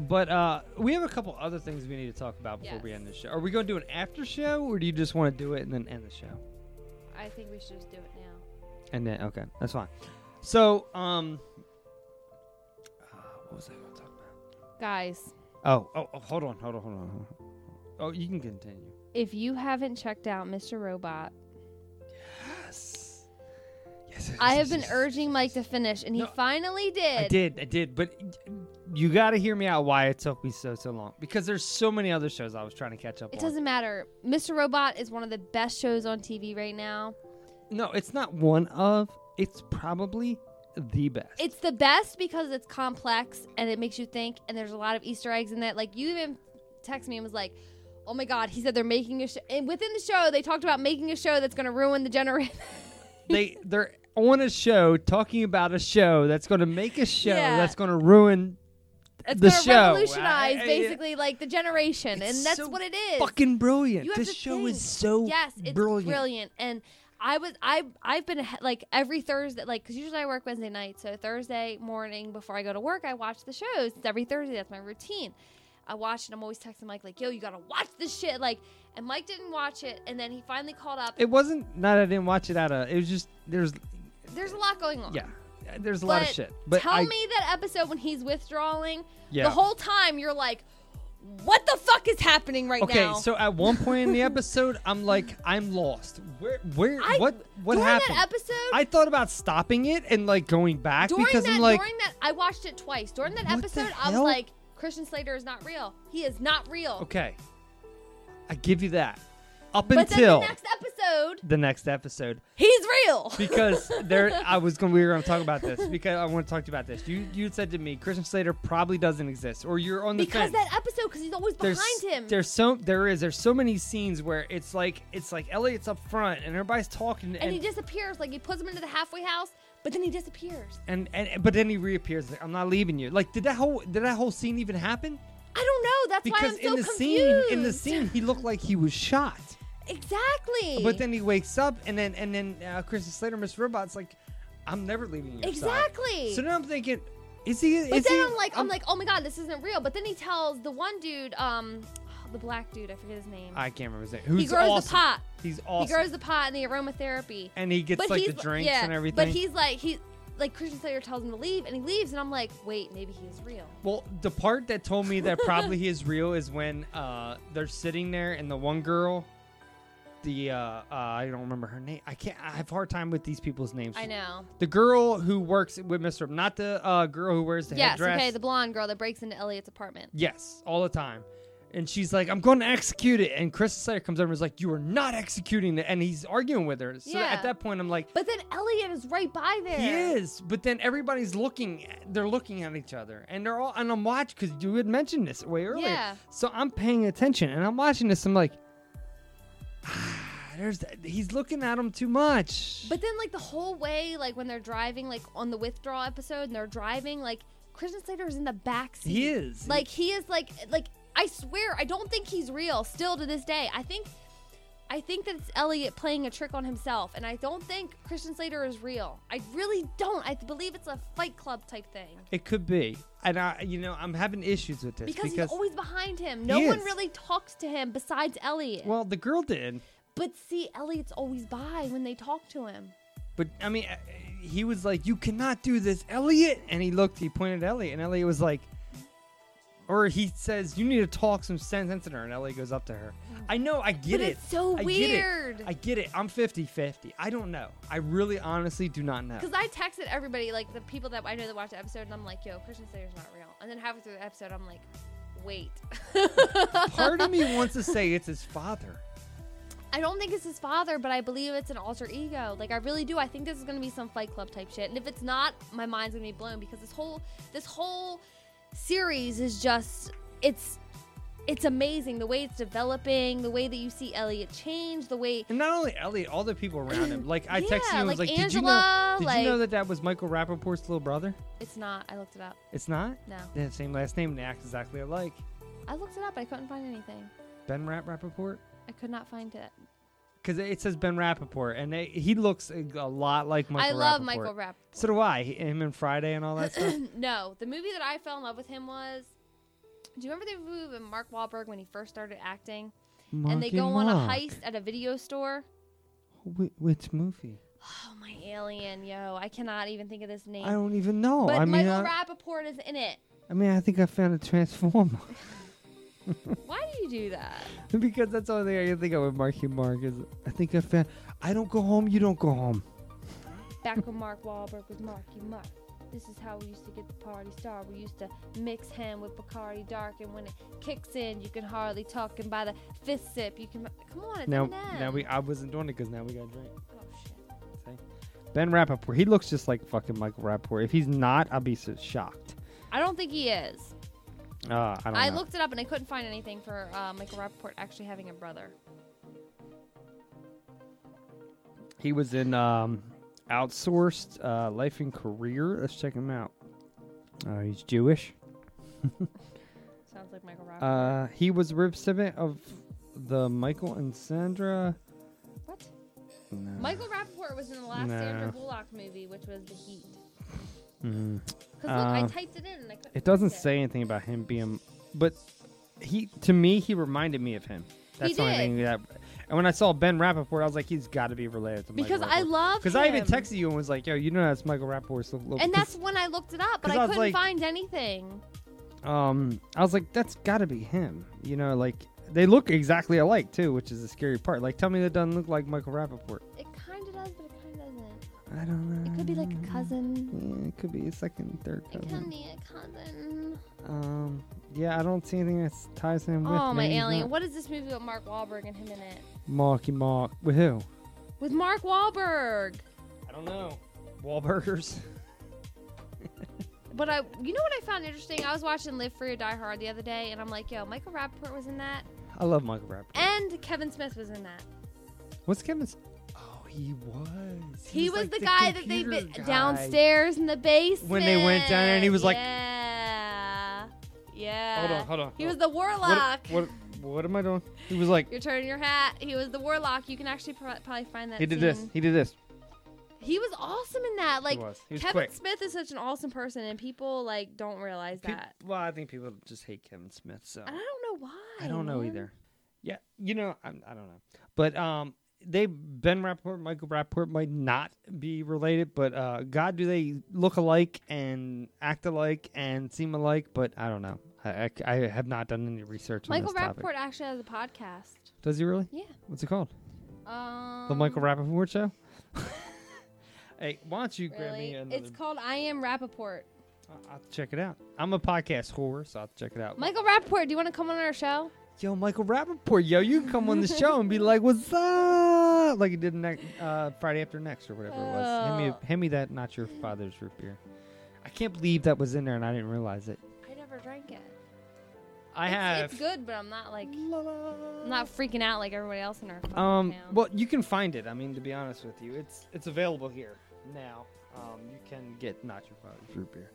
Speaker 1: But uh, we have a couple other things we need to talk about before we end the show. Are we going to do an after show, or do you just want to do it and then end the show?
Speaker 2: I think we should just do it now.
Speaker 1: And then okay, that's fine. So um, What was I going to talk about?
Speaker 2: Guys,
Speaker 1: Oh, oh, oh, hold on, hold on, hold on. hold on. Oh, you can continue.
Speaker 2: if you haven't checked out Mr. Robot,
Speaker 1: Yes.
Speaker 2: I have been urging Mike to finish, and he finally did.
Speaker 1: I did, I did, but you got to hear me out why it took me so so long because there's so many other shows I was trying to catch up
Speaker 2: It
Speaker 1: on.
Speaker 2: doesn't matter. Mr. Robot is one of the best shows on TV right now.
Speaker 1: No, it's not one of. It's probably the best.
Speaker 2: It's the best because it's complex and it makes you think, and there's a lot of Easter eggs in that. Like, you even texted me and was like, oh my God, he said they're making a show. And within the show, they talked about making a show that's going to ruin the generation.
Speaker 1: they they're on a show talking about a show that's going to make a show
Speaker 2: Yeah.
Speaker 1: that's going to ruin
Speaker 2: It's
Speaker 1: the
Speaker 2: gonna
Speaker 1: show.
Speaker 2: revolutionize
Speaker 1: I- I-
Speaker 2: basically like the generation, and that's what it is.
Speaker 1: Fucking brilliant.
Speaker 2: You have
Speaker 1: This
Speaker 2: to
Speaker 1: show
Speaker 2: think.
Speaker 1: is so
Speaker 2: yes, it's
Speaker 1: brilliant.
Speaker 2: And I was I I've been ahe- like every Thursday, like because usually I work Wednesday night, so Thursday morning before I go to work, I watch the shows. It's every Thursday. That's my routine. I watch and I'm always texting Mike like, "Yo, you gotta watch this shit!" Like, and Mike didn't watch it, and then he finally called up.
Speaker 1: It wasn't not that I didn't watch it out of. It was just there's
Speaker 2: There's a lot going on.
Speaker 1: yeah, there's a lot of
Speaker 2: But
Speaker 1: shit. But
Speaker 2: tell
Speaker 1: I,
Speaker 2: me that episode when he's withdrawing.
Speaker 1: Yeah.
Speaker 2: The whole time you're like, "What the fuck is happening right
Speaker 1: okay,
Speaker 2: now?"
Speaker 1: so at one point in the episode, I'm like, I'm lost. Where, where,
Speaker 2: I-
Speaker 1: what, what
Speaker 2: during
Speaker 1: happened?
Speaker 2: that episode,
Speaker 1: I thought about stopping it and like going back
Speaker 2: during
Speaker 1: because
Speaker 2: that,
Speaker 1: I'm like,
Speaker 2: during that, I watched it twice. During that
Speaker 1: What the
Speaker 2: episode, I was
Speaker 1: hell?
Speaker 2: like, Christian Slater is not real. He is not real.
Speaker 1: okay, I give you that. Up
Speaker 2: But then
Speaker 1: until
Speaker 2: the next episode,
Speaker 1: the next episode,
Speaker 2: he's real.
Speaker 1: because there, I was gonna, we were gonna talk about this because I want to talk to you about this. You, you said to me, Christian Slater probably doesn't exist, or you're on the
Speaker 2: because
Speaker 1: fence.
Speaker 2: that episode, because he's always behind
Speaker 1: there's,
Speaker 2: him.
Speaker 1: There's so there is there's so many scenes where it's like it's like Elliot's up front and everybody's talking and,
Speaker 2: and, he disappears. Like he puts him into the halfway house, but then he disappears.
Speaker 1: and, and but then he reappears like I'm not leaving you. Like did that whole did that whole scene even happen?
Speaker 2: I don't know. That's why I'm
Speaker 1: because in
Speaker 2: so
Speaker 1: the
Speaker 2: confused.
Speaker 1: scene in the scene he looked like he was shot.
Speaker 2: exactly.
Speaker 1: But then he wakes up and then and then uh, Kristen Slater Miss Robot's like I'm never leaving you.
Speaker 2: Exactly.
Speaker 1: So now I'm thinking is he
Speaker 2: But
Speaker 1: is
Speaker 2: then
Speaker 1: he-
Speaker 2: I'm like, I'm, like, oh my god, this isn't real. But then he tells the one dude, um, the black dude, I forget his name.
Speaker 1: I can't remember his name. Who's
Speaker 2: he grows
Speaker 1: awesome.
Speaker 2: the pot.
Speaker 1: He's awesome.
Speaker 2: He grows the pot and the aromatherapy.
Speaker 1: And he gets, like, the
Speaker 2: he's-
Speaker 1: drinks
Speaker 2: yeah,
Speaker 1: and everything.
Speaker 2: But he's like he like Christian Slater tells him to leave and he leaves and I'm like, wait, maybe he is real.
Speaker 1: Well, the part that told me that probably he is real is when uh, they're sitting there and the one girl, the uh, uh, I don't remember her name. I can't. I have a hard time with these people's names.
Speaker 2: I know.
Speaker 1: The girl who works with Mister, not the uh, girl who wears the
Speaker 2: yes,
Speaker 1: headdress.
Speaker 2: okay, the blonde girl that breaks into Elliot's apartment.
Speaker 1: yes, all the time. And she's like, "I'm going to execute it." And Chris Slater comes over and is like, "You are not executing it." And he's arguing with her. So
Speaker 2: Yeah.
Speaker 1: at that point, I'm like,
Speaker 2: But then Elliot is right by there.
Speaker 1: He is, but then everybody's looking. They're looking at each other, and they're all. And I'm watching because you had mentioned this way earlier.
Speaker 2: Yeah.
Speaker 1: So I'm paying attention, and I'm watching this. I'm like, ah, there's. that- He's looking at him too much.
Speaker 2: But then like the whole way, like when they're driving, like on the withdrawal episode and they're driving, like Christian Slater is in the back seat.
Speaker 1: He is.
Speaker 2: Like he is like like I swear I don't think he's real still to this day. I think I think that it's Elliot playing a trick on himself and I don't think Christian Slater is real. I really don't. I believe it's a fight club type thing.
Speaker 1: It could be, and I, you know, I'm having issues with this
Speaker 2: Because,
Speaker 1: because,
Speaker 2: he's always behind him. No
Speaker 1: He
Speaker 2: one
Speaker 1: is.
Speaker 2: really talks to him besides Elliot.
Speaker 1: well, the girl did,
Speaker 2: but see, Elliot's always by when they talk to him.
Speaker 1: but I mean, uh, he was like, "You cannot do this, Elliot," and he looked. He pointed at Elliot, and Elliot was like. Or he says, "You need to talk some sense into her," and Elliot goes up to her. I know, I get
Speaker 2: But
Speaker 1: it.
Speaker 2: it's so
Speaker 1: I get it.
Speaker 2: weird.
Speaker 1: I get it. I'm 50 50. I don't know. I really honestly do not know.
Speaker 2: Because I texted everybody, like the people that I know that watch the episode, and I'm like, yo, Christian Slater's not real. And then halfway through the episode, I'm like, wait.
Speaker 1: Part of me wants to say it's his father.
Speaker 2: I don't think it's his father, but I believe it's an alter ego. Like I really do. I think this is gonna be some Fight Club type shit. And if it's not, my mind's gonna be blown because this whole this whole series is just it's it's amazing the way it's developing, the way that you see Elliot change, the way
Speaker 1: And not only Elliot, all the people around him. Like, I texted you
Speaker 2: Yeah,
Speaker 1: and was
Speaker 2: like
Speaker 1: like, Did, you know,
Speaker 2: Angela,
Speaker 1: did you know
Speaker 2: like-
Speaker 1: that that was Michael Rappaport's little brother?
Speaker 2: it's not. I looked it up.
Speaker 1: It's not?
Speaker 2: No.
Speaker 1: They have the same last name and they act exactly alike.
Speaker 2: I looked it up. I couldn't find anything.
Speaker 1: Ben Rapp Rappaport?
Speaker 2: I could not find it.
Speaker 1: Because it says Ben Rappaport, and they, he looks a, a lot like Michael
Speaker 2: I love
Speaker 1: Rappaport.
Speaker 2: Michael Rappaport.
Speaker 1: So do I. Him and Friday and all that stuff.
Speaker 2: no, the movie that I fell in love with him was. Do you remember the movie with Mark Wahlberg when he first started acting? and they
Speaker 1: Marky
Speaker 2: go on a
Speaker 1: Mark.
Speaker 2: heist at a video store.
Speaker 1: Wh- which movie?
Speaker 2: Oh my alien, yo! I cannot even think of this name.
Speaker 1: I don't even know.
Speaker 2: But
Speaker 1: I mean,
Speaker 2: Michael
Speaker 1: I-
Speaker 2: Rappaport is in it.
Speaker 1: I mean, I think I found a transformer.
Speaker 2: Why do you do that?
Speaker 1: because that's the only thing I can think of with Marky Mark is I think I found. I don't go home. You don't go home.
Speaker 2: Back when Mark Wahlberg was Marky Mark. This is how we used to get the party started. We used to mix ham with Bacardi Dark, and when it kicks in, you can hardly talk. And by the fifth sip, you can. Come on, it's
Speaker 1: now,
Speaker 2: them.
Speaker 1: now we. I wasn't doing it because now we got a drink.
Speaker 2: Oh, shit.
Speaker 1: Ben Rappaport. He looks just like fucking Michael Rappaport. If he's not, I'll be so shocked.
Speaker 2: I don't think he is.
Speaker 1: Uh, I don't.
Speaker 2: I
Speaker 1: know.
Speaker 2: looked it up and I couldn't find anything for uh, Michael Rappaport actually having a brother.
Speaker 1: He was in um, Outsourced uh, Life and Career. Let's check him out. Uh, he's Jewish.
Speaker 2: Sounds like Michael Rappaport.
Speaker 1: Uh, he was recipient of the Michael and Sandra.
Speaker 2: What?
Speaker 1: No.
Speaker 2: Michael Rappaport was in the last
Speaker 1: No.
Speaker 2: Sandra Bullock movie, which was The Heat.
Speaker 1: Mm.
Speaker 2: Because look, I
Speaker 1: Uh,
Speaker 2: typed it in and I couldn't
Speaker 1: It doesn't
Speaker 2: find
Speaker 1: say anything about him being, but he to me he reminded me of him. That's the only
Speaker 2: did.
Speaker 1: thing that. And when I saw Ben Rappaport, I was like, he's got to be related to
Speaker 2: Because
Speaker 1: Michael
Speaker 2: I love
Speaker 1: Because I even
Speaker 2: him.
Speaker 1: texted you and was like, "Yo, you know that's Michael Rappaport's little."
Speaker 2: And that's when I looked it up, but
Speaker 1: 'cause I
Speaker 2: I
Speaker 1: was
Speaker 2: couldn't
Speaker 1: like-
Speaker 2: find anything.
Speaker 1: um, I was like, that's got to be him. You know, like they look exactly alike too, which is the scary part. Like, tell me that doesn't look like Michael Rappaport.
Speaker 2: It kind of does, but it kind of doesn't.
Speaker 1: I don't know.
Speaker 2: It could be like a cousin.
Speaker 1: Yeah, it could be a second, third
Speaker 2: It
Speaker 1: cousin.
Speaker 2: could be a cousin.
Speaker 1: Um, yeah, I don't see anything that ties him with.
Speaker 2: oh, my
Speaker 1: man. He's
Speaker 2: alien.
Speaker 1: not-
Speaker 2: What is this movie with Mark Wahlberg and him in it?
Speaker 1: Marky Mark with who?
Speaker 2: With Mark Wahlberg.
Speaker 1: I don't know. Wahlburgers.
Speaker 2: But I, you know what I found interesting? I was watching Live Free or Die Hard the other day, and I'm like, yo, Michael Rappaport was in that,
Speaker 1: I love Michael Rappaport.
Speaker 2: and Kevin Smith was in that.
Speaker 1: What's Kevin's? Oh, he was.
Speaker 2: He, was,
Speaker 1: like,
Speaker 2: the, guy that they
Speaker 1: computer
Speaker 2: bit
Speaker 1: guy.
Speaker 2: downstairs in the basement.
Speaker 1: When they went down there and he was like-
Speaker 2: yeah, yeah.
Speaker 1: Hold on, hold on.
Speaker 2: He was the warlock.
Speaker 1: What, what? What am I doing? He was like.
Speaker 2: You're turning your hat. He was the warlock. You can actually pro- probably find that.
Speaker 1: He did
Speaker 2: scene.
Speaker 1: this. He did this.
Speaker 2: He was awesome in that. Like
Speaker 1: was. He was
Speaker 2: Kevin
Speaker 1: quick.
Speaker 2: Smith is such an awesome person, and people like don't realize
Speaker 1: Pe-
Speaker 2: that.
Speaker 1: well, I think people just hate Kevin Smith. So
Speaker 2: I don't know why.
Speaker 1: I don't know
Speaker 2: man.
Speaker 1: either. Yeah, you know, I'm, I don't know. But um, they Ben Rapport, Michael Rapport might not be related, but uh, God, do they look alike and act alike and seem alike? But I don't know. I, I c- I have not done any research
Speaker 2: Michael
Speaker 1: on this topic.
Speaker 2: Rappaport actually has a podcast.
Speaker 1: Does he really?
Speaker 2: Yeah.
Speaker 1: What's it called?
Speaker 2: Um,
Speaker 1: the Michael Rappaport Show. hey, why don't you grab me
Speaker 2: really?
Speaker 1: another?
Speaker 2: It's called I Am Rappaport.
Speaker 1: I'll check it out. I'm a podcast whore, so I'll check it out.
Speaker 2: Michael Rappaport, do you want to come on our show?
Speaker 1: Yo, Michael Rappaport, yo, you can come on the show and be like, "What's up?" Like you did next, uh, Friday after next or whatever it was. Hand me,
Speaker 2: Oh.
Speaker 1: a- hand me that, not your father's root beer. I can't believe that was in there and I didn't realize it.
Speaker 2: I never drank it.
Speaker 1: I
Speaker 2: It's-
Speaker 1: have.
Speaker 2: It's good, but I'm not like I'm not freaking out like everybody else in our.
Speaker 1: um, well, you can find it. I mean, to be honest with you, it's it's available here now. Um, you can get not your father's root beer.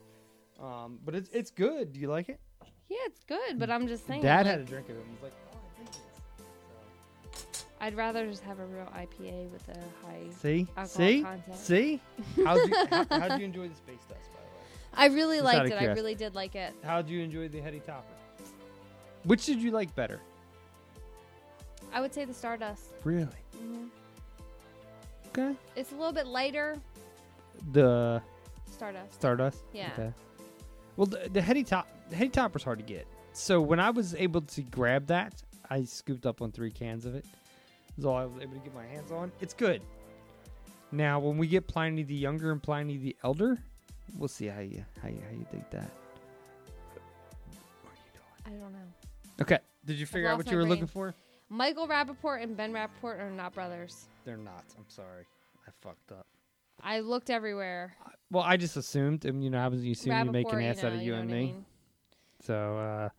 Speaker 1: Um, but it's it's good. Do you like it?
Speaker 2: Yeah, it's good, but I'm just saying. like,
Speaker 1: Dad had a drink of it. and was like, "Oh, I drink this."
Speaker 2: I'd rather just have a real IPA with a high
Speaker 1: See,
Speaker 2: alcohol
Speaker 1: see,
Speaker 2: content.
Speaker 1: see. How'd you, how, how'd you enjoy the space dust? By the way?
Speaker 2: I really
Speaker 1: Just out
Speaker 2: liked
Speaker 1: of
Speaker 2: it. I
Speaker 1: curiosity.
Speaker 2: really did like it.
Speaker 1: How'd you enjoy the heady topper? Which did you like better?
Speaker 2: I would say the Stardust.
Speaker 1: Really?
Speaker 2: Mhm.
Speaker 1: Okay.
Speaker 2: It's a little bit lighter.
Speaker 1: The
Speaker 2: Stardust.
Speaker 1: Stardust.
Speaker 2: Yeah.
Speaker 1: Okay. Well, the, the heady top, the heady topper's hard to get. So when I was able to grab that, I scooped up on three cans of it. That's all I was able to get my hands on. It's good. Now, when we get Pliny the Younger and Pliny the Elder, we'll see how you how you, how you dig that.
Speaker 2: I don't know.
Speaker 1: Okay. Did you
Speaker 2: I've
Speaker 1: figure out
Speaker 2: lost
Speaker 1: what
Speaker 2: my
Speaker 1: you were
Speaker 2: brain.
Speaker 1: looking for?
Speaker 2: Michael Rappaport and Ben Rappaport are not brothers.
Speaker 1: They're not. I'm sorry. I fucked up.
Speaker 2: I looked everywhere.
Speaker 1: Well, I just assumed, and you know, I was you assume you make an
Speaker 2: Rappaport, you
Speaker 1: ass out
Speaker 2: know, you
Speaker 1: of you
Speaker 2: know
Speaker 1: and
Speaker 2: what I
Speaker 1: me.
Speaker 2: mean.
Speaker 1: So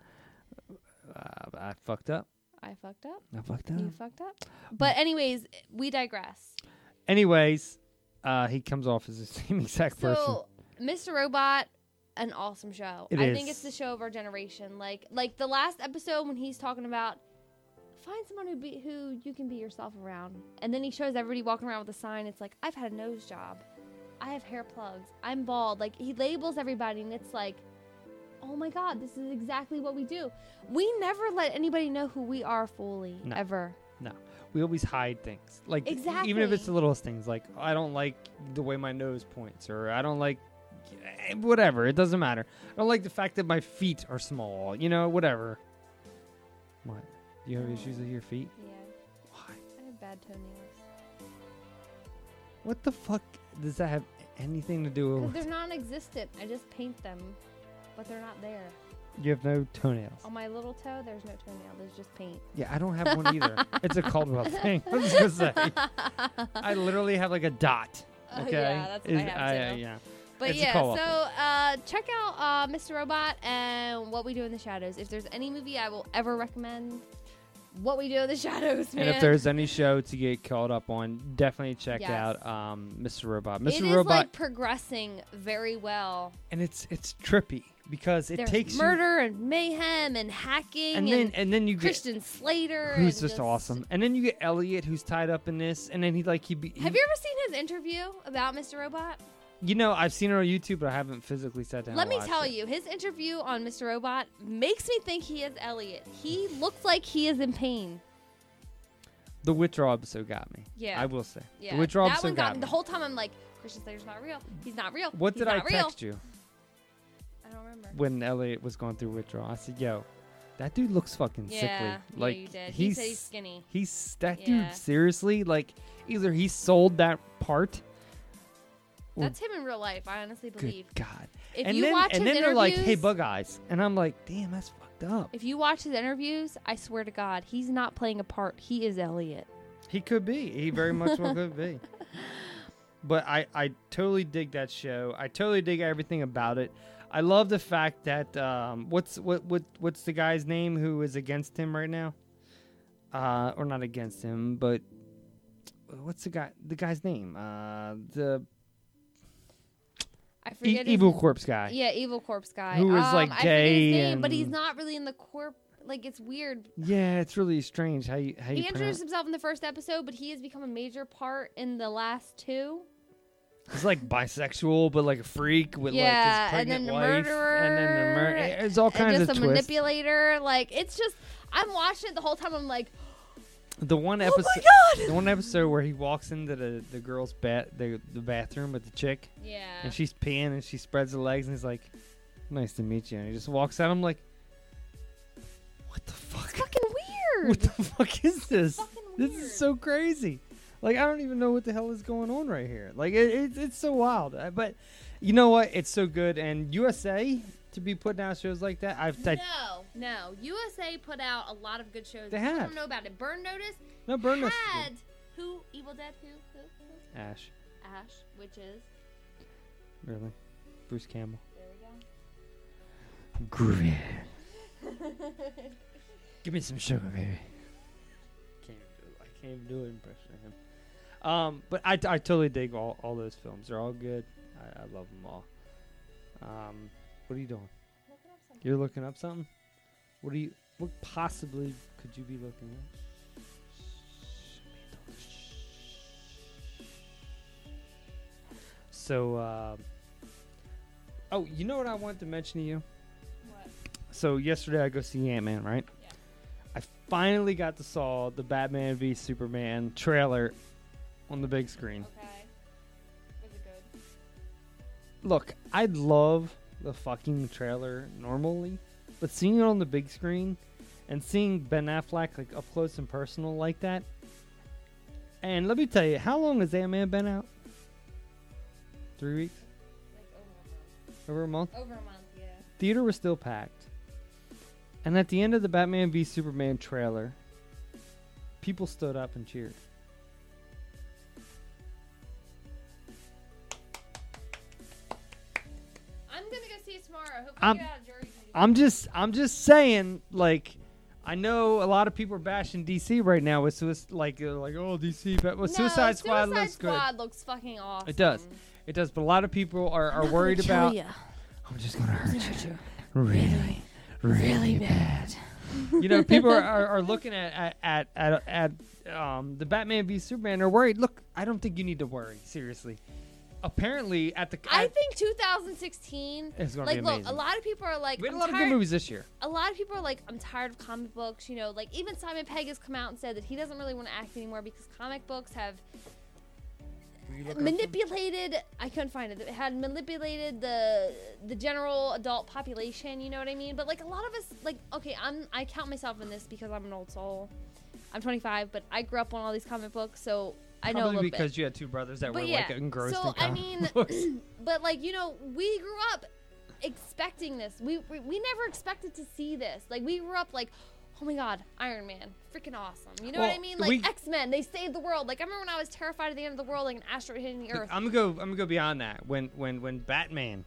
Speaker 1: uh, uh, I fucked up.
Speaker 2: I fucked up.
Speaker 1: I fucked
Speaker 2: You
Speaker 1: up.
Speaker 2: fucked up. But anyways, we digress.
Speaker 1: Anyways, uh, he comes off as the same exact person.
Speaker 2: So, Mr. Robot, an awesome show.
Speaker 1: It
Speaker 2: I think
Speaker 1: is.
Speaker 2: it's the show of our generation. Like, like the last episode when he's talking about find someone who be who you can be yourself around, and then he shows everybody walking around with a sign. It's like I've had a nose job, I have hair plugs, I'm bald. Like he labels everybody, and it's like. Oh my God, this is exactly what we do. We never let anybody know who we are fully,
Speaker 1: No.
Speaker 2: ever.
Speaker 1: No, we always hide things. Like e-, even if it's
Speaker 2: Exactly.
Speaker 1: the littlest things, like I don't like the way my nose points, or I don't like eh, whatever. It doesn't matter. I don't like the fact that my feet are small. You know, whatever. What? Do you have issues with your feet?
Speaker 2: Yeah. Why? I have bad toenails.
Speaker 1: What the fuck does that have anything to do
Speaker 2: Because
Speaker 1: with?
Speaker 2: they're non-existent. I just paint them, but they're not there.
Speaker 1: You have no toenails.
Speaker 2: On my little toe, there's no toenail. There's just paint.
Speaker 1: Yeah, I don't have one either. It's a Caldwell thing. I was gonna say. I literally have like a dot.
Speaker 2: Oh,
Speaker 1: Okay.
Speaker 2: yeah, that's what I
Speaker 1: Is-
Speaker 2: have,
Speaker 1: I-
Speaker 2: too.
Speaker 1: yeah.
Speaker 2: But
Speaker 1: It's a
Speaker 2: yeah,
Speaker 1: co-op
Speaker 2: so uh, check out uh, Mr. Robot and What We Do in the Shadows. If there's any movie I will ever recommend, What We Do in the Shadows, man.
Speaker 1: And if there's uh, any show to get caught up on, definitely check
Speaker 2: Yes.
Speaker 1: out um, Mr. Robot.
Speaker 2: It
Speaker 1: Mr.
Speaker 2: is,
Speaker 1: Robot,
Speaker 2: like progressing very well.
Speaker 1: and it's it's trippy because it
Speaker 2: there's
Speaker 1: takes you-
Speaker 2: murder and mayhem and hacking,
Speaker 1: and then and then you get
Speaker 2: Christian Slater.
Speaker 1: who's
Speaker 2: and
Speaker 1: just, awesome, and then you get Elliot who's tied up in this, and then he like he, be, he
Speaker 2: Have you ever seen his interview about Mr. Robot?
Speaker 1: you know I've seen it on YouTube, but I haven't physically sat down.
Speaker 2: Let
Speaker 1: and
Speaker 2: me
Speaker 1: watched
Speaker 2: tell
Speaker 1: it.
Speaker 2: you, his interview on Mr. Robot makes me think he is Elliot. He looks like he is in pain.
Speaker 1: the withdrawal episode got me.
Speaker 2: Yeah,
Speaker 1: I will say
Speaker 2: Yeah,
Speaker 1: the withdrawal
Speaker 2: that
Speaker 1: episode
Speaker 2: one got me.
Speaker 1: me.
Speaker 2: The whole time I'm like, Christian Slater's not real. He's not real.
Speaker 1: what
Speaker 2: He's
Speaker 1: did I
Speaker 2: not real.
Speaker 1: text you
Speaker 2: I don't remember.
Speaker 1: when Elliot was going through withdrawal? I said, "Yo, that dude looks fucking
Speaker 2: Yeah, yeah,
Speaker 1: sickly. Like
Speaker 2: you did.
Speaker 1: he's
Speaker 2: You said he's skinny.
Speaker 1: He's that
Speaker 2: Yeah.
Speaker 1: dude seriously. Like either he sold that part." or
Speaker 2: That's him in real life. I honestly believe.
Speaker 1: Good God.
Speaker 2: If
Speaker 1: and
Speaker 2: you
Speaker 1: then,
Speaker 2: watch
Speaker 1: and
Speaker 2: his
Speaker 1: then they're like, hey,
Speaker 2: interviews-
Speaker 1: Bug Eyes. And I'm like, damn, that's fucked up.
Speaker 2: If you watch his interviews, I swear to God, he's not playing a part. He is Elliot.
Speaker 1: He could be. He very much well could be. But I, I totally dig that show. I totally dig everything about it. I love the fact that um, what's what, what what's the guy's name who is against him right now? Uh, or not against him, but what's the guy the guy's name? Uh, the
Speaker 2: I forget. his-
Speaker 1: E- Evil Corpse guy.
Speaker 2: Yeah, evil corpse guy.
Speaker 1: Who is,
Speaker 2: Um,
Speaker 1: like,
Speaker 2: I forget
Speaker 1: gay
Speaker 2: his name, but he's
Speaker 1: and-
Speaker 2: not really in the corp. Like it's weird.
Speaker 1: yeah, it's really strange how you how you
Speaker 2: He
Speaker 1: pronounce.
Speaker 2: introduced himself in the first episode, but he has become a major part in the last two.
Speaker 1: He's like bisexual, but like a freak with
Speaker 2: yeah,
Speaker 1: like his
Speaker 2: and then
Speaker 1: pregnant
Speaker 2: the
Speaker 1: wife,
Speaker 2: murderer,
Speaker 1: and then the murder. It's all
Speaker 2: and
Speaker 1: kinds
Speaker 2: just
Speaker 1: of
Speaker 2: a
Speaker 1: twists.
Speaker 2: manipulator. Like it's just, I'm watching it the whole time. I'm like,
Speaker 1: the one
Speaker 2: Oh my
Speaker 1: episode,
Speaker 2: God!
Speaker 1: the one episode where he walks into the the girl's bat the, the bathroom with the chick,
Speaker 2: Yeah.
Speaker 1: and she's peeing and she spreads her legs and he's like, "Nice to meet you," and he just walks out. I'm like,
Speaker 2: fucking weird.
Speaker 1: "What the fuck is this? This is so crazy." Like I don't even know what the hell is going on right here. Like it, it's it's so wild. Uh, But you know what? It's so good. And USA to be putting out shows like that. I've I-
Speaker 2: no, no. USA put out a lot of good shows.
Speaker 1: They
Speaker 2: You
Speaker 1: have.
Speaker 2: don't know about it. Burn Notice
Speaker 1: no burn this
Speaker 2: had who? Evil Dead who? Who? Who?
Speaker 1: Ash.
Speaker 2: Ash, which is
Speaker 1: Really? Bruce Campbell. Give me some sugar, baby. Can't even do it. I can't even do an impression of him. Um, but I, I totally dig all, all those films. They're all good. I, I love them all. Um, what are you doing? You're looking up something. What are you? What possibly could you be looking at? So, uh, oh, you know what I wanted to mention to you? So yesterday I go see Ant Man, right? I finally got to saw the Batman v Superman trailer on the big screen. Look, I love the fucking trailer normally, but seeing it on the big screen and seeing Ben Affleck like up close and personal like that. And let me tell you, how long has Ant Man been out? Three weeks? over a month.
Speaker 2: over a month. Yeah.
Speaker 1: theater was still packed. And at the end of the Batman v Superman trailer, people stood up and cheered.
Speaker 2: I'm gonna go see it tomorrow. Hopefully,
Speaker 1: I'm-
Speaker 2: get out of Jersey.
Speaker 1: I'm just I'm just saying like I know a lot of people are bashing DC right now with suicide, like they're like oh DC but well,
Speaker 2: No,
Speaker 1: Suicide Squad looks
Speaker 2: Squad looks fucking awesome.
Speaker 1: good. It does. It does, but a lot of people are, are
Speaker 2: not gonna
Speaker 1: worried
Speaker 2: kill
Speaker 1: about
Speaker 2: ya.
Speaker 1: I'm just going to hurt
Speaker 2: you.
Speaker 1: Really, really bad. you know, people are, are, are looking at at at, at, at um, the Batman v Superman are worried. Look, I don't think you need to worry. Seriously, apparently at the
Speaker 2: I
Speaker 1: at-
Speaker 2: think 2016.
Speaker 1: It's gonna
Speaker 2: like,
Speaker 1: be
Speaker 2: look, a
Speaker 1: amazing.
Speaker 2: lot of people are like,
Speaker 1: we had a
Speaker 2: I'm
Speaker 1: lot of good
Speaker 2: tired-
Speaker 1: movies this year.
Speaker 2: A lot of people are like, I'm tired of comic books. You know, like even Simon Pegg has come out and said that he doesn't really want to act anymore because comic books have manipulated. I couldn't find it. It had manipulated the the general adult population. You know what I mean? But like a lot of us, like okay, I'm I count myself in this because I'm an old soul. I'm 25, but I grew up on all these comic books, so I know a
Speaker 1: Probably
Speaker 2: little
Speaker 1: because
Speaker 2: bit.
Speaker 1: you had two brothers that
Speaker 2: But
Speaker 1: were
Speaker 2: yeah,
Speaker 1: like engrossed
Speaker 2: so
Speaker 1: in
Speaker 2: I
Speaker 1: comic
Speaker 2: mean,
Speaker 1: books.
Speaker 2: but like you know, we grew up expecting this. We, we we never expected to see this. Like we grew up like. Oh my God, Iron Man, freaking awesome! You know what I
Speaker 1: Well,
Speaker 2: mean? Like
Speaker 1: we-
Speaker 2: X Men, they saved the world. Like I remember when I was terrified of the end of the world, like an asteroid hitting the Earth.
Speaker 1: I'm gonna go. I'm gonna go beyond that. When when when Batman,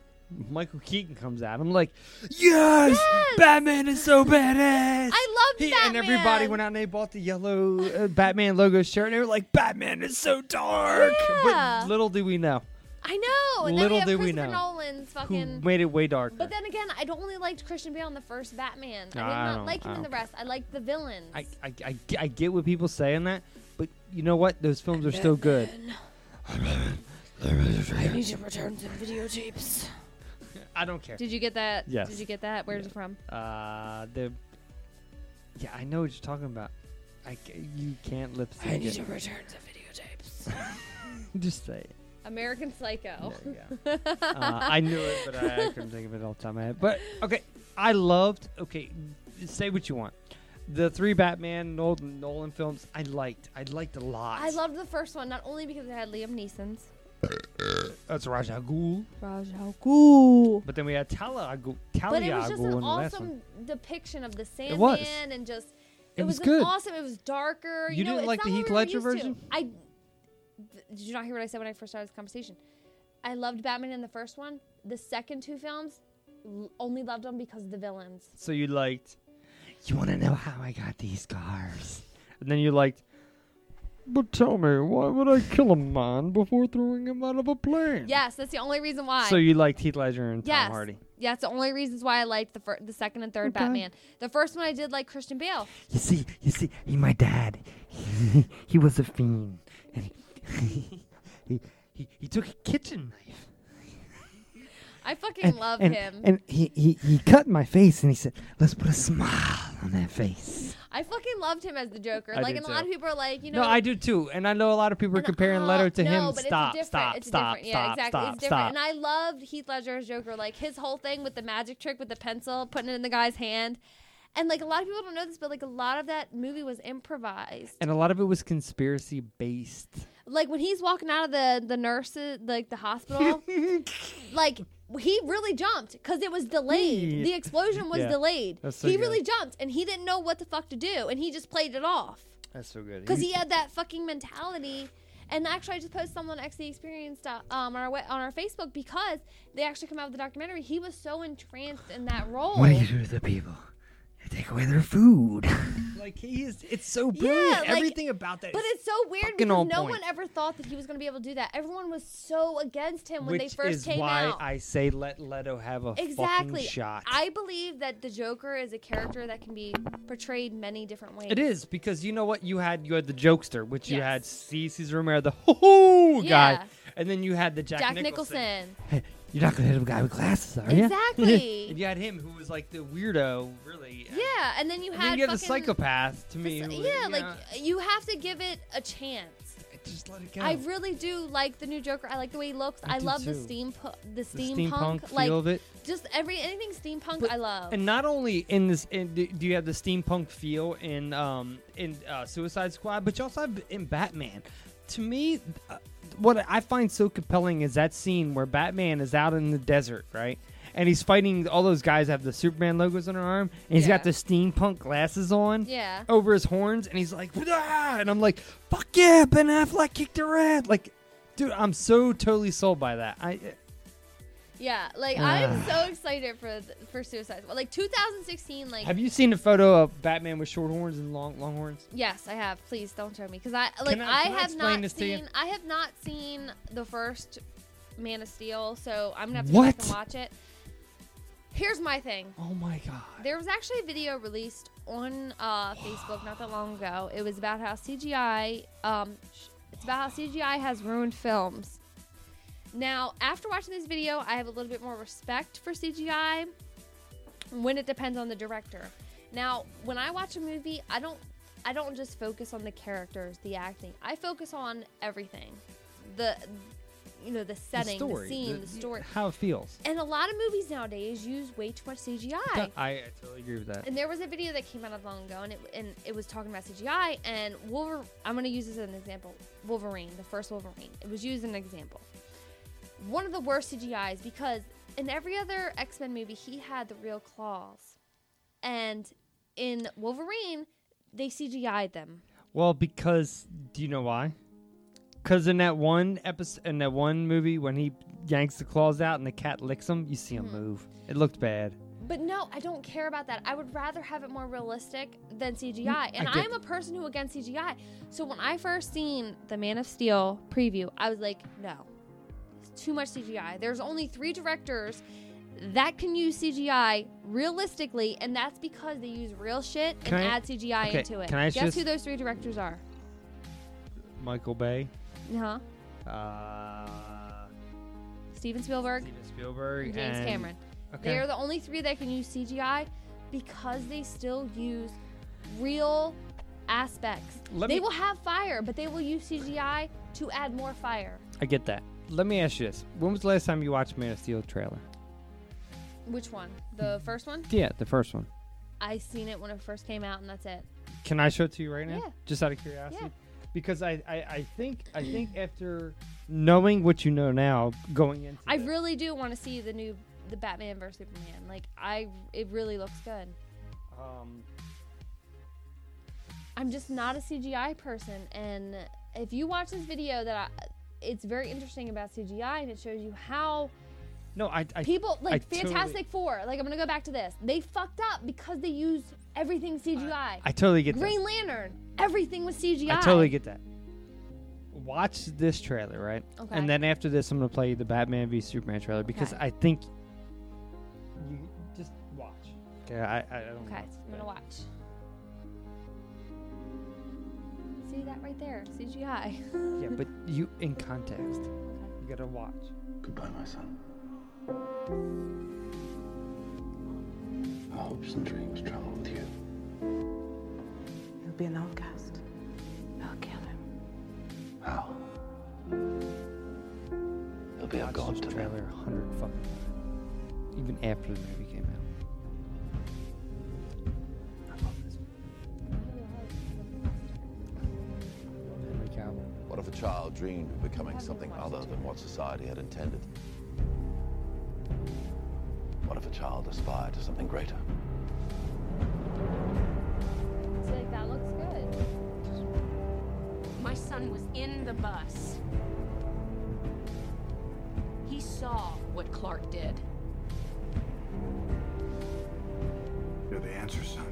Speaker 1: Michael Keaton comes out, I'm like, yes, Batman is so badass.
Speaker 2: I love
Speaker 1: he, Batman. And everybody went out and they bought the yellow uh, Batman logo shirt. And they were like, Batman is so dark.
Speaker 2: Yeah.
Speaker 1: But little do we know,
Speaker 2: I know. And
Speaker 1: Little
Speaker 2: then we
Speaker 1: did
Speaker 2: have
Speaker 1: we
Speaker 2: Christopher
Speaker 1: know
Speaker 2: Nolan's
Speaker 1: who
Speaker 2: fucking.
Speaker 1: made it way darker.
Speaker 2: But then again, I only liked Christian Bale in the first Batman. I did
Speaker 1: No, I
Speaker 2: not
Speaker 1: don't-
Speaker 2: like him
Speaker 1: I
Speaker 2: in the
Speaker 1: don't-
Speaker 2: rest. I liked the villains.
Speaker 1: I, I, I, ge- I get what people say on that, but you know what? Those films are still good.
Speaker 2: I need to return some videotapes.
Speaker 1: I don't care.
Speaker 2: Did you get that?
Speaker 1: Yes.
Speaker 2: Did you get that? Where's it from?
Speaker 1: Uh, the yeah, I know what you're talking about. I ca- you can't lip sync.
Speaker 2: I need
Speaker 1: it.
Speaker 2: to return some videotapes.
Speaker 1: Just say it.
Speaker 2: American Psycho.
Speaker 1: Uh, I knew it, but I, I couldn't think of it all the time. I had. But okay, I loved. Okay, say what you want. The three Batman Nol- Nolan films, I liked. I liked a lot.
Speaker 2: I loved the first one not only because it had Liam Neeson's
Speaker 1: That's Raj Al Ghul.
Speaker 2: Raj Al
Speaker 1: Ghul. But then we had Talia Ghul. Talia
Speaker 2: but it was just
Speaker 1: Ghul in
Speaker 2: an
Speaker 1: the last one.
Speaker 2: awesome depiction of the
Speaker 1: was.
Speaker 2: Sandman and just it,
Speaker 1: It was
Speaker 2: an
Speaker 1: good.
Speaker 2: awesome. It was darker. You,
Speaker 1: You
Speaker 2: know,
Speaker 1: didn't
Speaker 2: it's
Speaker 1: like
Speaker 2: not
Speaker 1: the
Speaker 2: what
Speaker 1: Heath
Speaker 2: we were
Speaker 1: Ledger
Speaker 2: used to.
Speaker 1: version?
Speaker 2: I th- did you not hear what I said when I first started this conversation? I loved Batman in the first one. The second two films l- only loved them because of the villains.
Speaker 1: So you liked. You want to know how I got these scars? And then you liked. But tell me, why would I kill a man before throwing him out of a plane?
Speaker 2: Yes, that's the only reason why.
Speaker 1: So you liked Heath Ledger and
Speaker 2: yes.
Speaker 1: Tom Hardy.
Speaker 2: Yeah, it's the only reasons why I liked the fir- the second and third
Speaker 1: Okay.
Speaker 2: Batman. The first one I did like Christian Bale.
Speaker 1: You see, you see, he, my dad, he, was a fiend. And he, he, he, took a kitchen knife.
Speaker 2: I fucking
Speaker 1: and,
Speaker 2: love
Speaker 1: and-
Speaker 2: him.
Speaker 1: And he, he, he cut my face and he said, let's put a smile on that face.
Speaker 2: I fucking loved him as the Joker.
Speaker 1: I
Speaker 2: like,
Speaker 1: do
Speaker 2: and a lot
Speaker 1: too.
Speaker 2: of people are like, you know, uh,
Speaker 1: no, I do too. And I know a lot of people are comparing Leto to
Speaker 2: no,
Speaker 1: him.
Speaker 2: But it's
Speaker 1: Stop,
Speaker 2: different.
Speaker 1: stop,
Speaker 2: it's
Speaker 1: stop,
Speaker 2: different.
Speaker 1: stop,
Speaker 2: yeah, exactly.
Speaker 1: stop,
Speaker 2: it's different.
Speaker 1: stop.
Speaker 2: And I loved Heath Ledger as Joker, like his whole thing with the magic trick with the pencil, putting it in the guy's hand. And like a lot of people don't know this, but like a lot of that movie was improvised.
Speaker 1: and a lot of it was conspiracy based.
Speaker 2: Like when he's walking out of the the nurses, like the hospital, like he really jumped because it was delayed. The explosion was
Speaker 1: Yeah.
Speaker 2: delayed.
Speaker 1: That's so
Speaker 2: he
Speaker 1: good.
Speaker 2: really jumped, and he didn't know what the fuck to do, and he just played it off.
Speaker 1: That's so good.
Speaker 2: because he had that fucking mentality. And actually, I just posted something on XD Experience dot- um, on our we- on our Facebook because they actually come out with the documentary. He was so entranced in that role.
Speaker 1: What do you do to the people? They take away their food. like he is, it's so brilliant.
Speaker 2: like-
Speaker 1: Everything about that.
Speaker 2: But it's so weird
Speaker 1: fucking
Speaker 2: because
Speaker 1: on
Speaker 2: no
Speaker 1: point.
Speaker 2: one ever thought that he was going to be able to do that. Everyone was so against him when
Speaker 1: Which
Speaker 2: they first
Speaker 1: is
Speaker 2: came
Speaker 1: why
Speaker 2: out.
Speaker 1: I say let Leto have a
Speaker 2: exactly.
Speaker 1: fucking shot.
Speaker 2: I believe that the Joker is a character that can be portrayed many different ways.
Speaker 1: it is because you know what you had you had the jokester, which you had CeCe's Romero, the hoo hoo
Speaker 2: Yeah.
Speaker 1: guy, and then you had the Jack,
Speaker 2: Jack,
Speaker 1: Nicholson.
Speaker 2: Nicholson.
Speaker 1: You're not gonna hit a guy with glasses, are you?
Speaker 2: Exactly.
Speaker 1: and you had him, who was like the weirdo, really.
Speaker 2: Yeah, and then you
Speaker 1: And
Speaker 2: had
Speaker 1: then you had the
Speaker 2: fucking-
Speaker 1: psychopath to me. who was-
Speaker 2: yeah,
Speaker 1: you
Speaker 2: like
Speaker 1: know,
Speaker 2: you have to give it a chance.
Speaker 1: just let it
Speaker 2: I
Speaker 1: go.
Speaker 2: really do like the new Joker. I like the way he looks.
Speaker 1: I
Speaker 2: I
Speaker 1: do
Speaker 2: love the
Speaker 1: too.
Speaker 2: steam the steampunk,
Speaker 1: steampunk
Speaker 2: like
Speaker 1: feel of it.
Speaker 2: just every anything steampunk I love.
Speaker 1: And not only in this, in, do do you have the steampunk feel in um, in uh, Suicide Squad, but you also have in Batman. To me, uh, what I find so compelling is that scene where Batman is out in the desert, right? And he's fighting all those guys that have the Superman logos on their arm, and he's got the steampunk glasses on
Speaker 2: Yeah.
Speaker 1: over his horns, and he's like, "Ah!" and I'm like, "Fuck yeah, Ben Affleck kicked her ass!" Like, dude, I'm so totally sold by that. I
Speaker 2: yeah, like I'm so excited for th- for Suicide Squad. Like 2016, like
Speaker 1: have you seen a photo of Batman with short horns and long long horns?
Speaker 2: Yes, I have. Please don't show me because I like I,
Speaker 1: I- can I
Speaker 2: have
Speaker 1: explain
Speaker 2: not
Speaker 1: this to you?
Speaker 2: seen I have not seen the first Man of Steel, so I'm gonna have to go back and
Speaker 1: What?
Speaker 2: watch it. Here's my thing.
Speaker 1: Oh my god.
Speaker 2: There was actually a video released on uh, Facebook not that long ago. It was about how CGI. Um, sh- it's about how CGI has ruined films. Now, after watching this video, I have a little bit more respect for CGI when it depends on the director. Now, when I watch a movie, I don't I don't just focus on the characters, the acting. I focus on everything. the you know the setting, the,
Speaker 1: story,
Speaker 2: scene,
Speaker 1: the-
Speaker 2: the story.
Speaker 1: how it feels.
Speaker 2: And a lot of movies nowadays use way too much CGI.
Speaker 1: I, I totally agree with that.
Speaker 2: And there was a video that came out not long ago, and it and it was talking about CGI. And Wolver, I'm going to use this as an example. Wolverine, the first Wolverine, it was used as an example. One of the worst CGIs because in every other X-Men movie, he had the real claws, and in Wolverine, they CGI'd them.
Speaker 1: Well, because do you know why? Because in that one episode, in that one movie, when he yanks the claws out and the cat licks him, you see him
Speaker 2: Mm-hmm.
Speaker 1: move. It looked bad.
Speaker 2: But no, I don't care about that. I would rather have it more realistic than CGI. And
Speaker 1: Mm-hmm. I get-
Speaker 2: I'm a person who against CGI. So when I first seen the Man of Steel preview, I was like, no, it's too much CGI. There's only three directors that can use CGI realistically, and that's because they use real shit and
Speaker 1: Can I-
Speaker 2: add CGI
Speaker 1: okay,
Speaker 2: into it.
Speaker 1: can I
Speaker 2: Guess
Speaker 1: just-
Speaker 2: who those three directors are?
Speaker 1: Michael Bay,
Speaker 2: Huh?
Speaker 1: uh,
Speaker 2: Steven Spielberg.
Speaker 1: Spielberg,
Speaker 2: and James
Speaker 1: and-
Speaker 2: Cameron.
Speaker 1: Okay.
Speaker 2: They are the only three that can use CGI because they still use real aspects.
Speaker 1: Let
Speaker 2: they
Speaker 1: me-
Speaker 2: will have fire, but they will use CGI to add more fire,
Speaker 1: I get that. Let me ask you this: When was the last time you watched Man of Steel trailer?
Speaker 2: Which one? The first one?
Speaker 1: Yeah, the first one.
Speaker 2: I seen it when it first came out, and that's it.
Speaker 1: Can I show it to you right now?
Speaker 2: Yeah.
Speaker 1: Just out of curiosity.
Speaker 2: Yeah.
Speaker 1: Because I, I, I think I think after knowing what you know now, going into
Speaker 2: I really do want to see the new the Batman vs Superman. Like I, it really looks good.
Speaker 1: Um,
Speaker 2: I'm just not a CGI person, and if you watch this video, that I, it's very interesting about CGI, and it shows you how
Speaker 1: no, I, I
Speaker 2: people
Speaker 1: I
Speaker 2: like
Speaker 1: totally-
Speaker 2: Fantastic Four. Like I'm gonna go back to this. They fucked up because they used everything CGI.
Speaker 1: I totally get that.
Speaker 2: Green Lantern. Everything was CGI.
Speaker 1: I totally get that. Watch this trailer, right?
Speaker 2: Okay.
Speaker 1: And then after this, I'm gonna play you the Batman v Superman trailer because I think. You just watch. Yeah, I, I don't.
Speaker 2: Okay, I'm gonna watch. See that right there, CGI.
Speaker 1: Yeah, but you in context. You gotta watch.
Speaker 17: Goodbye, my son. Our hopes and dreams travel with you.
Speaker 25: He'll be an outcast. I'll kill him.
Speaker 17: How? He'll be a
Speaker 1: Watch
Speaker 17: god
Speaker 1: this
Speaker 17: to them.
Speaker 1: trailer a hundred fucking times, even after the movie came out.
Speaker 26: What if a child dreamed of becoming something other than what society had intended? What if a child aspired to something greater?
Speaker 2: See, like that looks good.
Speaker 22: My son was in the bus. He saw what Clark did.
Speaker 9: You're the answer, son.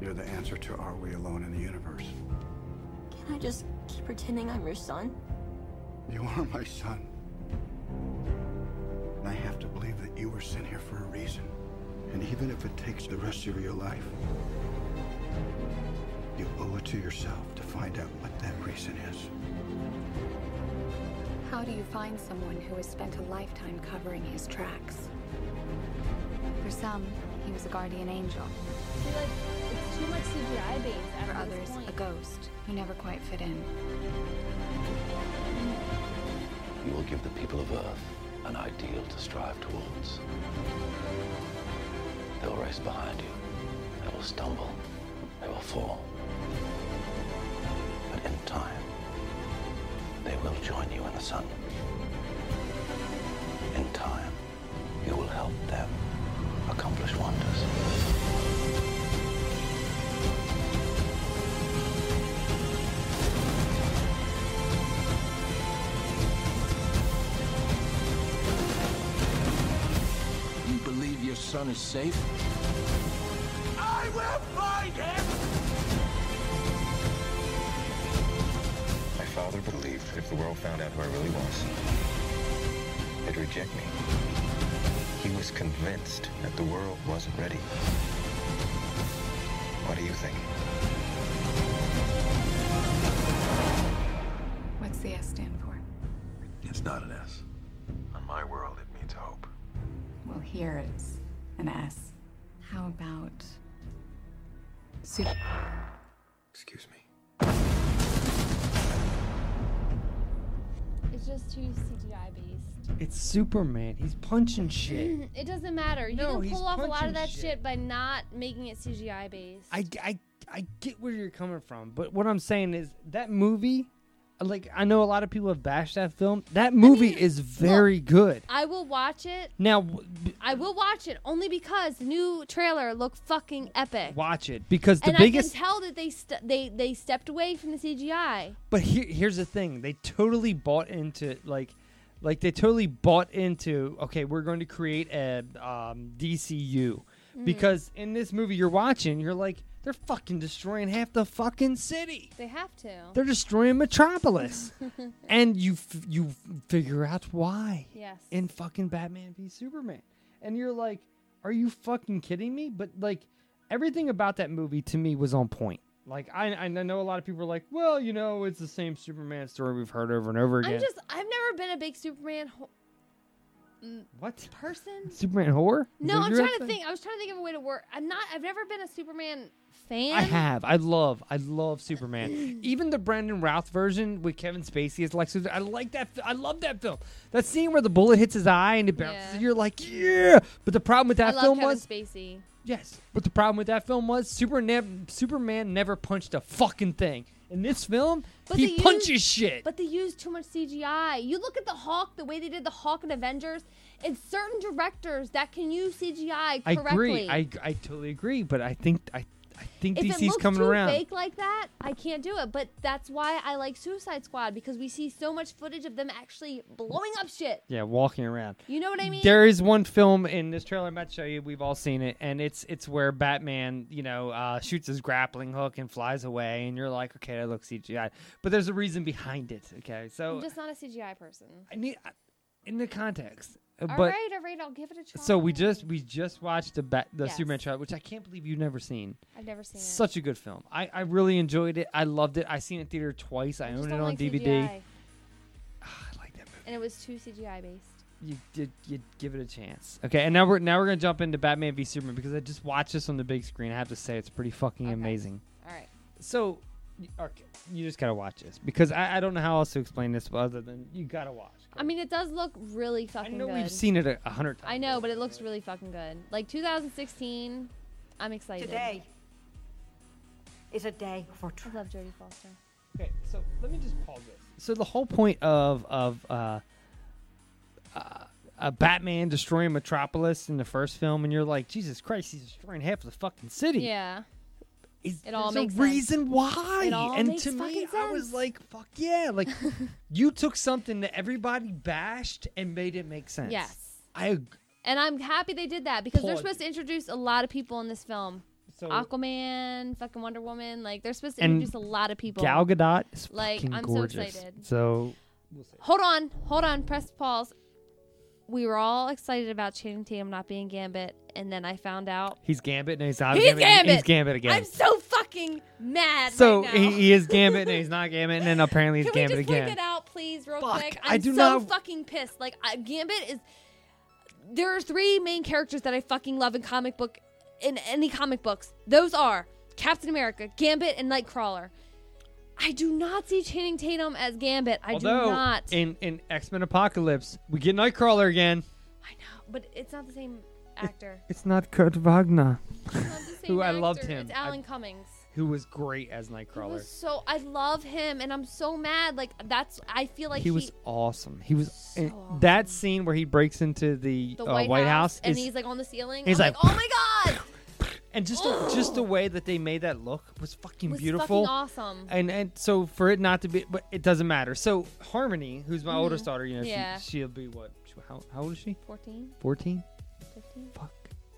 Speaker 9: You're the answer to are we alone in the universe?
Speaker 27: Can I just keep pretending I'm your son?
Speaker 9: You are my son. And I have to believe that you were sent here for a reason. And even if it takes the rest of your life, you owe it to yourself to find out what that reason is.
Speaker 27: How do you find someone who has spent a lifetime covering his tracks? For some, he was a guardian angel.
Speaker 2: See, like it's too much CGI based.
Speaker 27: For
Speaker 2: At
Speaker 27: others,
Speaker 2: this
Speaker 27: a
Speaker 2: point.
Speaker 27: ghost who never quite fit in.
Speaker 26: You will give the people of Earth an ideal to strive towards. They will race behind you. They will stumble. They will fall. But in time, they will join you in the sun. In time, you will help them accomplish wonders.
Speaker 17: You believe your son is safe?
Speaker 8: I will find him!
Speaker 17: My father believed if the world found out who I really was, they'd reject me. He was convinced that the world wasn't ready. What do you think?
Speaker 27: What's the S stand for?
Speaker 17: It's not an S. On my world, it means hope.
Speaker 27: Well, here it's an S. How about. Super.
Speaker 17: Excuse me.
Speaker 2: It's just too CGI based.
Speaker 1: It's Superman. He's punching shit.
Speaker 2: it doesn't matter. You
Speaker 1: No,
Speaker 2: can
Speaker 1: he's
Speaker 2: pull off a lot
Speaker 1: punching
Speaker 2: of that
Speaker 1: shit.
Speaker 2: shit. by not making it CGI based.
Speaker 1: I, I, I get where you're coming from, but what I'm saying is that movie, like I know a lot of people have bashed that film. That movie is very good.
Speaker 2: I will watch it.
Speaker 1: Now, w- b-
Speaker 2: I will watch it only because the new trailer looked fucking epic.
Speaker 1: watch it because the
Speaker 2: and
Speaker 1: biggest.
Speaker 2: I can tell that they st- they they stepped away from the CGI.
Speaker 1: but here, here's the thing: they totally bought into like, like they totally bought into. Okay, we're going to create a um, DCU
Speaker 2: Mhm.
Speaker 1: because in this movie you're watching, you're like they're fucking destroying half the fucking city.
Speaker 2: They have to.
Speaker 1: They're destroying Metropolis. and you f- you f- figure out why.
Speaker 2: Yes.
Speaker 1: In fucking Batman v Superman, and you're like, are you fucking kidding me? But like, everything about that movie to me was on point. Like I I know a lot of people are like, well, you know, it's the same Superman story we've heard over and over again.
Speaker 2: I'm just I've never been a big Superman ho- mm,
Speaker 1: what
Speaker 2: person.
Speaker 1: Superman whore? Is
Speaker 2: No,
Speaker 1: that
Speaker 2: I'm
Speaker 1: your
Speaker 2: trying to
Speaker 1: thing?
Speaker 2: think. I was trying to think of a way to work. I'm not. I've never been a Superman fan.
Speaker 1: I have. I love. I love Superman. Even the Brandon Routh version with Kevin Spacey as Lex Luthor. I like that. fi- I love that film. That scene where the bullet hits his eye and it bounces. You're like, yeah. But the problem with
Speaker 2: I
Speaker 1: that
Speaker 2: love
Speaker 1: film
Speaker 2: Kevin
Speaker 1: was,
Speaker 2: Spacey.
Speaker 1: yes. But the problem with that film was Superman. Superman never punched a fucking thing. In this film,
Speaker 2: But they
Speaker 1: he
Speaker 2: use-
Speaker 1: punches shit.
Speaker 2: But they use too much CGI. You look at the Hawk, the way they did the Hawk in Avengers. It's certain directors that can use CGI
Speaker 1: I
Speaker 2: correctly.
Speaker 1: agree. I, I totally agree. But I think I I think
Speaker 2: if it
Speaker 1: DC's
Speaker 2: looks
Speaker 1: coming
Speaker 2: too
Speaker 1: around.
Speaker 2: fake like that, I can't do it. But that's why I like Suicide Squad because we see so much footage of them actually blowing up shit.
Speaker 1: Yeah, walking around.
Speaker 2: You know what I mean?
Speaker 1: There is one film in this trailer I'm about to show you. We've all seen it, and it's it's where Batman, you know, uh, shoots his grappling hook and flies away, and you're like, okay, that looks CGI, but there's a reason behind it. Okay, so
Speaker 2: I'm just not a CGI person.
Speaker 1: I need in the context, uh,
Speaker 2: All
Speaker 1: but
Speaker 2: right, all right, I'll give it a try.
Speaker 1: so we just we just watched the bat the
Speaker 2: Yes.
Speaker 1: Superman trailer, which I can't believe you've never seen.
Speaker 2: I've never seen it.
Speaker 1: Such a good film. I I really enjoyed it. I loved it. I seen it in theater twice. I,
Speaker 2: Just
Speaker 1: own it
Speaker 2: don't
Speaker 1: on
Speaker 2: like
Speaker 1: DVD.
Speaker 2: CGI.
Speaker 1: Ah,
Speaker 2: And it was too CGI based.
Speaker 1: you did you give it a chance. Okay, and now we're now we're gonna jump into Batman v Superman because I just watched this on the big screen. I have to say it's pretty fucking amazing.
Speaker 2: All right.
Speaker 1: So, okay, you just gotta watch this because I, I don't know how else to explain this other than you gotta watch.
Speaker 2: I mean, it does look really fucking
Speaker 1: I know
Speaker 2: good.
Speaker 1: we've seen it a, a hundred times.
Speaker 2: I know, but it looks really fucking good. Like 2016, I'm excited.
Speaker 23: Today is a day for truth.
Speaker 2: I love Jodie Foster.
Speaker 1: Okay, so let me just pause this. So the whole point of of uh, uh, uh, Batman destroying Metropolis in the first film, and you're like, Jesus Christ, he's destroying half of the fucking city.
Speaker 2: Yeah. it all
Speaker 1: there's a
Speaker 2: makes
Speaker 1: reason
Speaker 2: sense.
Speaker 1: why.
Speaker 2: It all
Speaker 1: And
Speaker 2: makes
Speaker 1: to me,
Speaker 2: fucking
Speaker 1: I was
Speaker 2: sense.
Speaker 1: like, fuck yeah. Like, you took something that everybody bashed and made it make sense.
Speaker 2: Yes.
Speaker 1: I ag-
Speaker 2: And I'm happy they did that because they're
Speaker 1: Applaud
Speaker 2: supposed to introduce a lot of people in this film.
Speaker 1: So-
Speaker 2: Aquaman, fucking Wonder Woman, like they're supposed to
Speaker 1: And
Speaker 2: introduce a lot of people.
Speaker 1: Gal Gadot is
Speaker 2: like
Speaker 1: fucking
Speaker 2: I'm
Speaker 1: gorgeous.
Speaker 2: so excited.
Speaker 1: So
Speaker 2: Hold on, hold on, press pause. We were all excited about Channing Tatum not being Gambit, and then I found out
Speaker 1: he's Gambit and he's not
Speaker 2: he's
Speaker 1: Gambit.
Speaker 2: Gambit.
Speaker 1: He's Gambit again.
Speaker 2: I'm so fucking mad.
Speaker 1: so
Speaker 2: right now.
Speaker 1: he, he is Gambit and he's not Gambit, and then apparently he's
Speaker 2: Can we
Speaker 1: Gambit
Speaker 2: just
Speaker 1: again.
Speaker 2: point that out, please, real quick? I'm
Speaker 1: I do
Speaker 2: so
Speaker 1: not-
Speaker 2: fucking pissed. Like I, Gambit is. There are three main characters that I fucking love in comic book, in any comic books. Those are Captain America, Gambit, and Nightcrawler. I do not see Channing Tatum as Gambit. I
Speaker 1: Although
Speaker 2: do not.
Speaker 1: in in X Men Apocalypse, we get Nightcrawler again.
Speaker 2: But it's not the same actor.
Speaker 1: It's not Kurt Wagner,
Speaker 2: Same
Speaker 1: who I loved
Speaker 2: actor.
Speaker 1: him,
Speaker 2: It's
Speaker 1: I-
Speaker 2: Alan Cummings.
Speaker 1: who was great as
Speaker 2: He
Speaker 1: Nightcrawler.
Speaker 2: was so I love him, and I'm so mad. Like that's I feel like
Speaker 1: he, was awesome. He was and that scene where he breaks into the,
Speaker 2: the
Speaker 1: uh, White, House,
Speaker 2: and
Speaker 1: is-
Speaker 2: he's like on the ceiling.
Speaker 1: he's
Speaker 2: I'm
Speaker 1: like,
Speaker 2: like, oh my god.
Speaker 1: and just the, just the way that they made that look was fucking
Speaker 2: Was
Speaker 1: beautiful,
Speaker 2: fucking awesome.
Speaker 1: And and so for it not to be, but it doesn't matter. So Harmony, who's my
Speaker 2: Mhm.
Speaker 1: oldest daughter, you know,
Speaker 2: Yeah.
Speaker 1: she, she'll be what? she- How, how old is she?
Speaker 2: 14?
Speaker 1: Fourteen.
Speaker 2: 15? Fuck.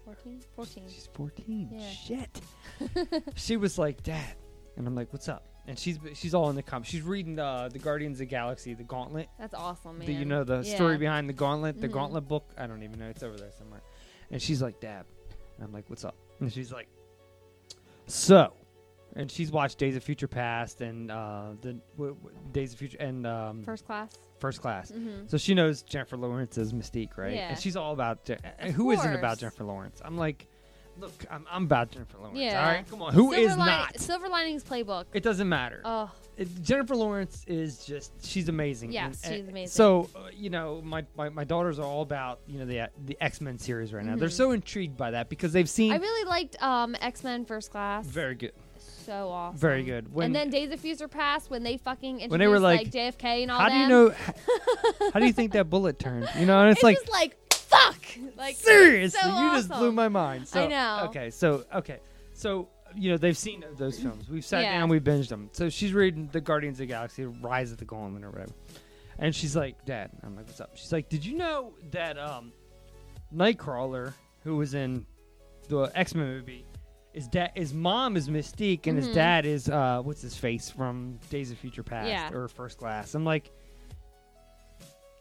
Speaker 2: 14? 14. She's
Speaker 1: 14.
Speaker 2: Shit.
Speaker 1: she was like, "Dad," and I'm like, "What's up?" And she's she's all in the com. She's reading uh, the Guardians of the Galaxy, the Gauntlet.
Speaker 2: That's awesome, man.
Speaker 1: The, you know the story
Speaker 2: Yeah.
Speaker 1: behind the Gauntlet, the
Speaker 2: Mhm.
Speaker 1: Gauntlet book. I don't even know. It's over there somewhere. And she's like, "Dad," and I'm like, "What's up?" And she's like, "So," and she's watched Days of Future Past and uh, the w- w- Days of Future and um,
Speaker 2: First Class.
Speaker 1: First Class.
Speaker 2: Mhm.
Speaker 1: So she knows Jennifer Lawrence's Mystique, right?
Speaker 2: Yeah.
Speaker 1: And she's all about Je-
Speaker 2: Of
Speaker 1: who isn't about
Speaker 2: course.
Speaker 1: Jennifer Lawrence. I'm like, look, I'm, I'm about Jennifer Lawrence.
Speaker 2: Yeah.
Speaker 1: All right, come on, Who is
Speaker 2: Silver Lin-
Speaker 1: not?
Speaker 2: Silver Linings Playbook.
Speaker 1: It doesn't matter.
Speaker 2: Oh,
Speaker 1: it- Jennifer Lawrence is just she's amazing.
Speaker 2: Yeah,
Speaker 1: And-
Speaker 2: she's
Speaker 1: and-
Speaker 2: amazing.
Speaker 1: So uh, you know, my, my my daughters are all about you know the the X Men series right now. They're
Speaker 2: Mhm.
Speaker 1: so intrigued by that because they've seen
Speaker 2: I really liked um, X Men First Class.
Speaker 1: very good,
Speaker 2: so awesome.
Speaker 1: very good. When
Speaker 2: and then Days of Future Past when they fucking introduced
Speaker 1: When they were
Speaker 2: like,
Speaker 1: like,
Speaker 2: JFK and all
Speaker 1: how
Speaker 2: that.
Speaker 1: do you know? How do you think that bullet turned? You know, and it's, like
Speaker 2: just like fuck. Like
Speaker 1: seriously,
Speaker 2: so
Speaker 1: you just blew
Speaker 2: awesome.
Speaker 1: my mind. So,
Speaker 2: I know.
Speaker 1: Okay, so okay, so you know they've seen those films. We've sat
Speaker 2: Yeah.
Speaker 1: down, we binged them. So she's reading the Guardians of the Galaxy, Rise of the Golem, or whatever, and she's like, "Dad," I'm like, "What's up?" She's like, "Did you know that um, Nightcrawler, who was in the X Men movie, his dad, his mom is Mystique, and
Speaker 2: Mhm.
Speaker 1: his dad is uh, what's his face from Days of Future Past
Speaker 2: Yeah.
Speaker 1: or First Class?" I'm like.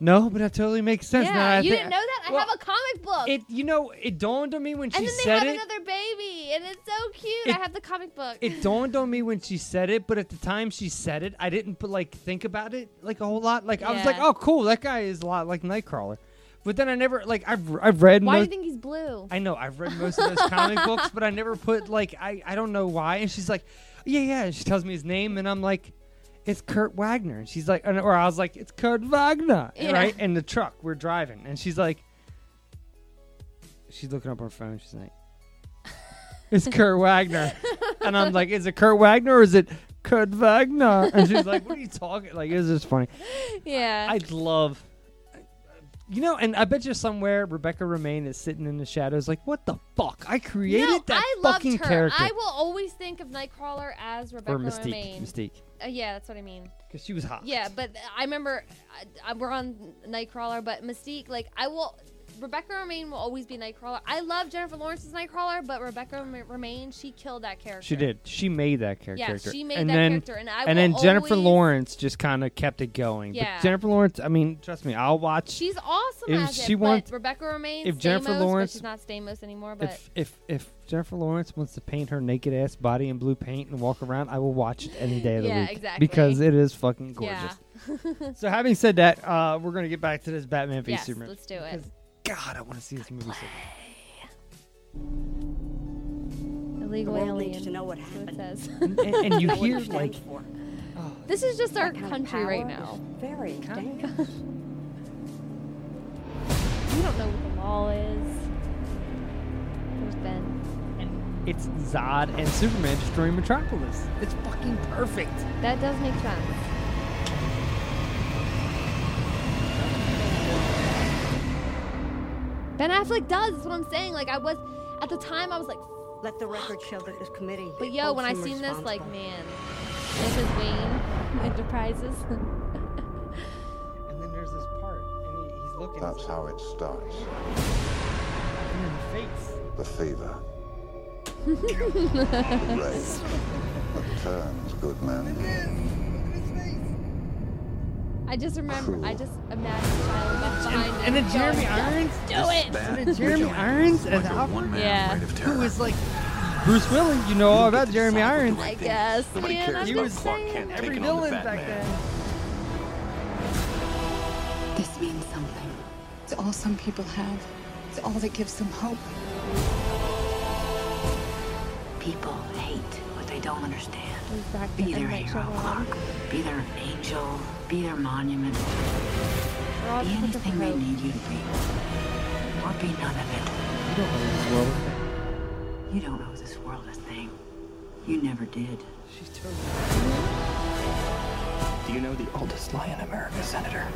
Speaker 1: No, but that totally makes sense. now
Speaker 2: Yeah,
Speaker 1: I
Speaker 2: you
Speaker 1: think-
Speaker 2: didn't know that? I have a comic book.
Speaker 1: it you know it dawned on me when she
Speaker 2: and then they
Speaker 1: said
Speaker 2: have
Speaker 1: it.
Speaker 2: another baby, and it's so cute. I
Speaker 1: It-
Speaker 2: have the comic book.
Speaker 1: It dawned on me when she said it, but at the time she said it, I didn't but like think about it like a whole lot. Like I was like,
Speaker 2: Yeah.
Speaker 1: oh cool, that guy is a lot like Nightcrawler. But then I never like I've I've read.
Speaker 2: Why do
Speaker 1: most,
Speaker 2: you think he's blue?
Speaker 1: I know I've read most of those comic books, but I never put like I I don't know why. And she's like, yeah yeah. And she tells me his name, and I'm like. It's Kurt Wagner. And she's like, and- or I was like, it's Kurt Wagner,
Speaker 2: Yeah.
Speaker 1: right? In the truck we're driving, and she's like, she's looking up her phone. She's like, it's Kurt Wagner. And I'm like, is it Kurt Wagner or is it Kurt Wagner? And she's like, what are you talking? Like, it was just funny.
Speaker 2: yeah.
Speaker 1: I'd love, you know, and I bet you somewhere Rebecca Romaine is sitting in the shadows like, what the fuck? I created
Speaker 2: no,
Speaker 1: that
Speaker 2: I loved
Speaker 1: fucking
Speaker 2: her.
Speaker 1: character.
Speaker 2: I will always think of Nightcrawler as Rebecca
Speaker 1: or Mystique.
Speaker 2: Romaine.
Speaker 1: Mystique.
Speaker 2: Uh, yeah, that's what I mean.
Speaker 1: Because she was hot.
Speaker 2: Yeah, but I remember I, I, we're on Nightcrawler, but Mystique, like I will. Rebecca Romaine will always be Nightcrawler. I love Jennifer Lawrence's Nightcrawler, but Rebecca Rem- Romaine, she killed that character.
Speaker 1: She did. She made that char-
Speaker 2: Yeah,
Speaker 1: character.
Speaker 2: she made
Speaker 1: and
Speaker 2: that
Speaker 1: then,
Speaker 2: character, and I
Speaker 1: and
Speaker 2: will
Speaker 1: then Jennifer
Speaker 2: always-
Speaker 1: Lawrence just kind of kept it going.
Speaker 2: Yeah.
Speaker 1: But Jennifer Lawrence, I mean, trust me, I'll watch.
Speaker 2: She's awesome
Speaker 1: If
Speaker 2: as
Speaker 1: she
Speaker 2: it,
Speaker 1: wants-
Speaker 2: but Rebecca Romaine,
Speaker 1: if Jennifer
Speaker 2: Stamos,
Speaker 1: Lawrence-
Speaker 2: but she's not Stamos anymore, but
Speaker 1: If, if if Jennifer Lawrence wants to paint her naked ass body in blue paint and walk around, I will watch it any day of the
Speaker 2: Yeah,
Speaker 1: week
Speaker 2: exactly.
Speaker 1: because it is fucking gorgeous.
Speaker 2: yeah.
Speaker 1: So having said that, uh, we're gonna get back to this Batman v
Speaker 2: yes,
Speaker 1: Superman.
Speaker 2: let's do it.
Speaker 1: God, I want to see this movie. So bad.
Speaker 2: Illegal
Speaker 23: The world
Speaker 2: alien.
Speaker 23: needs to know what
Speaker 2: That's
Speaker 23: happened.
Speaker 2: it says.
Speaker 1: and, and you
Speaker 23: What it
Speaker 1: hear like
Speaker 23: stands for.
Speaker 2: this is just our
Speaker 23: That kind of
Speaker 2: country right
Speaker 23: power
Speaker 2: now.
Speaker 23: is Very dangerous.
Speaker 2: We don't know what the law is. There's Ben.
Speaker 1: it's Zod and Superman destroying Metropolis. It's fucking perfect.
Speaker 2: That does make sense. Ben Affleck does. That's what I'm saying. Like I was at the time, I was like,
Speaker 23: Let the record show that this committee.
Speaker 2: but yo, when I
Speaker 23: holds him
Speaker 2: seen this, like,
Speaker 23: responsible.
Speaker 2: man, this is Wayne Enterprises.
Speaker 1: And then there's this part, and he, he's looking
Speaker 26: That's how it starts.
Speaker 1: in the face.
Speaker 26: The fever. The
Speaker 2: Right.
Speaker 26: rage. What turns good men.
Speaker 2: I just remember. I just imagine Shia LaBeouf behind him.
Speaker 1: And then Jeremy
Speaker 2: going,
Speaker 1: Irons.
Speaker 2: "Yes, Do it.
Speaker 1: And then Jeremy Irons as Alfred.
Speaker 2: Yeah.
Speaker 1: Who is like Bruce Willis? You know all about Jeremy Irons.
Speaker 2: I guess. Man, I'm
Speaker 1: He
Speaker 2: just
Speaker 1: was
Speaker 2: saying.
Speaker 1: every villain back then.
Speaker 25: This means something. It's all some people have. It's all that gives them hope.
Speaker 7: People hate what they don't understand.
Speaker 2: Exactly.
Speaker 7: Be their hero, Clark. Be their angel. Be their monument. Be anything they need you to be. Or be none of it. You don't know this world. You don't know this world a thing. You never did. She's
Speaker 28: Do you know the oldest lie in America, Senator?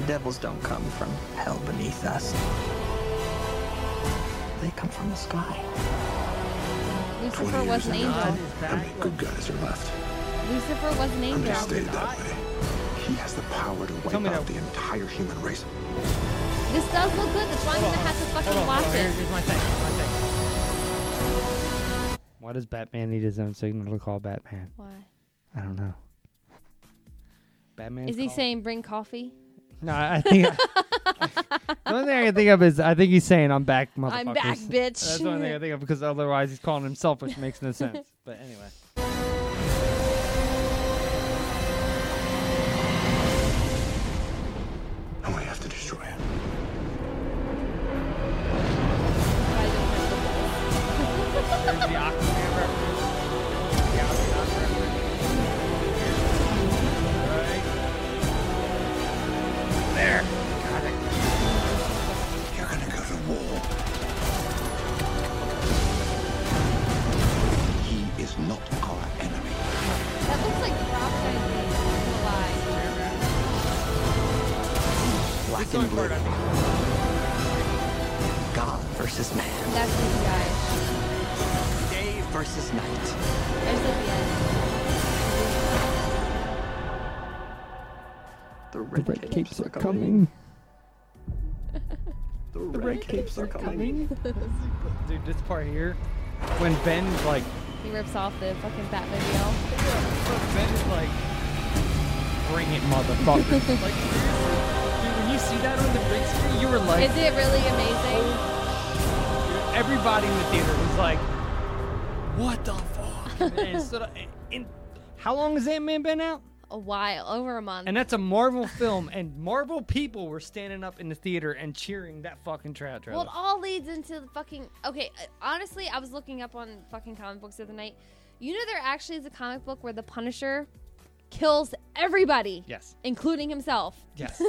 Speaker 28: The devils don't come from hell beneath us. They come from the sky.
Speaker 2: Lucifer was an angel.
Speaker 26: How many good guys are left?
Speaker 2: Lucifer was an
Speaker 26: And they
Speaker 2: angel.
Speaker 26: stayed that way. He has the power to wipe out the entire human race.
Speaker 2: This does look good. That's why I'm gonna have to fucking watch it.
Speaker 1: Why does Batman need his own signal to call Batman?
Speaker 2: Why?
Speaker 1: I don't know. Batman.
Speaker 2: Is he saying bring coffee?
Speaker 1: No, I I think. the only thing I can think of is I think he's saying I'm back, motherfuckers.
Speaker 2: I'm back, bitch.
Speaker 1: That's the only thing I think of because otherwise he's calling himself, which makes no sense. But anyway.
Speaker 26: And we have to destroy him.
Speaker 1: There's the Aquaman reference. The Aquaman reference.
Speaker 28: versus man,
Speaker 2: That's CGI.
Speaker 28: day versus night.
Speaker 2: There's like the end.
Speaker 28: The red, capes, are
Speaker 1: coming.
Speaker 28: The red capes are coming.
Speaker 1: Dude, this part here, when Ben's like,
Speaker 2: He rips off the fucking Batmobile.
Speaker 1: Ben's like, bring it, motherfucker. like, seriously, dude, when you see that on the big screen, you were like, Oh,
Speaker 2: Is it really amazing?
Speaker 1: everybody in the theater was like, what the fuck? And it stood up- and- and how long has Ant Man been out?
Speaker 2: A while, over a month.
Speaker 1: And that's a Marvel film, and Marvel people were standing up in the theater and cheering that fucking trailer.
Speaker 2: Well, it all leads into the fucking. Okay, uh, honestly, I was looking up on fucking comic books the other night. You know, there actually is a comic book where the Punisher kills everybody.
Speaker 1: Yes.
Speaker 2: Including himself.
Speaker 1: Yes.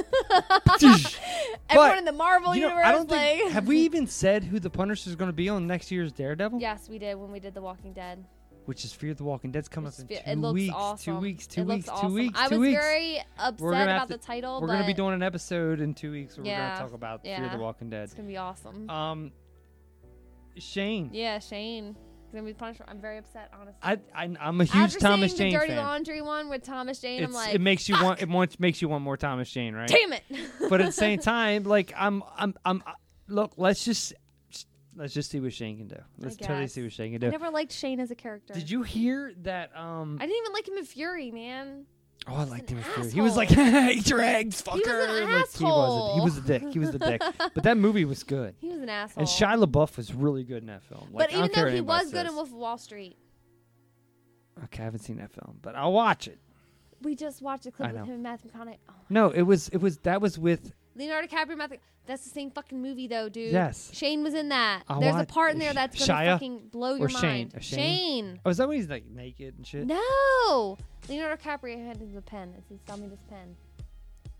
Speaker 2: Everyone
Speaker 1: But,
Speaker 2: in the Marvel
Speaker 1: you know,
Speaker 2: universe.
Speaker 1: I don't
Speaker 2: like,
Speaker 1: think. Have we even said who the Punisher is going to be on next year's Daredevil?
Speaker 2: Yes, we did when we did The Walking Dead.
Speaker 1: Which is Fear the Walking Dead's coming up in two
Speaker 2: Fe- It looks
Speaker 1: weeks,
Speaker 2: awesome.
Speaker 1: two weeks, two
Speaker 2: It looks
Speaker 1: weeks, two
Speaker 2: awesome.
Speaker 1: weeks,
Speaker 2: I
Speaker 1: two
Speaker 2: was
Speaker 1: weeks.
Speaker 2: very upset
Speaker 1: We're gonna have
Speaker 2: about
Speaker 1: to-
Speaker 2: the title.
Speaker 1: We're gonna be
Speaker 2: but-
Speaker 1: doing an episode in two weeks where we're
Speaker 2: Yeah,
Speaker 1: gonna talk about Fear
Speaker 2: yeah.
Speaker 1: the Walking Dead.
Speaker 2: It's gonna be awesome.
Speaker 1: Um, Shane,
Speaker 2: yeah, Shane. He's gonna be punished. I'm very upset, honestly.
Speaker 1: I, I I'm a huge
Speaker 2: After
Speaker 1: Thomas
Speaker 2: seeing
Speaker 1: Jane
Speaker 2: the Dirty
Speaker 1: fan.
Speaker 2: Laundry one with Thomas Jane, I'm
Speaker 1: It's-
Speaker 2: like,
Speaker 1: it makes you want it wants, makes you want more Thomas Jane, right?
Speaker 2: damn it.
Speaker 1: but at the same time, like I'm, I'm, I'm. I- Look, let's just let's just see what Shane can do. Let's totally
Speaker 2: guess.
Speaker 1: see what Shane can
Speaker 2: I
Speaker 1: do.
Speaker 2: never liked Shane as a character.
Speaker 1: Did you hear that? Um,
Speaker 2: I didn't even like him in Fury, man.
Speaker 1: oh, I liked him. in Fury. He was like, eat your eggs, fucker.
Speaker 2: He was an
Speaker 1: Like, he wasn't. He was
Speaker 2: asshole.
Speaker 1: a dick. He was a dick. but that movie was good.
Speaker 2: He was an asshole.
Speaker 1: And Shia LaBeouf was really good in that film. Like,
Speaker 2: but
Speaker 1: I don't
Speaker 2: even though
Speaker 1: care what
Speaker 2: he
Speaker 1: anybody
Speaker 2: was good
Speaker 1: says.
Speaker 2: in Wolf of Wall Street,
Speaker 1: okay, I haven't seen that film, but I'll watch it.
Speaker 2: we just watched a
Speaker 1: I
Speaker 2: clip with
Speaker 1: know.
Speaker 2: him and Matthew McConaughey. Oh.
Speaker 1: No, it was it was that was with
Speaker 2: Leonardo DiCaprio, Matthew. That's the same fucking movie, though, dude.
Speaker 1: Yes.
Speaker 2: Shane was in that.
Speaker 1: I
Speaker 2: There's
Speaker 1: want-
Speaker 2: a part in there that's gonna
Speaker 1: Shia
Speaker 2: fucking blow
Speaker 1: or
Speaker 2: your
Speaker 1: Shane?
Speaker 2: mind.
Speaker 1: Uh, Shane?
Speaker 2: Shane.
Speaker 1: Oh, is that when he's like naked and shit?
Speaker 2: No! Leonardo DiCaprio handed him a pen. It says, Tell me this pen.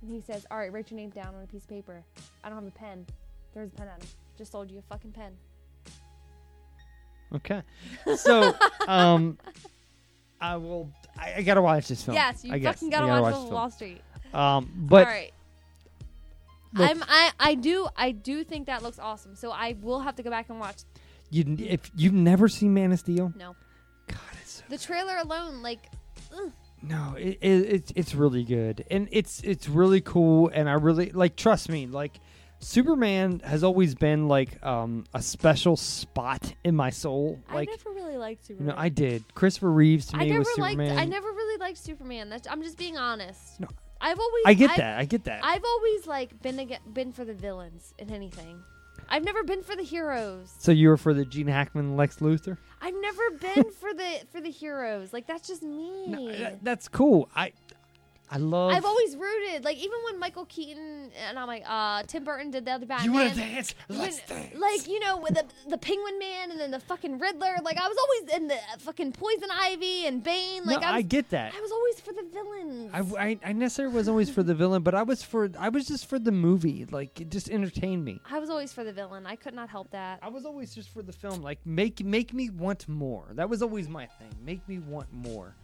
Speaker 2: And he says, All right, write your name down on a piece of paper. I don't have a pen. There's a pen on him. Just sold you a fucking pen.
Speaker 1: Okay. So, um, I will. I, I gotta watch this film.
Speaker 2: yes, you
Speaker 1: I guess.
Speaker 2: fucking
Speaker 1: I
Speaker 2: gotta, watch, Wolf of
Speaker 1: this
Speaker 2: Wall
Speaker 1: film.
Speaker 2: Street.
Speaker 1: Um, but
Speaker 2: All right.
Speaker 1: look,
Speaker 2: I'm, I, I do I do think that looks awesome. So I will have to go back and watch.
Speaker 1: you if you've never seen Man of Steel,
Speaker 2: No.
Speaker 1: God, it's so
Speaker 2: The trailer alone, like, ugh.
Speaker 1: No, it, it, it's it's really good, and it's it's really cool, and I really like. Trust me, like Superman has always been like um, a special spot in my soul. Like
Speaker 2: I never really liked
Speaker 1: you
Speaker 2: Superman.
Speaker 1: know, I did. Christopher Reeves to
Speaker 2: I
Speaker 1: me
Speaker 2: never
Speaker 1: was
Speaker 2: liked.
Speaker 1: Superman.
Speaker 2: I never really liked Superman. That's, I'm just being honest. I've always.
Speaker 1: I get
Speaker 2: I've-
Speaker 1: that. I get that.
Speaker 2: I've always like been aga been for the villains in anything. I've never been for the heroes.
Speaker 1: so you were for the Gene Hackman, Lex Luthor.
Speaker 2: I've never been for the for the heroes. Like that's just me.
Speaker 1: That- that's cool. I I love.
Speaker 2: I've always rooted. Like even when Michael Keaton and I'm like uh, Tim Burton did the other Batman.
Speaker 1: wanna dance? Let's
Speaker 2: when- Like you know with the the Penguin Man and then the fucking Riddler. Like I was always in the fucking Poison Ivy and Bane. Like
Speaker 1: no,
Speaker 2: I,
Speaker 1: I
Speaker 2: was,
Speaker 1: get that.
Speaker 2: I was always for the villains.
Speaker 1: I, I, I necessarily was always for the villain, but I was for I was just for the movie. Like it just entertained me.
Speaker 2: I was always for the villain. I could not help that.
Speaker 1: I was always just for the film. Like make make me want more. That was always my thing. Make me want more.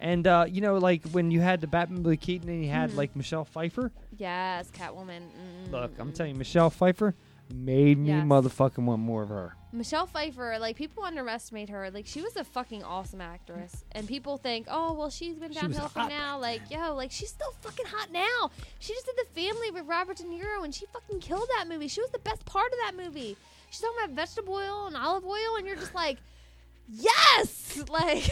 Speaker 1: And uh, you know, like when you had the Batman Blue Keaton and you had
Speaker 2: Mhm.
Speaker 1: like Michelle Pfeiffer.
Speaker 2: Yes, Catwoman. Mm.
Speaker 1: Look, I'm telling you, Michelle Pfeiffer made me
Speaker 2: Yes.
Speaker 1: motherfucking want more of her.
Speaker 2: Michelle Pfeiffer, like people underestimate her. Like she was a fucking awesome actress, and people think, oh well, she's been
Speaker 1: She was
Speaker 2: downhill
Speaker 1: hot
Speaker 2: from now. Like yo, like she's still fucking hot now. She just did the Family with Robert De Niro, and she fucking killed that movie. She was the best part of that movie. She's talking about vegetable oil and olive oil, and you're just like, yes, like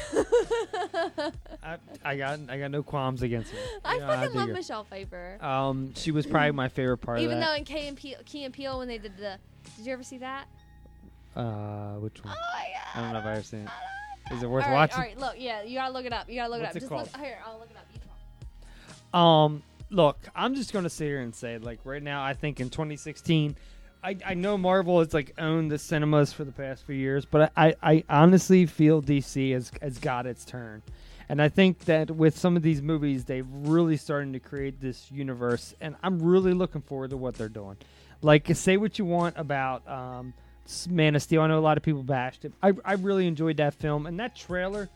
Speaker 1: I, I got I got no qualms against her.
Speaker 2: I
Speaker 1: You know,
Speaker 2: fucking
Speaker 1: dig
Speaker 2: love
Speaker 1: her.
Speaker 2: Michelle Pfeiffer.
Speaker 1: Um, she was probably my favorite part.
Speaker 2: Even
Speaker 1: of
Speaker 2: though
Speaker 1: that.
Speaker 2: in Key and Peele, Key and Peele when they did the, did you ever see that?
Speaker 1: uh, which one?
Speaker 2: Oh,
Speaker 1: I don't know if I ever seen it. Is it worth
Speaker 2: All right,
Speaker 1: watching?
Speaker 2: all right, look, yeah, you gotta look it up. You gotta look
Speaker 1: What's
Speaker 2: it
Speaker 1: it
Speaker 2: up. Just look here. I'll look it up. You talk.
Speaker 1: Um, look, I'm just gonna sit here and say, like, right now, I think in 2016, I, I know Marvel has like owned the cinemas for the past few years, but I, I honestly feel DC has has got its turn, and I think that with some of these movies, they've really starting to create this universe, and I'm really looking forward to what they're doing. Like, say what you want about um, Man of Steel. I know a lot of people bashed it. I, I really enjoyed that film, and that trailer.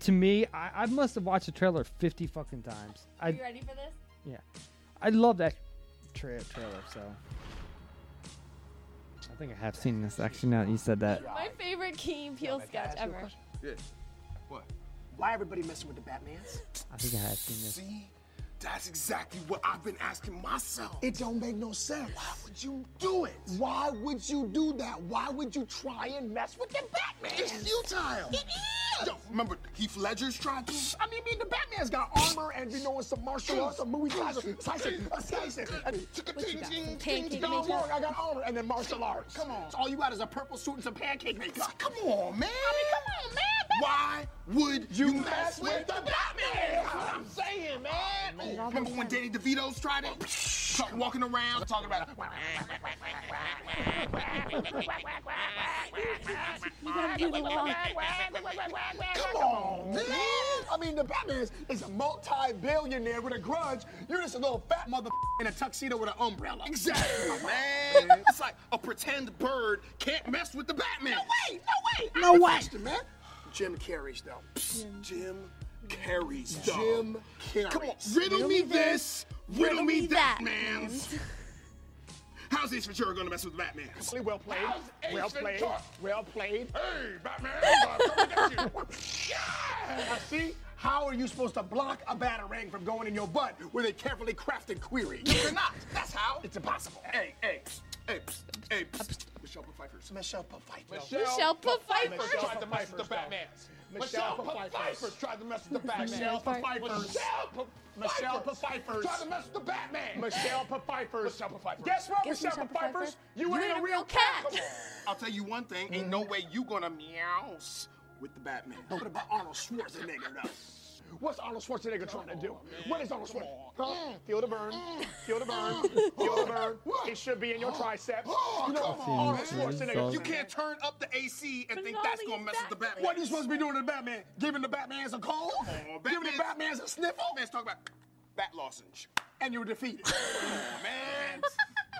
Speaker 1: To me, I, I must have watched the trailer 50 fucking times.
Speaker 2: Are
Speaker 1: I,
Speaker 2: you ready for this?
Speaker 1: yeah, I love that tra- trailer. So think I have seen this actually. Now that you said that,
Speaker 2: My favorite Key and Peele sketch ever.
Speaker 26: Yes. What?
Speaker 16: Why everybody messing with the Batmans?
Speaker 1: I think I have seen this.
Speaker 16: See? That's exactly what I've been asking myself. It don't make no sense. Why would you do it? Why would you do that? Why would you try and mess with the Batman? It's futile. It is. Yo, remember Heath Ledger's tried to? I mean, I mean, the Batman's got armor and you know it's some martial arts, a movie Tyson, Tyson, assassin, and
Speaker 2: you got? Some
Speaker 16: ting, ting,
Speaker 2: pancake
Speaker 16: ting, don't
Speaker 2: makeup?
Speaker 16: worry, I got armor and then martial arts. Come on. So all you got is a purple suit and some pancake makeup. Come on, man. I mean, come on, man. Why would you, mess, with the Batman? That's what I'm saying, man. Oh, remember when Danny DeVito's tried it? Start walking around talking about. Come on, man. I mean, the Batman is, is a multi-billionaire with a grudge. You're just a little fat mother in a tuxedo with an umbrella. Exactly, man. it's like a pretend bird can't mess with the Batman. No way, no way. No way. man. Jim carries though. Jim carries though. Jim carries. Come on, riddle me this, riddle me that, man. How's Ace Ventura gonna mess with Batman? Well played. Well played. Well played. Hey, Batman! Now see, how are you supposed to block a batarang from going in your butt with a carefully crafted query? You cannot. That's how. It's impossible. Hey, hey, psst, hey, psst, hey. psst. Michelle Pfeiffer's. Michelle Pfeiffer.
Speaker 2: Michelle Pfeiffer.
Speaker 16: Michelle
Speaker 5: tried to mess with the Batmans.
Speaker 16: Michelle
Speaker 5: Pfeiffer
Speaker 16: Pfeiffer's.
Speaker 5: tried to mess with the Batman.
Speaker 16: Michelle Pfeiffer's. Michelle Pfeiffer's.
Speaker 5: tried to mess with the Batman.
Speaker 16: Michelle Pfeiffer's.
Speaker 5: Michelle Pfeiffer.
Speaker 16: Guess what,
Speaker 2: Guess
Speaker 16: Michelle
Speaker 2: Michelle Pfeiffer?
Speaker 16: Pfeiffer's? You ain't a real cat. Come on.
Speaker 26: I'll tell you one thing, ain't no way you gonna meows with the Batman.
Speaker 16: What about Arnold Schwarzenegger, though? What's Arnold Schwarzenegger trying to do? What is Arnold Schwarzenegger? Huh? Feel the burn. Feel the burn. Feel the burn. It should be in your triceps. You know,
Speaker 26: come on,
Speaker 16: Arnold
Speaker 26: man.
Speaker 16: Schwarzenegger.
Speaker 26: You can't turn up the AC and think that's gonna mess with the Batman.
Speaker 16: What are you supposed to be doing to the Batman? Giving the Batman's a cold?
Speaker 26: Oh,
Speaker 16: Giving the
Speaker 26: Batman's-
Speaker 16: Batman's a sniffle?
Speaker 26: Batman's talking about bat lozenge.
Speaker 16: And you're defeated.
Speaker 26: Oh, man.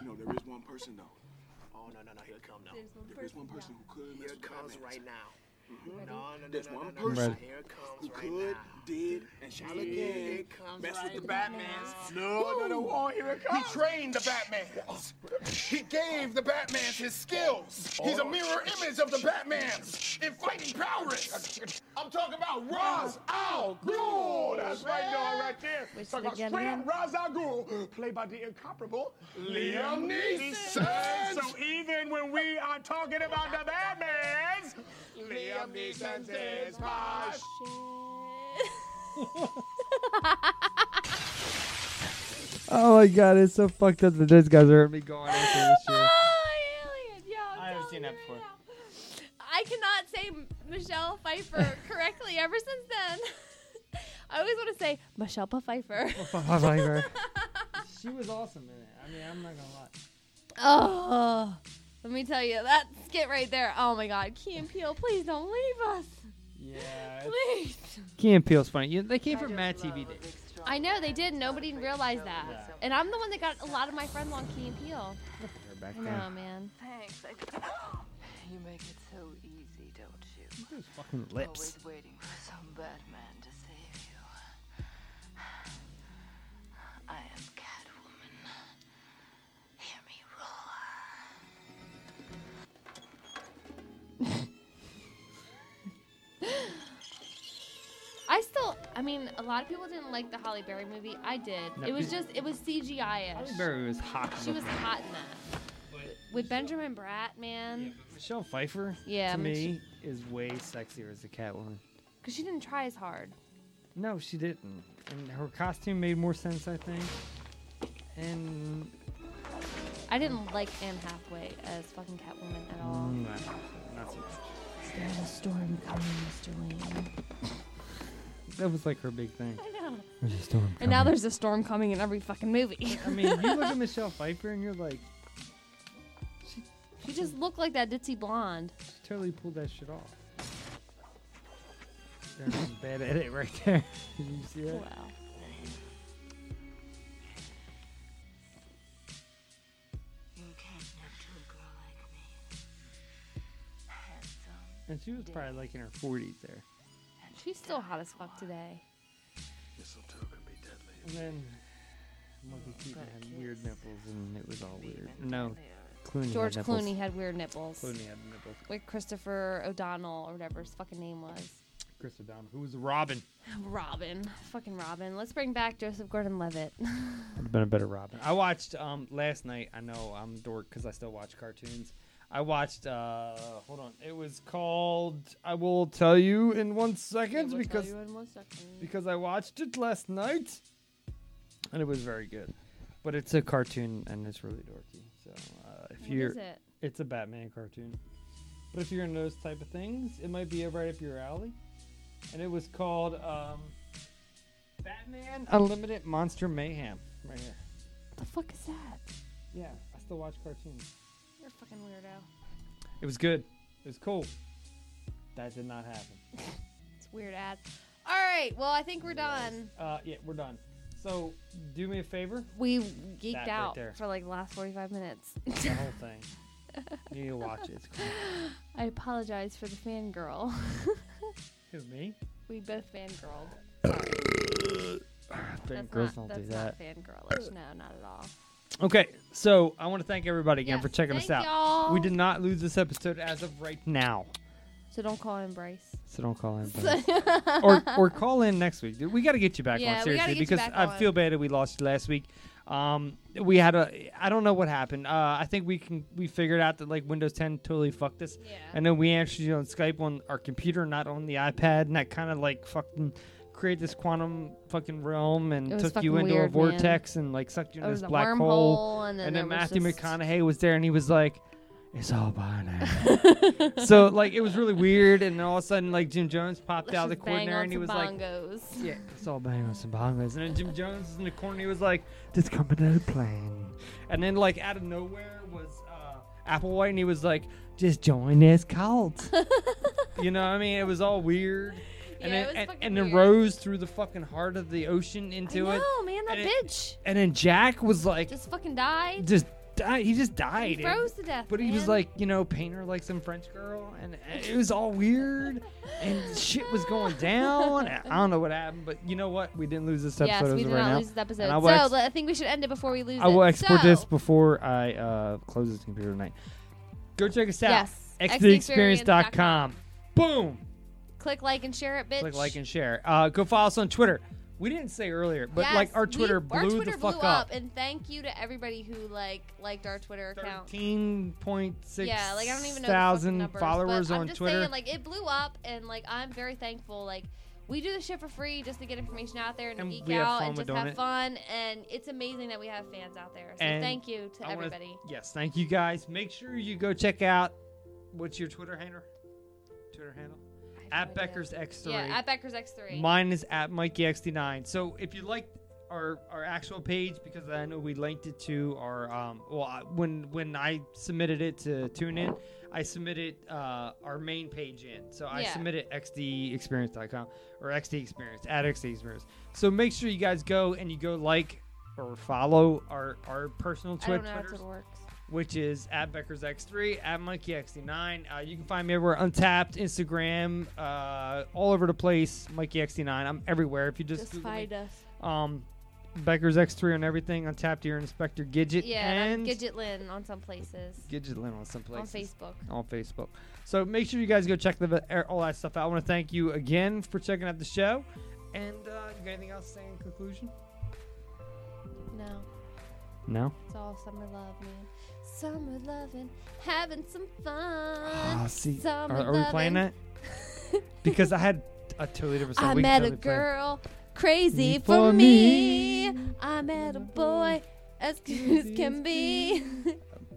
Speaker 16: no, there is one person though. Oh no no no! Here it come now. There is one person who could. Here it comes right now. No, no, no,
Speaker 26: Mm-hmm. There's
Speaker 16: no, no,
Speaker 26: one
Speaker 16: no,
Speaker 26: person
Speaker 16: No. Here it comes
Speaker 26: who
Speaker 16: right
Speaker 26: could,
Speaker 16: now.
Speaker 26: did, and shall again
Speaker 16: it comes
Speaker 26: mess
Speaker 16: right
Speaker 26: with the
Speaker 16: now.
Speaker 26: Batmans.
Speaker 16: No, no, no. Oh, here it comes.
Speaker 26: He trained the Batmans. He gave the Batmans his skills. He's a mirror image of the Batmans in fighting prowess. I'm talking about Roz Al
Speaker 16: Oh,
Speaker 26: Ghul.
Speaker 16: that's right, y'all, right there.
Speaker 2: Which
Speaker 16: Talking about
Speaker 2: spaghetti
Speaker 16: Strand
Speaker 2: am-
Speaker 16: Ra's al Ghul, played by the incomparable
Speaker 26: Liam Neeson.
Speaker 16: So even when we are talking about the Batmans, Liam Neeson is my
Speaker 1: Oh my god, it's so fucked up that those guys are gonna be going after this year.
Speaker 2: Oh, Alien, yo, I'm
Speaker 29: I haven't
Speaker 2: telling
Speaker 29: seen
Speaker 2: you
Speaker 29: that before.
Speaker 2: right now. I cannot say M- Michelle Pfeiffer correctly ever since then. I always want to say Michelle Pfeiffer.
Speaker 1: Pfeiffer. she was awesome in it. I mean, I'm not gonna lie.
Speaker 2: oh, let me tell you that skit right there. Oh my God, Key and Peele, please don't leave us,
Speaker 29: Yeah.
Speaker 2: please.
Speaker 1: Key and Peele's funny. You- they came from Mad TV days.
Speaker 2: I know they did. Nobody realized that, and I'm the one that got a lot of my friends on Key and Peele.
Speaker 1: They're back
Speaker 2: I
Speaker 1: then.
Speaker 2: know, man.
Speaker 30: Thanks. I, you make it so easy, don't you?
Speaker 1: Fucking lips.
Speaker 30: Always waiting for some bad man to save you. I am Catwoman. Hear me roar.
Speaker 2: I still, I mean, a lot of people didn't like the Holly Berry movie. I did.
Speaker 1: No,
Speaker 2: it was
Speaker 1: it-
Speaker 2: just, it was CGI ish.
Speaker 1: Barry was hot.
Speaker 2: She was hot in that. With Benjamin Bratt, man.
Speaker 1: Michelle Pfeiffer.
Speaker 2: Yeah,
Speaker 1: To
Speaker 2: I mean,
Speaker 1: me, is way sexier as the Catwoman.
Speaker 2: Because she didn't try as hard.
Speaker 1: No, she didn't. And her costume made more sense, I think. And
Speaker 2: I didn't like Anne Hathaway as fucking Catwoman at all.
Speaker 1: Mm, not so much.
Speaker 2: There's a storm coming, Mr. Wayne.
Speaker 1: That was like her big thing.
Speaker 2: I know.
Speaker 1: There's a storm
Speaker 2: And now
Speaker 1: coming.
Speaker 2: there's a storm coming in every fucking movie.
Speaker 1: I mean, you look at Michelle Pfeiffer and you're like,
Speaker 2: she just looked like that ditzy blonde.
Speaker 1: she totally pulled that shit off. There's some bad edit right there. Did you see that?
Speaker 2: Wow.
Speaker 30: You can't nip to a girl like me. Handsome
Speaker 1: And she was probably like in her 40s there.
Speaker 2: She's still hot as fuck today.
Speaker 16: Mistletoe can be deadly.
Speaker 2: Oh,
Speaker 1: And then Michael Keaton had weird nipples and it was all weird. No, Clooney
Speaker 2: George
Speaker 1: had nipples.
Speaker 2: Clooney had weird nipples.
Speaker 1: Clooney had nipples.
Speaker 2: With Christopher O'Donnell or whatever his fucking name was.
Speaker 1: Chris O'Donnell, who was Robin.
Speaker 2: Robin. Fucking Robin. Let's bring back Joseph Gordon Levitt.
Speaker 1: Would have been a better Robin. I watched um last night. I know I'm a dork because I still watch cartoons. I watched. uh Hold on, it was called. I will tell you in one second because because I watched it last night, and it was very good. But it's a cartoon and it's really dorky. So uh, if
Speaker 2: What
Speaker 1: you're,
Speaker 2: is it?
Speaker 1: it's a Batman cartoon. But if you're into those type of things, it might be right up your alley. And it was called um, Batman Unlimited Monster Mayhem. Right here.
Speaker 2: the fuck is that?
Speaker 1: Yeah, I still watch cartoons.
Speaker 2: You're a fucking weirdo.
Speaker 1: It was good. It was cool. That did not happen.
Speaker 2: It's weird ass. All right. Well, I think we're done.
Speaker 1: Uh, yeah, we're done. So do me a favor.
Speaker 2: We
Speaker 1: That
Speaker 2: geeked
Speaker 1: right
Speaker 2: out
Speaker 1: there.
Speaker 2: for like the last 45 minutes.
Speaker 1: the whole thing. You need to watch it. It's cool.
Speaker 2: I apologize for the fangirl.
Speaker 1: Who me?
Speaker 2: we both fangirled.
Speaker 1: Thank
Speaker 2: That's
Speaker 1: girls
Speaker 2: not,
Speaker 1: don't do
Speaker 2: that's
Speaker 1: that.
Speaker 2: not fangirlish. No, not at all.
Speaker 1: Okay, so I want to thank everybody again for checking us
Speaker 2: thank
Speaker 1: out.
Speaker 2: y'all.
Speaker 1: We did not lose this episode as of right now,
Speaker 2: So don't call him Bryce.
Speaker 1: so don't call in. buddy. or or call in next week. dude. We got to get you back
Speaker 2: Yeah,
Speaker 1: on
Speaker 2: we
Speaker 1: seriously
Speaker 2: gotta get you
Speaker 1: because
Speaker 2: back
Speaker 1: I
Speaker 2: on.
Speaker 1: feel bad that we lost you last week. Um, we had a I don't know what happened. Uh, I think we can we figured out that like Windows 10 totally fucked us, yeah. and then we answered you on Skype on our computer, not on the iPad, and that kind of like fucking created this quantum fucking realm
Speaker 2: It
Speaker 1: and
Speaker 2: was
Speaker 1: took you
Speaker 2: fucking
Speaker 1: into a
Speaker 2: weird, man.
Speaker 1: vortex and like sucked you
Speaker 2: It
Speaker 1: into
Speaker 2: was
Speaker 1: this
Speaker 2: a
Speaker 1: black
Speaker 2: wormhole,
Speaker 1: hole.
Speaker 2: and then
Speaker 1: then
Speaker 2: there was
Speaker 1: Matthew
Speaker 2: just-
Speaker 1: McConaughey was there, and he was like, "It's all binary." so like it was really weird, and then all of a sudden like Jim Jones popped out of the
Speaker 2: Just bang
Speaker 1: coordinator,
Speaker 2: on
Speaker 1: and he
Speaker 2: some
Speaker 1: was like.
Speaker 2: bongos.
Speaker 1: Yeah. It's all bang on some bongos. And then Jim Jones is in the corner. He was like, "Just come to the plane." And then, like out of nowhere, was uh, Applewhite, and he was like, "Just join this cult." you know, what I mean, it was all weird. And
Speaker 2: Yeah, it
Speaker 1: then,
Speaker 2: was
Speaker 1: and,
Speaker 2: fucking
Speaker 1: and then
Speaker 2: weird.
Speaker 1: Rose through the fucking heart of the ocean into
Speaker 2: I
Speaker 1: it.
Speaker 2: know, man, that
Speaker 1: and it-
Speaker 2: bitch
Speaker 1: And then Jack was like,
Speaker 2: just fucking died.
Speaker 1: just died. He just died.
Speaker 2: He
Speaker 1: and-
Speaker 2: froze to death,
Speaker 1: But he was
Speaker 2: man.
Speaker 1: like, you know, painter like some French girl, and it was all weird, and shit was going down. I don't know what happened, but you know what? We didn't lose this episode.
Speaker 2: yes,
Speaker 1: as
Speaker 2: we
Speaker 1: of
Speaker 2: did
Speaker 1: right
Speaker 2: not
Speaker 1: now.
Speaker 2: lose this episode.
Speaker 1: And I
Speaker 2: So
Speaker 1: will, ex-
Speaker 2: le- I think we should end it before we lose
Speaker 1: I will
Speaker 2: it.
Speaker 1: export
Speaker 2: So-
Speaker 1: this before I uh, close this computer tonight. Go check us out.
Speaker 2: Yes,
Speaker 1: XTheExperience.com. Boom.
Speaker 2: Click like and share it, bitch.
Speaker 1: Click like and share. Uh, go follow us on Twitter. We didn't say earlier, but
Speaker 2: Yes,
Speaker 1: like our
Speaker 2: we-
Speaker 1: Twitter blew
Speaker 2: our Twitter
Speaker 1: the fuck
Speaker 2: blew up. and thank you to everybody who like liked our Twitter account.
Speaker 1: Fifteen point six
Speaker 2: yeah, like I don't even know the fucking
Speaker 1: thousand
Speaker 2: numbers,
Speaker 1: followers
Speaker 2: but
Speaker 1: on
Speaker 2: I'm just
Speaker 1: Twitter.
Speaker 2: Saying, like it blew up, and like I'm very thankful. Like we do this shit for free just to get information out there and, to
Speaker 1: And
Speaker 2: geek
Speaker 1: we have
Speaker 2: out
Speaker 1: fun
Speaker 2: and
Speaker 1: with
Speaker 2: just
Speaker 1: doing
Speaker 2: have
Speaker 1: it.
Speaker 2: fun. And it's amazing that we have fans out there. So
Speaker 1: And
Speaker 2: thank you to
Speaker 1: I wanna-
Speaker 2: everybody.
Speaker 1: yes, thank you guys. Make sure you go check out what's your Twitter handle? Twitter handle at Becker's X three.
Speaker 2: Yeah, at Becker's X3.
Speaker 1: Mine is at MikeyXD9. So if you like our our actual page, because I know we linked it to our um, well, I, when when I submitted it to TuneIn, I submitted uh, our main page in. So I
Speaker 21: Yeah.
Speaker 1: submitted xdexperience.com or xdexperience at xdexperience. So make sure you guys go and you go like or follow our our personal
Speaker 2: I don't
Speaker 1: Twitter.
Speaker 2: know how it works.
Speaker 1: Which is at Becker's X3, at Monkey XD9. Uh, you can find me everywhere Untapped, Instagram, uh, all over the place. Mikey XD9. I'm everywhere. If you just,
Speaker 2: Just
Speaker 1: Google me,
Speaker 2: find us.
Speaker 1: um, Becker's X3 on everything. Untapped, your Inspector Gidget.
Speaker 2: Yeah,
Speaker 1: and
Speaker 2: and I'm Gidget Lynn on some places.
Speaker 1: Gidget Lynn on some
Speaker 2: On
Speaker 1: places.
Speaker 2: Facebook.
Speaker 1: On Facebook. So make sure you guys go check the, er, all that stuff out. I want to thank you again for checking out the show. And uh, you got anything else to say in conclusion?
Speaker 2: No.
Speaker 1: No.
Speaker 2: It's all summer love, man. Summer loving, having some fun.
Speaker 1: Oh, see, are,
Speaker 2: summer
Speaker 1: are we playing that?
Speaker 2: lovin'.
Speaker 1: because I had a totally different song.
Speaker 2: I
Speaker 1: We can
Speaker 2: met a
Speaker 1: totally play it.
Speaker 2: girl crazy
Speaker 1: For
Speaker 2: for me. I met a boy as cute as can be.
Speaker 1: I-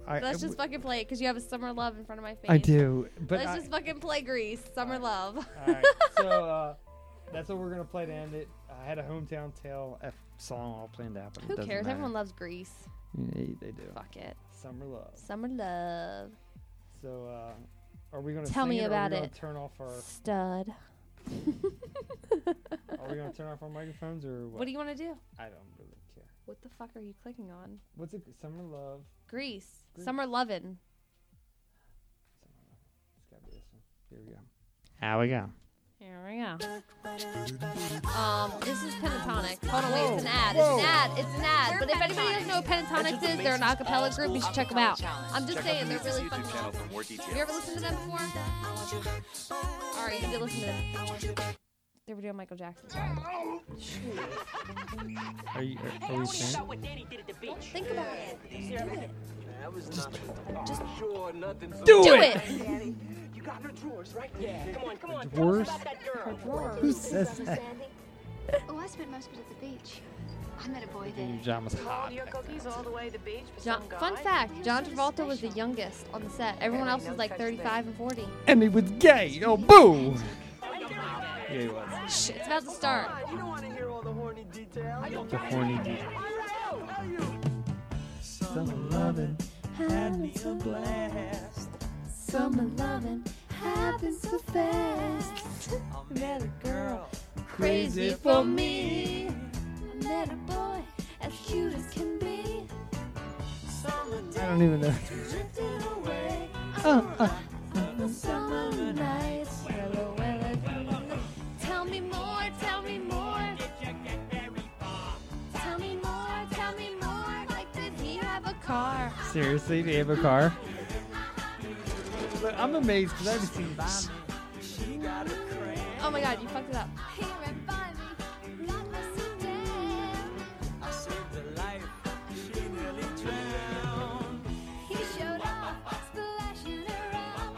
Speaker 1: uh,
Speaker 2: Let's just fucking play it because you have a summer love in front of my face.
Speaker 1: I do, but
Speaker 2: Let's
Speaker 1: I-
Speaker 2: just fucking play Grease, summer love.
Speaker 1: Alright, so uh, that's what we're gonna play to end it. I had a hometown tale F song all planned out, but it
Speaker 2: Who
Speaker 1: doesn't
Speaker 2: cares?
Speaker 1: matter.
Speaker 2: Everyone loves Grease.
Speaker 1: They, they do.
Speaker 2: Fuck it.
Speaker 1: Summer love.
Speaker 2: Summer love.
Speaker 1: So uh, are we gonna
Speaker 2: Tell
Speaker 1: sing
Speaker 2: me
Speaker 1: it, or
Speaker 2: about
Speaker 1: are we
Speaker 2: it.
Speaker 1: Gonna turn off our.
Speaker 2: Stud.
Speaker 1: are we gonna turn off our microphones or what?
Speaker 2: What do you want to do?
Speaker 1: I don't really care.
Speaker 2: What the fuck are you clicking on?
Speaker 1: What's it? Summer love.
Speaker 2: Grease.
Speaker 1: Grease.
Speaker 2: Summer lovin'.
Speaker 1: It's gotta be this one. Here we go. How we go?
Speaker 2: Here we go. Um, this is Pentatonic. Hold on, wait, it's an ad. It's an ad. It's an ad. But if anybody doesn't know what Pentatonic is, they're an acapella group. You should check them out. I'm just
Speaker 21: Check out
Speaker 2: saying,
Speaker 21: the
Speaker 2: they're really
Speaker 21: Lisa's
Speaker 2: fun.
Speaker 21: YouTube channel for more
Speaker 2: You
Speaker 21: details.
Speaker 2: ever listened to them before? All right, you can listen to them. They were doing Michael Jackson.
Speaker 1: Are you? Are, are we saying?
Speaker 2: Think about it.
Speaker 13: That was nothing. Just sure nothing.
Speaker 1: Do Do it!
Speaker 13: Danny, you got her drawers, right? Yeah. Come on, come on. tell
Speaker 1: Drawers?
Speaker 13: us about that girl.
Speaker 1: Who says that?
Speaker 29: Oh, I spent most of it at the beach. I met a boy there.
Speaker 1: Your John was hot.
Speaker 29: your cookies all the way to the beach
Speaker 2: John, fun fact: John Travolta was the youngest on the set. Everyone else was like 35 and 40.
Speaker 1: And he was gay. Oh, boo! Yeah, he was.
Speaker 2: Shh, it's about to start.
Speaker 13: You don't want to hear all the horny details. I don't
Speaker 1: The horny dude.
Speaker 13: Summer
Speaker 1: loving
Speaker 13: had me a blast.
Speaker 2: Summer loving happens so fast. I met a girl crazy for me. I met a boy as cute as can be.
Speaker 1: I don't even know. Uh, uh.
Speaker 2: Tell me more, tell me more. Tell me more, tell me more. Like, did he have a car?
Speaker 1: Seriously, do you have a car? Look, I'm amazed because I haven't seen.
Speaker 2: Oh my god, you fucked it up. Here and by me, like my sedan.
Speaker 13: I saved her life. She nearly drowned.
Speaker 2: He showed up, splashing around.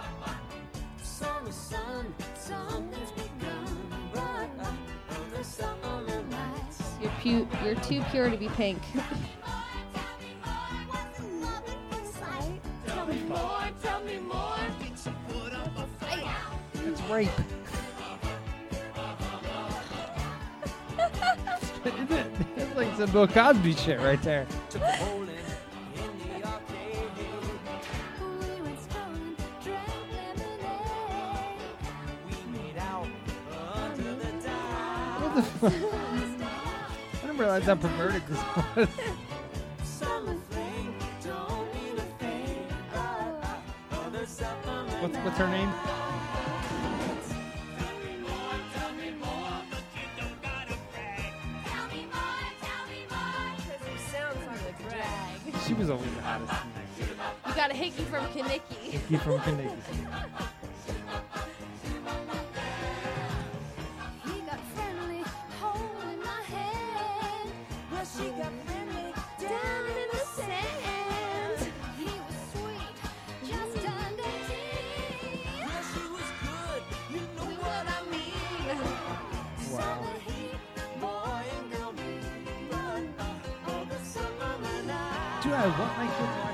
Speaker 13: Summer sun, something's begun. Run on the summer nights.
Speaker 2: You're, pu- you're too pure to be pink.
Speaker 13: Tell me more, tell me more. Did she put up a fight?
Speaker 1: That's rape. Isn't it? It's like some Bill Cosby shit right there.
Speaker 13: Took a bowling in the arcade. We went strolling, drank lemonade. We made out under the
Speaker 1: What the fuck? I didn't realize how perverted this was.
Speaker 13: Summer fling, don't mean a thing. Ah, ah, other summer
Speaker 1: What's, what's her name? She was always the hottest.
Speaker 2: You got a hickey from Kaniki.
Speaker 1: Hickey from Kaniki.
Speaker 13: He got friendly, holding my hand. Well, she got friendly, down in the sand. He was sweet, just under tea. Well, she was good, you know what I mean.
Speaker 1: Wow.
Speaker 13: Summer heat, boy and girl meet. But, uh, all the summer night.
Speaker 1: Dude, I want my kid watching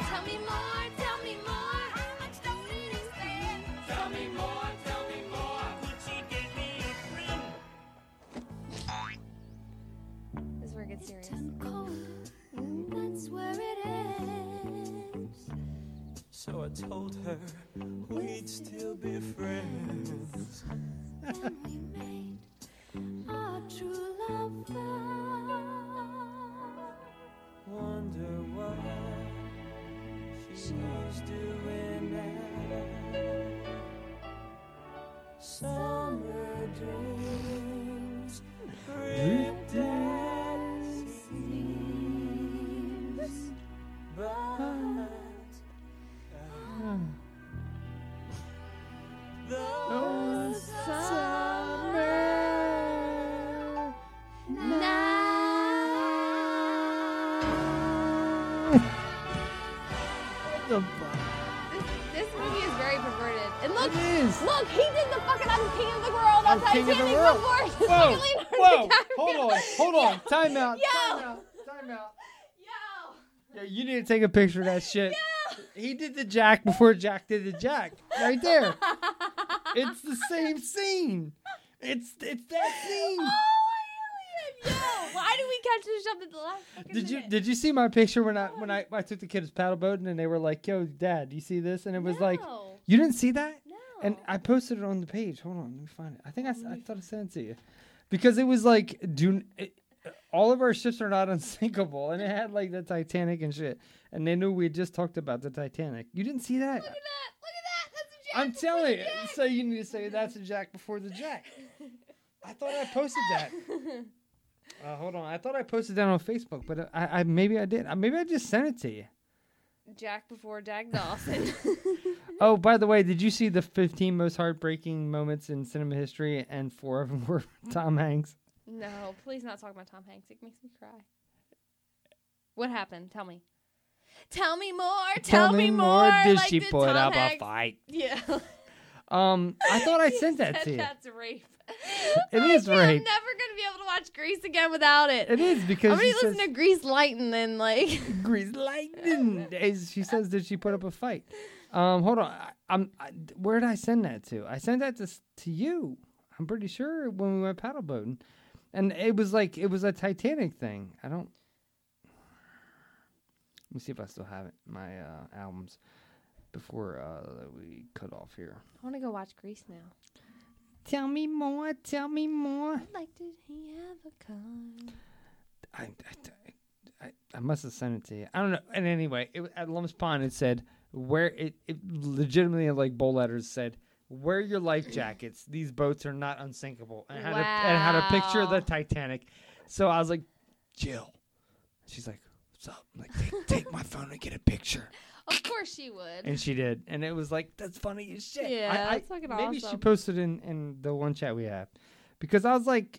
Speaker 13: Tell me more, tell me more. How much do we spend? Tell me more, tell me more. Would she give me a friend?
Speaker 2: This is where it gets serious.
Speaker 13: That's where it ends. So I told her we'd still be friends. and we made our true love vow. Wonder what she's doing now. Summer dreams ripped at the seams, but those summer
Speaker 1: The
Speaker 2: This, this movie is very perverted. And look,
Speaker 1: It is.
Speaker 2: look, he did the fucking I'm King of the World on
Speaker 1: I'm king
Speaker 2: Titanic
Speaker 1: of the world.
Speaker 2: before. It's
Speaker 1: Whoa,
Speaker 2: fucking Leonardo
Speaker 1: whoa,
Speaker 2: DiCaprio.
Speaker 1: hold on, hold on. Time out.
Speaker 2: Yo!
Speaker 1: Time out. Yo, you need to take a picture of that shit. He did the jack before Jack did the jack. Right there. it's the same scene. It's it's that
Speaker 2: Oh,
Speaker 1: scene.
Speaker 2: Yo, why did we catch this up at the last fucking
Speaker 1: Did you
Speaker 2: minute?
Speaker 1: did you see my picture when I when I, I took the kids paddle boating and they were like, "Yo, Dad, do you see this?" And it was like,
Speaker 2: No.
Speaker 1: "You didn't see that?" No. And I posted it on the page. Hold on, let me find it. I think I, s- I thought I sent it to you because it was like, "Do it, all of our ships are not unsinkable," and it had like the Titanic and shit. And they knew we had just talked about the Titanic. You didn't see that?
Speaker 2: Look at that. Look at that. That's what
Speaker 1: I'm telling you. So you need to say that's a jack before the jack. I thought I posted that. Uh, hold on. I thought I posted that on Facebook, but I, I maybe I did. Uh, Maybe I just sent it to you.
Speaker 2: Jack before Jack Dawson.
Speaker 1: Oh, by the way, did you see the 15 most heartbreaking moments in cinema history and four of them were Tom Hanks?
Speaker 2: no, please not talk about Tom Hanks. It makes me cry. What happened? Tell me. Tell me more. Tell, me more.
Speaker 1: Did
Speaker 2: like,
Speaker 1: she put
Speaker 2: Tom
Speaker 1: up
Speaker 2: Hanks-
Speaker 1: a fight?
Speaker 2: Yeah.
Speaker 1: Um, I thought I sent that
Speaker 2: That-
Speaker 1: to you.
Speaker 2: That's rape.
Speaker 1: It is
Speaker 2: I'm never
Speaker 1: right.
Speaker 2: gonna be able to watch Grease again without it.
Speaker 1: It is because
Speaker 2: I'm gonna
Speaker 1: she
Speaker 2: listen
Speaker 1: says-
Speaker 2: to Grease Lightning and like
Speaker 1: Grease Lightning. Is- She says, "Did she put up a fight?" Um, hold on. I, I'm. I, where did I send that to? I sent that to s- to you. I'm pretty sure when we went paddle boating, and it was like it was a Titanic thing. I don't. Let me see if I still have it. My uh, albums before uh, we cut off here.
Speaker 2: I want to go watch Grease now.
Speaker 1: Tell me more. Tell me more.
Speaker 2: Like, did he ever come?
Speaker 1: I, I, I, I must have sent it to you. I don't know. And anyway, it, was- at Lum's Pond, it said where it, it legitimately like bowl letters said wear your life jackets. These boats are not unsinkable. And had a, and had a picture of the Titanic. So I was like, Jill. She's like, what's up? I'm like, take, take my phone and get a picture.
Speaker 2: Of course she would.
Speaker 1: And she did. And it was like, that's funny as shit. I-
Speaker 2: Yeah,
Speaker 1: I-
Speaker 2: that's fucking
Speaker 1: Maybe she
Speaker 2: awesome.
Speaker 1: posted in, in the one chat we have because I was like,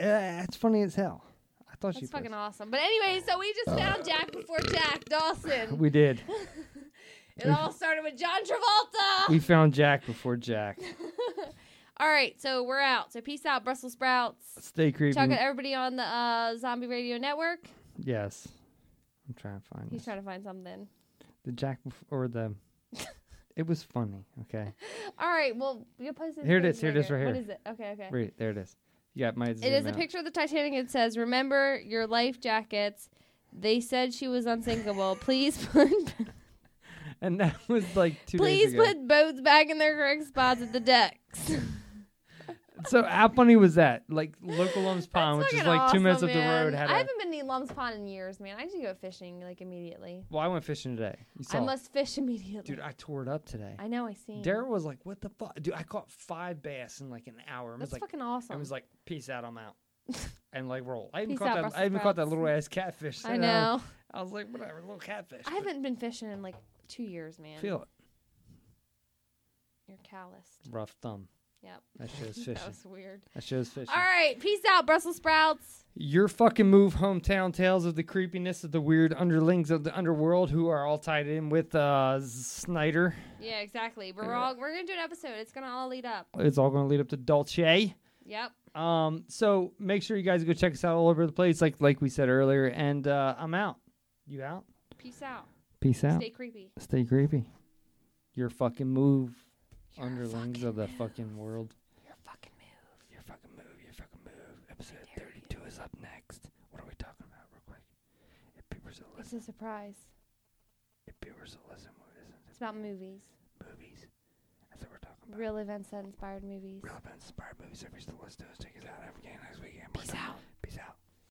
Speaker 1: uh, that's funny as hell. I thought she Uh.
Speaker 2: That's fucking awesome. But anyway, so we just found Jack before Jack Dawson.
Speaker 1: We did.
Speaker 2: It all started with John Travolta.
Speaker 1: we found Jack before Jack.
Speaker 2: all right, so we're out. So peace out, Brussels sprouts.
Speaker 1: Stay creepy.
Speaker 2: Talking to everybody on the uh, Zombie Radio Network.
Speaker 1: Yes. I'm trying to find
Speaker 2: He's
Speaker 1: this.
Speaker 2: trying to find something.
Speaker 1: the Jack bef- or the. it was funny. Okay.
Speaker 2: All right, well, you'll post this
Speaker 1: Here it
Speaker 2: page
Speaker 1: is. Here it is.
Speaker 2: later.
Speaker 1: Right here.
Speaker 2: What is it? Okay, okay.
Speaker 1: Wait, there it is. You got my.
Speaker 2: It is a picture of the Titanic. It says, "Remember your life jackets." They said she was unsinkable. Please put,
Speaker 1: And that was like two
Speaker 2: please
Speaker 1: days ago.
Speaker 2: put boats back in their correct spots at the decks.
Speaker 1: So how funny was that? Like local Lum's Pond,
Speaker 2: That's
Speaker 1: which is
Speaker 2: fucking
Speaker 1: like two minutes
Speaker 2: awesome,
Speaker 1: up the
Speaker 2: man.
Speaker 1: road. Had
Speaker 2: I
Speaker 1: a,
Speaker 2: haven't been to Lum's Pond in years, man. I need to go fishing like immediately.
Speaker 1: well, I went fishing today. You saw,
Speaker 2: I must fish immediately.
Speaker 1: dude. I tore it up today.
Speaker 2: I know. I see.
Speaker 1: Daryl was like, "What the fuck, dude? I caught five bass in like an hour." I was
Speaker 2: That's
Speaker 1: like,
Speaker 2: fucking awesome.
Speaker 1: I was like, "Peace out, I'm out," and like roll. I even
Speaker 2: Peace
Speaker 1: caught
Speaker 2: out,
Speaker 1: that.
Speaker 2: Brussels
Speaker 1: I even caught that
Speaker 2: sprouts.
Speaker 1: little ass catfish.
Speaker 2: I
Speaker 1: sitting down.
Speaker 2: know.
Speaker 1: uh, I was like, whatever, little catfish.
Speaker 2: I haven't been fishing in like two years, man.
Speaker 1: Feel it.
Speaker 2: You're calloused.
Speaker 1: Rough thumb.
Speaker 2: Yep.
Speaker 1: That shit is
Speaker 2: that
Speaker 1: fishy.
Speaker 2: was weird.
Speaker 1: That shit is fishy.
Speaker 2: All right. Peace out, Brussels sprouts.
Speaker 1: Your fucking move, hometown tales of the creepiness of the weird underlings of the underworld, who are all tied in with uh, Snyder.
Speaker 2: Yeah, exactly. We're all we're gonna do an episode. It's gonna all lead up.
Speaker 1: It's all going to lead up to Dolce.
Speaker 2: Yep.
Speaker 1: Um, so make sure you guys go check us out all over the place, like like we said earlier. And uh, I'm out. You out?
Speaker 2: Peace out.
Speaker 1: Peace out.
Speaker 2: Stay creepy.
Speaker 1: Stay creepy. Your fucking move, underlings of the fucking world. Your fucking move. Your fucking move. Your fucking move. Episode 32 is up next. What are we talking about, real quick? If people still
Speaker 2: It's
Speaker 1: listen,
Speaker 2: a surprise.
Speaker 1: if people still listen, what is it?
Speaker 2: It's about movies.
Speaker 1: Movies. That's what we're talking
Speaker 2: Real events that inspired movies.
Speaker 1: about. Relevant, inspired movies. If you still listen to us, check us out every game next weekend.
Speaker 2: Peace out.
Speaker 1: Peace out.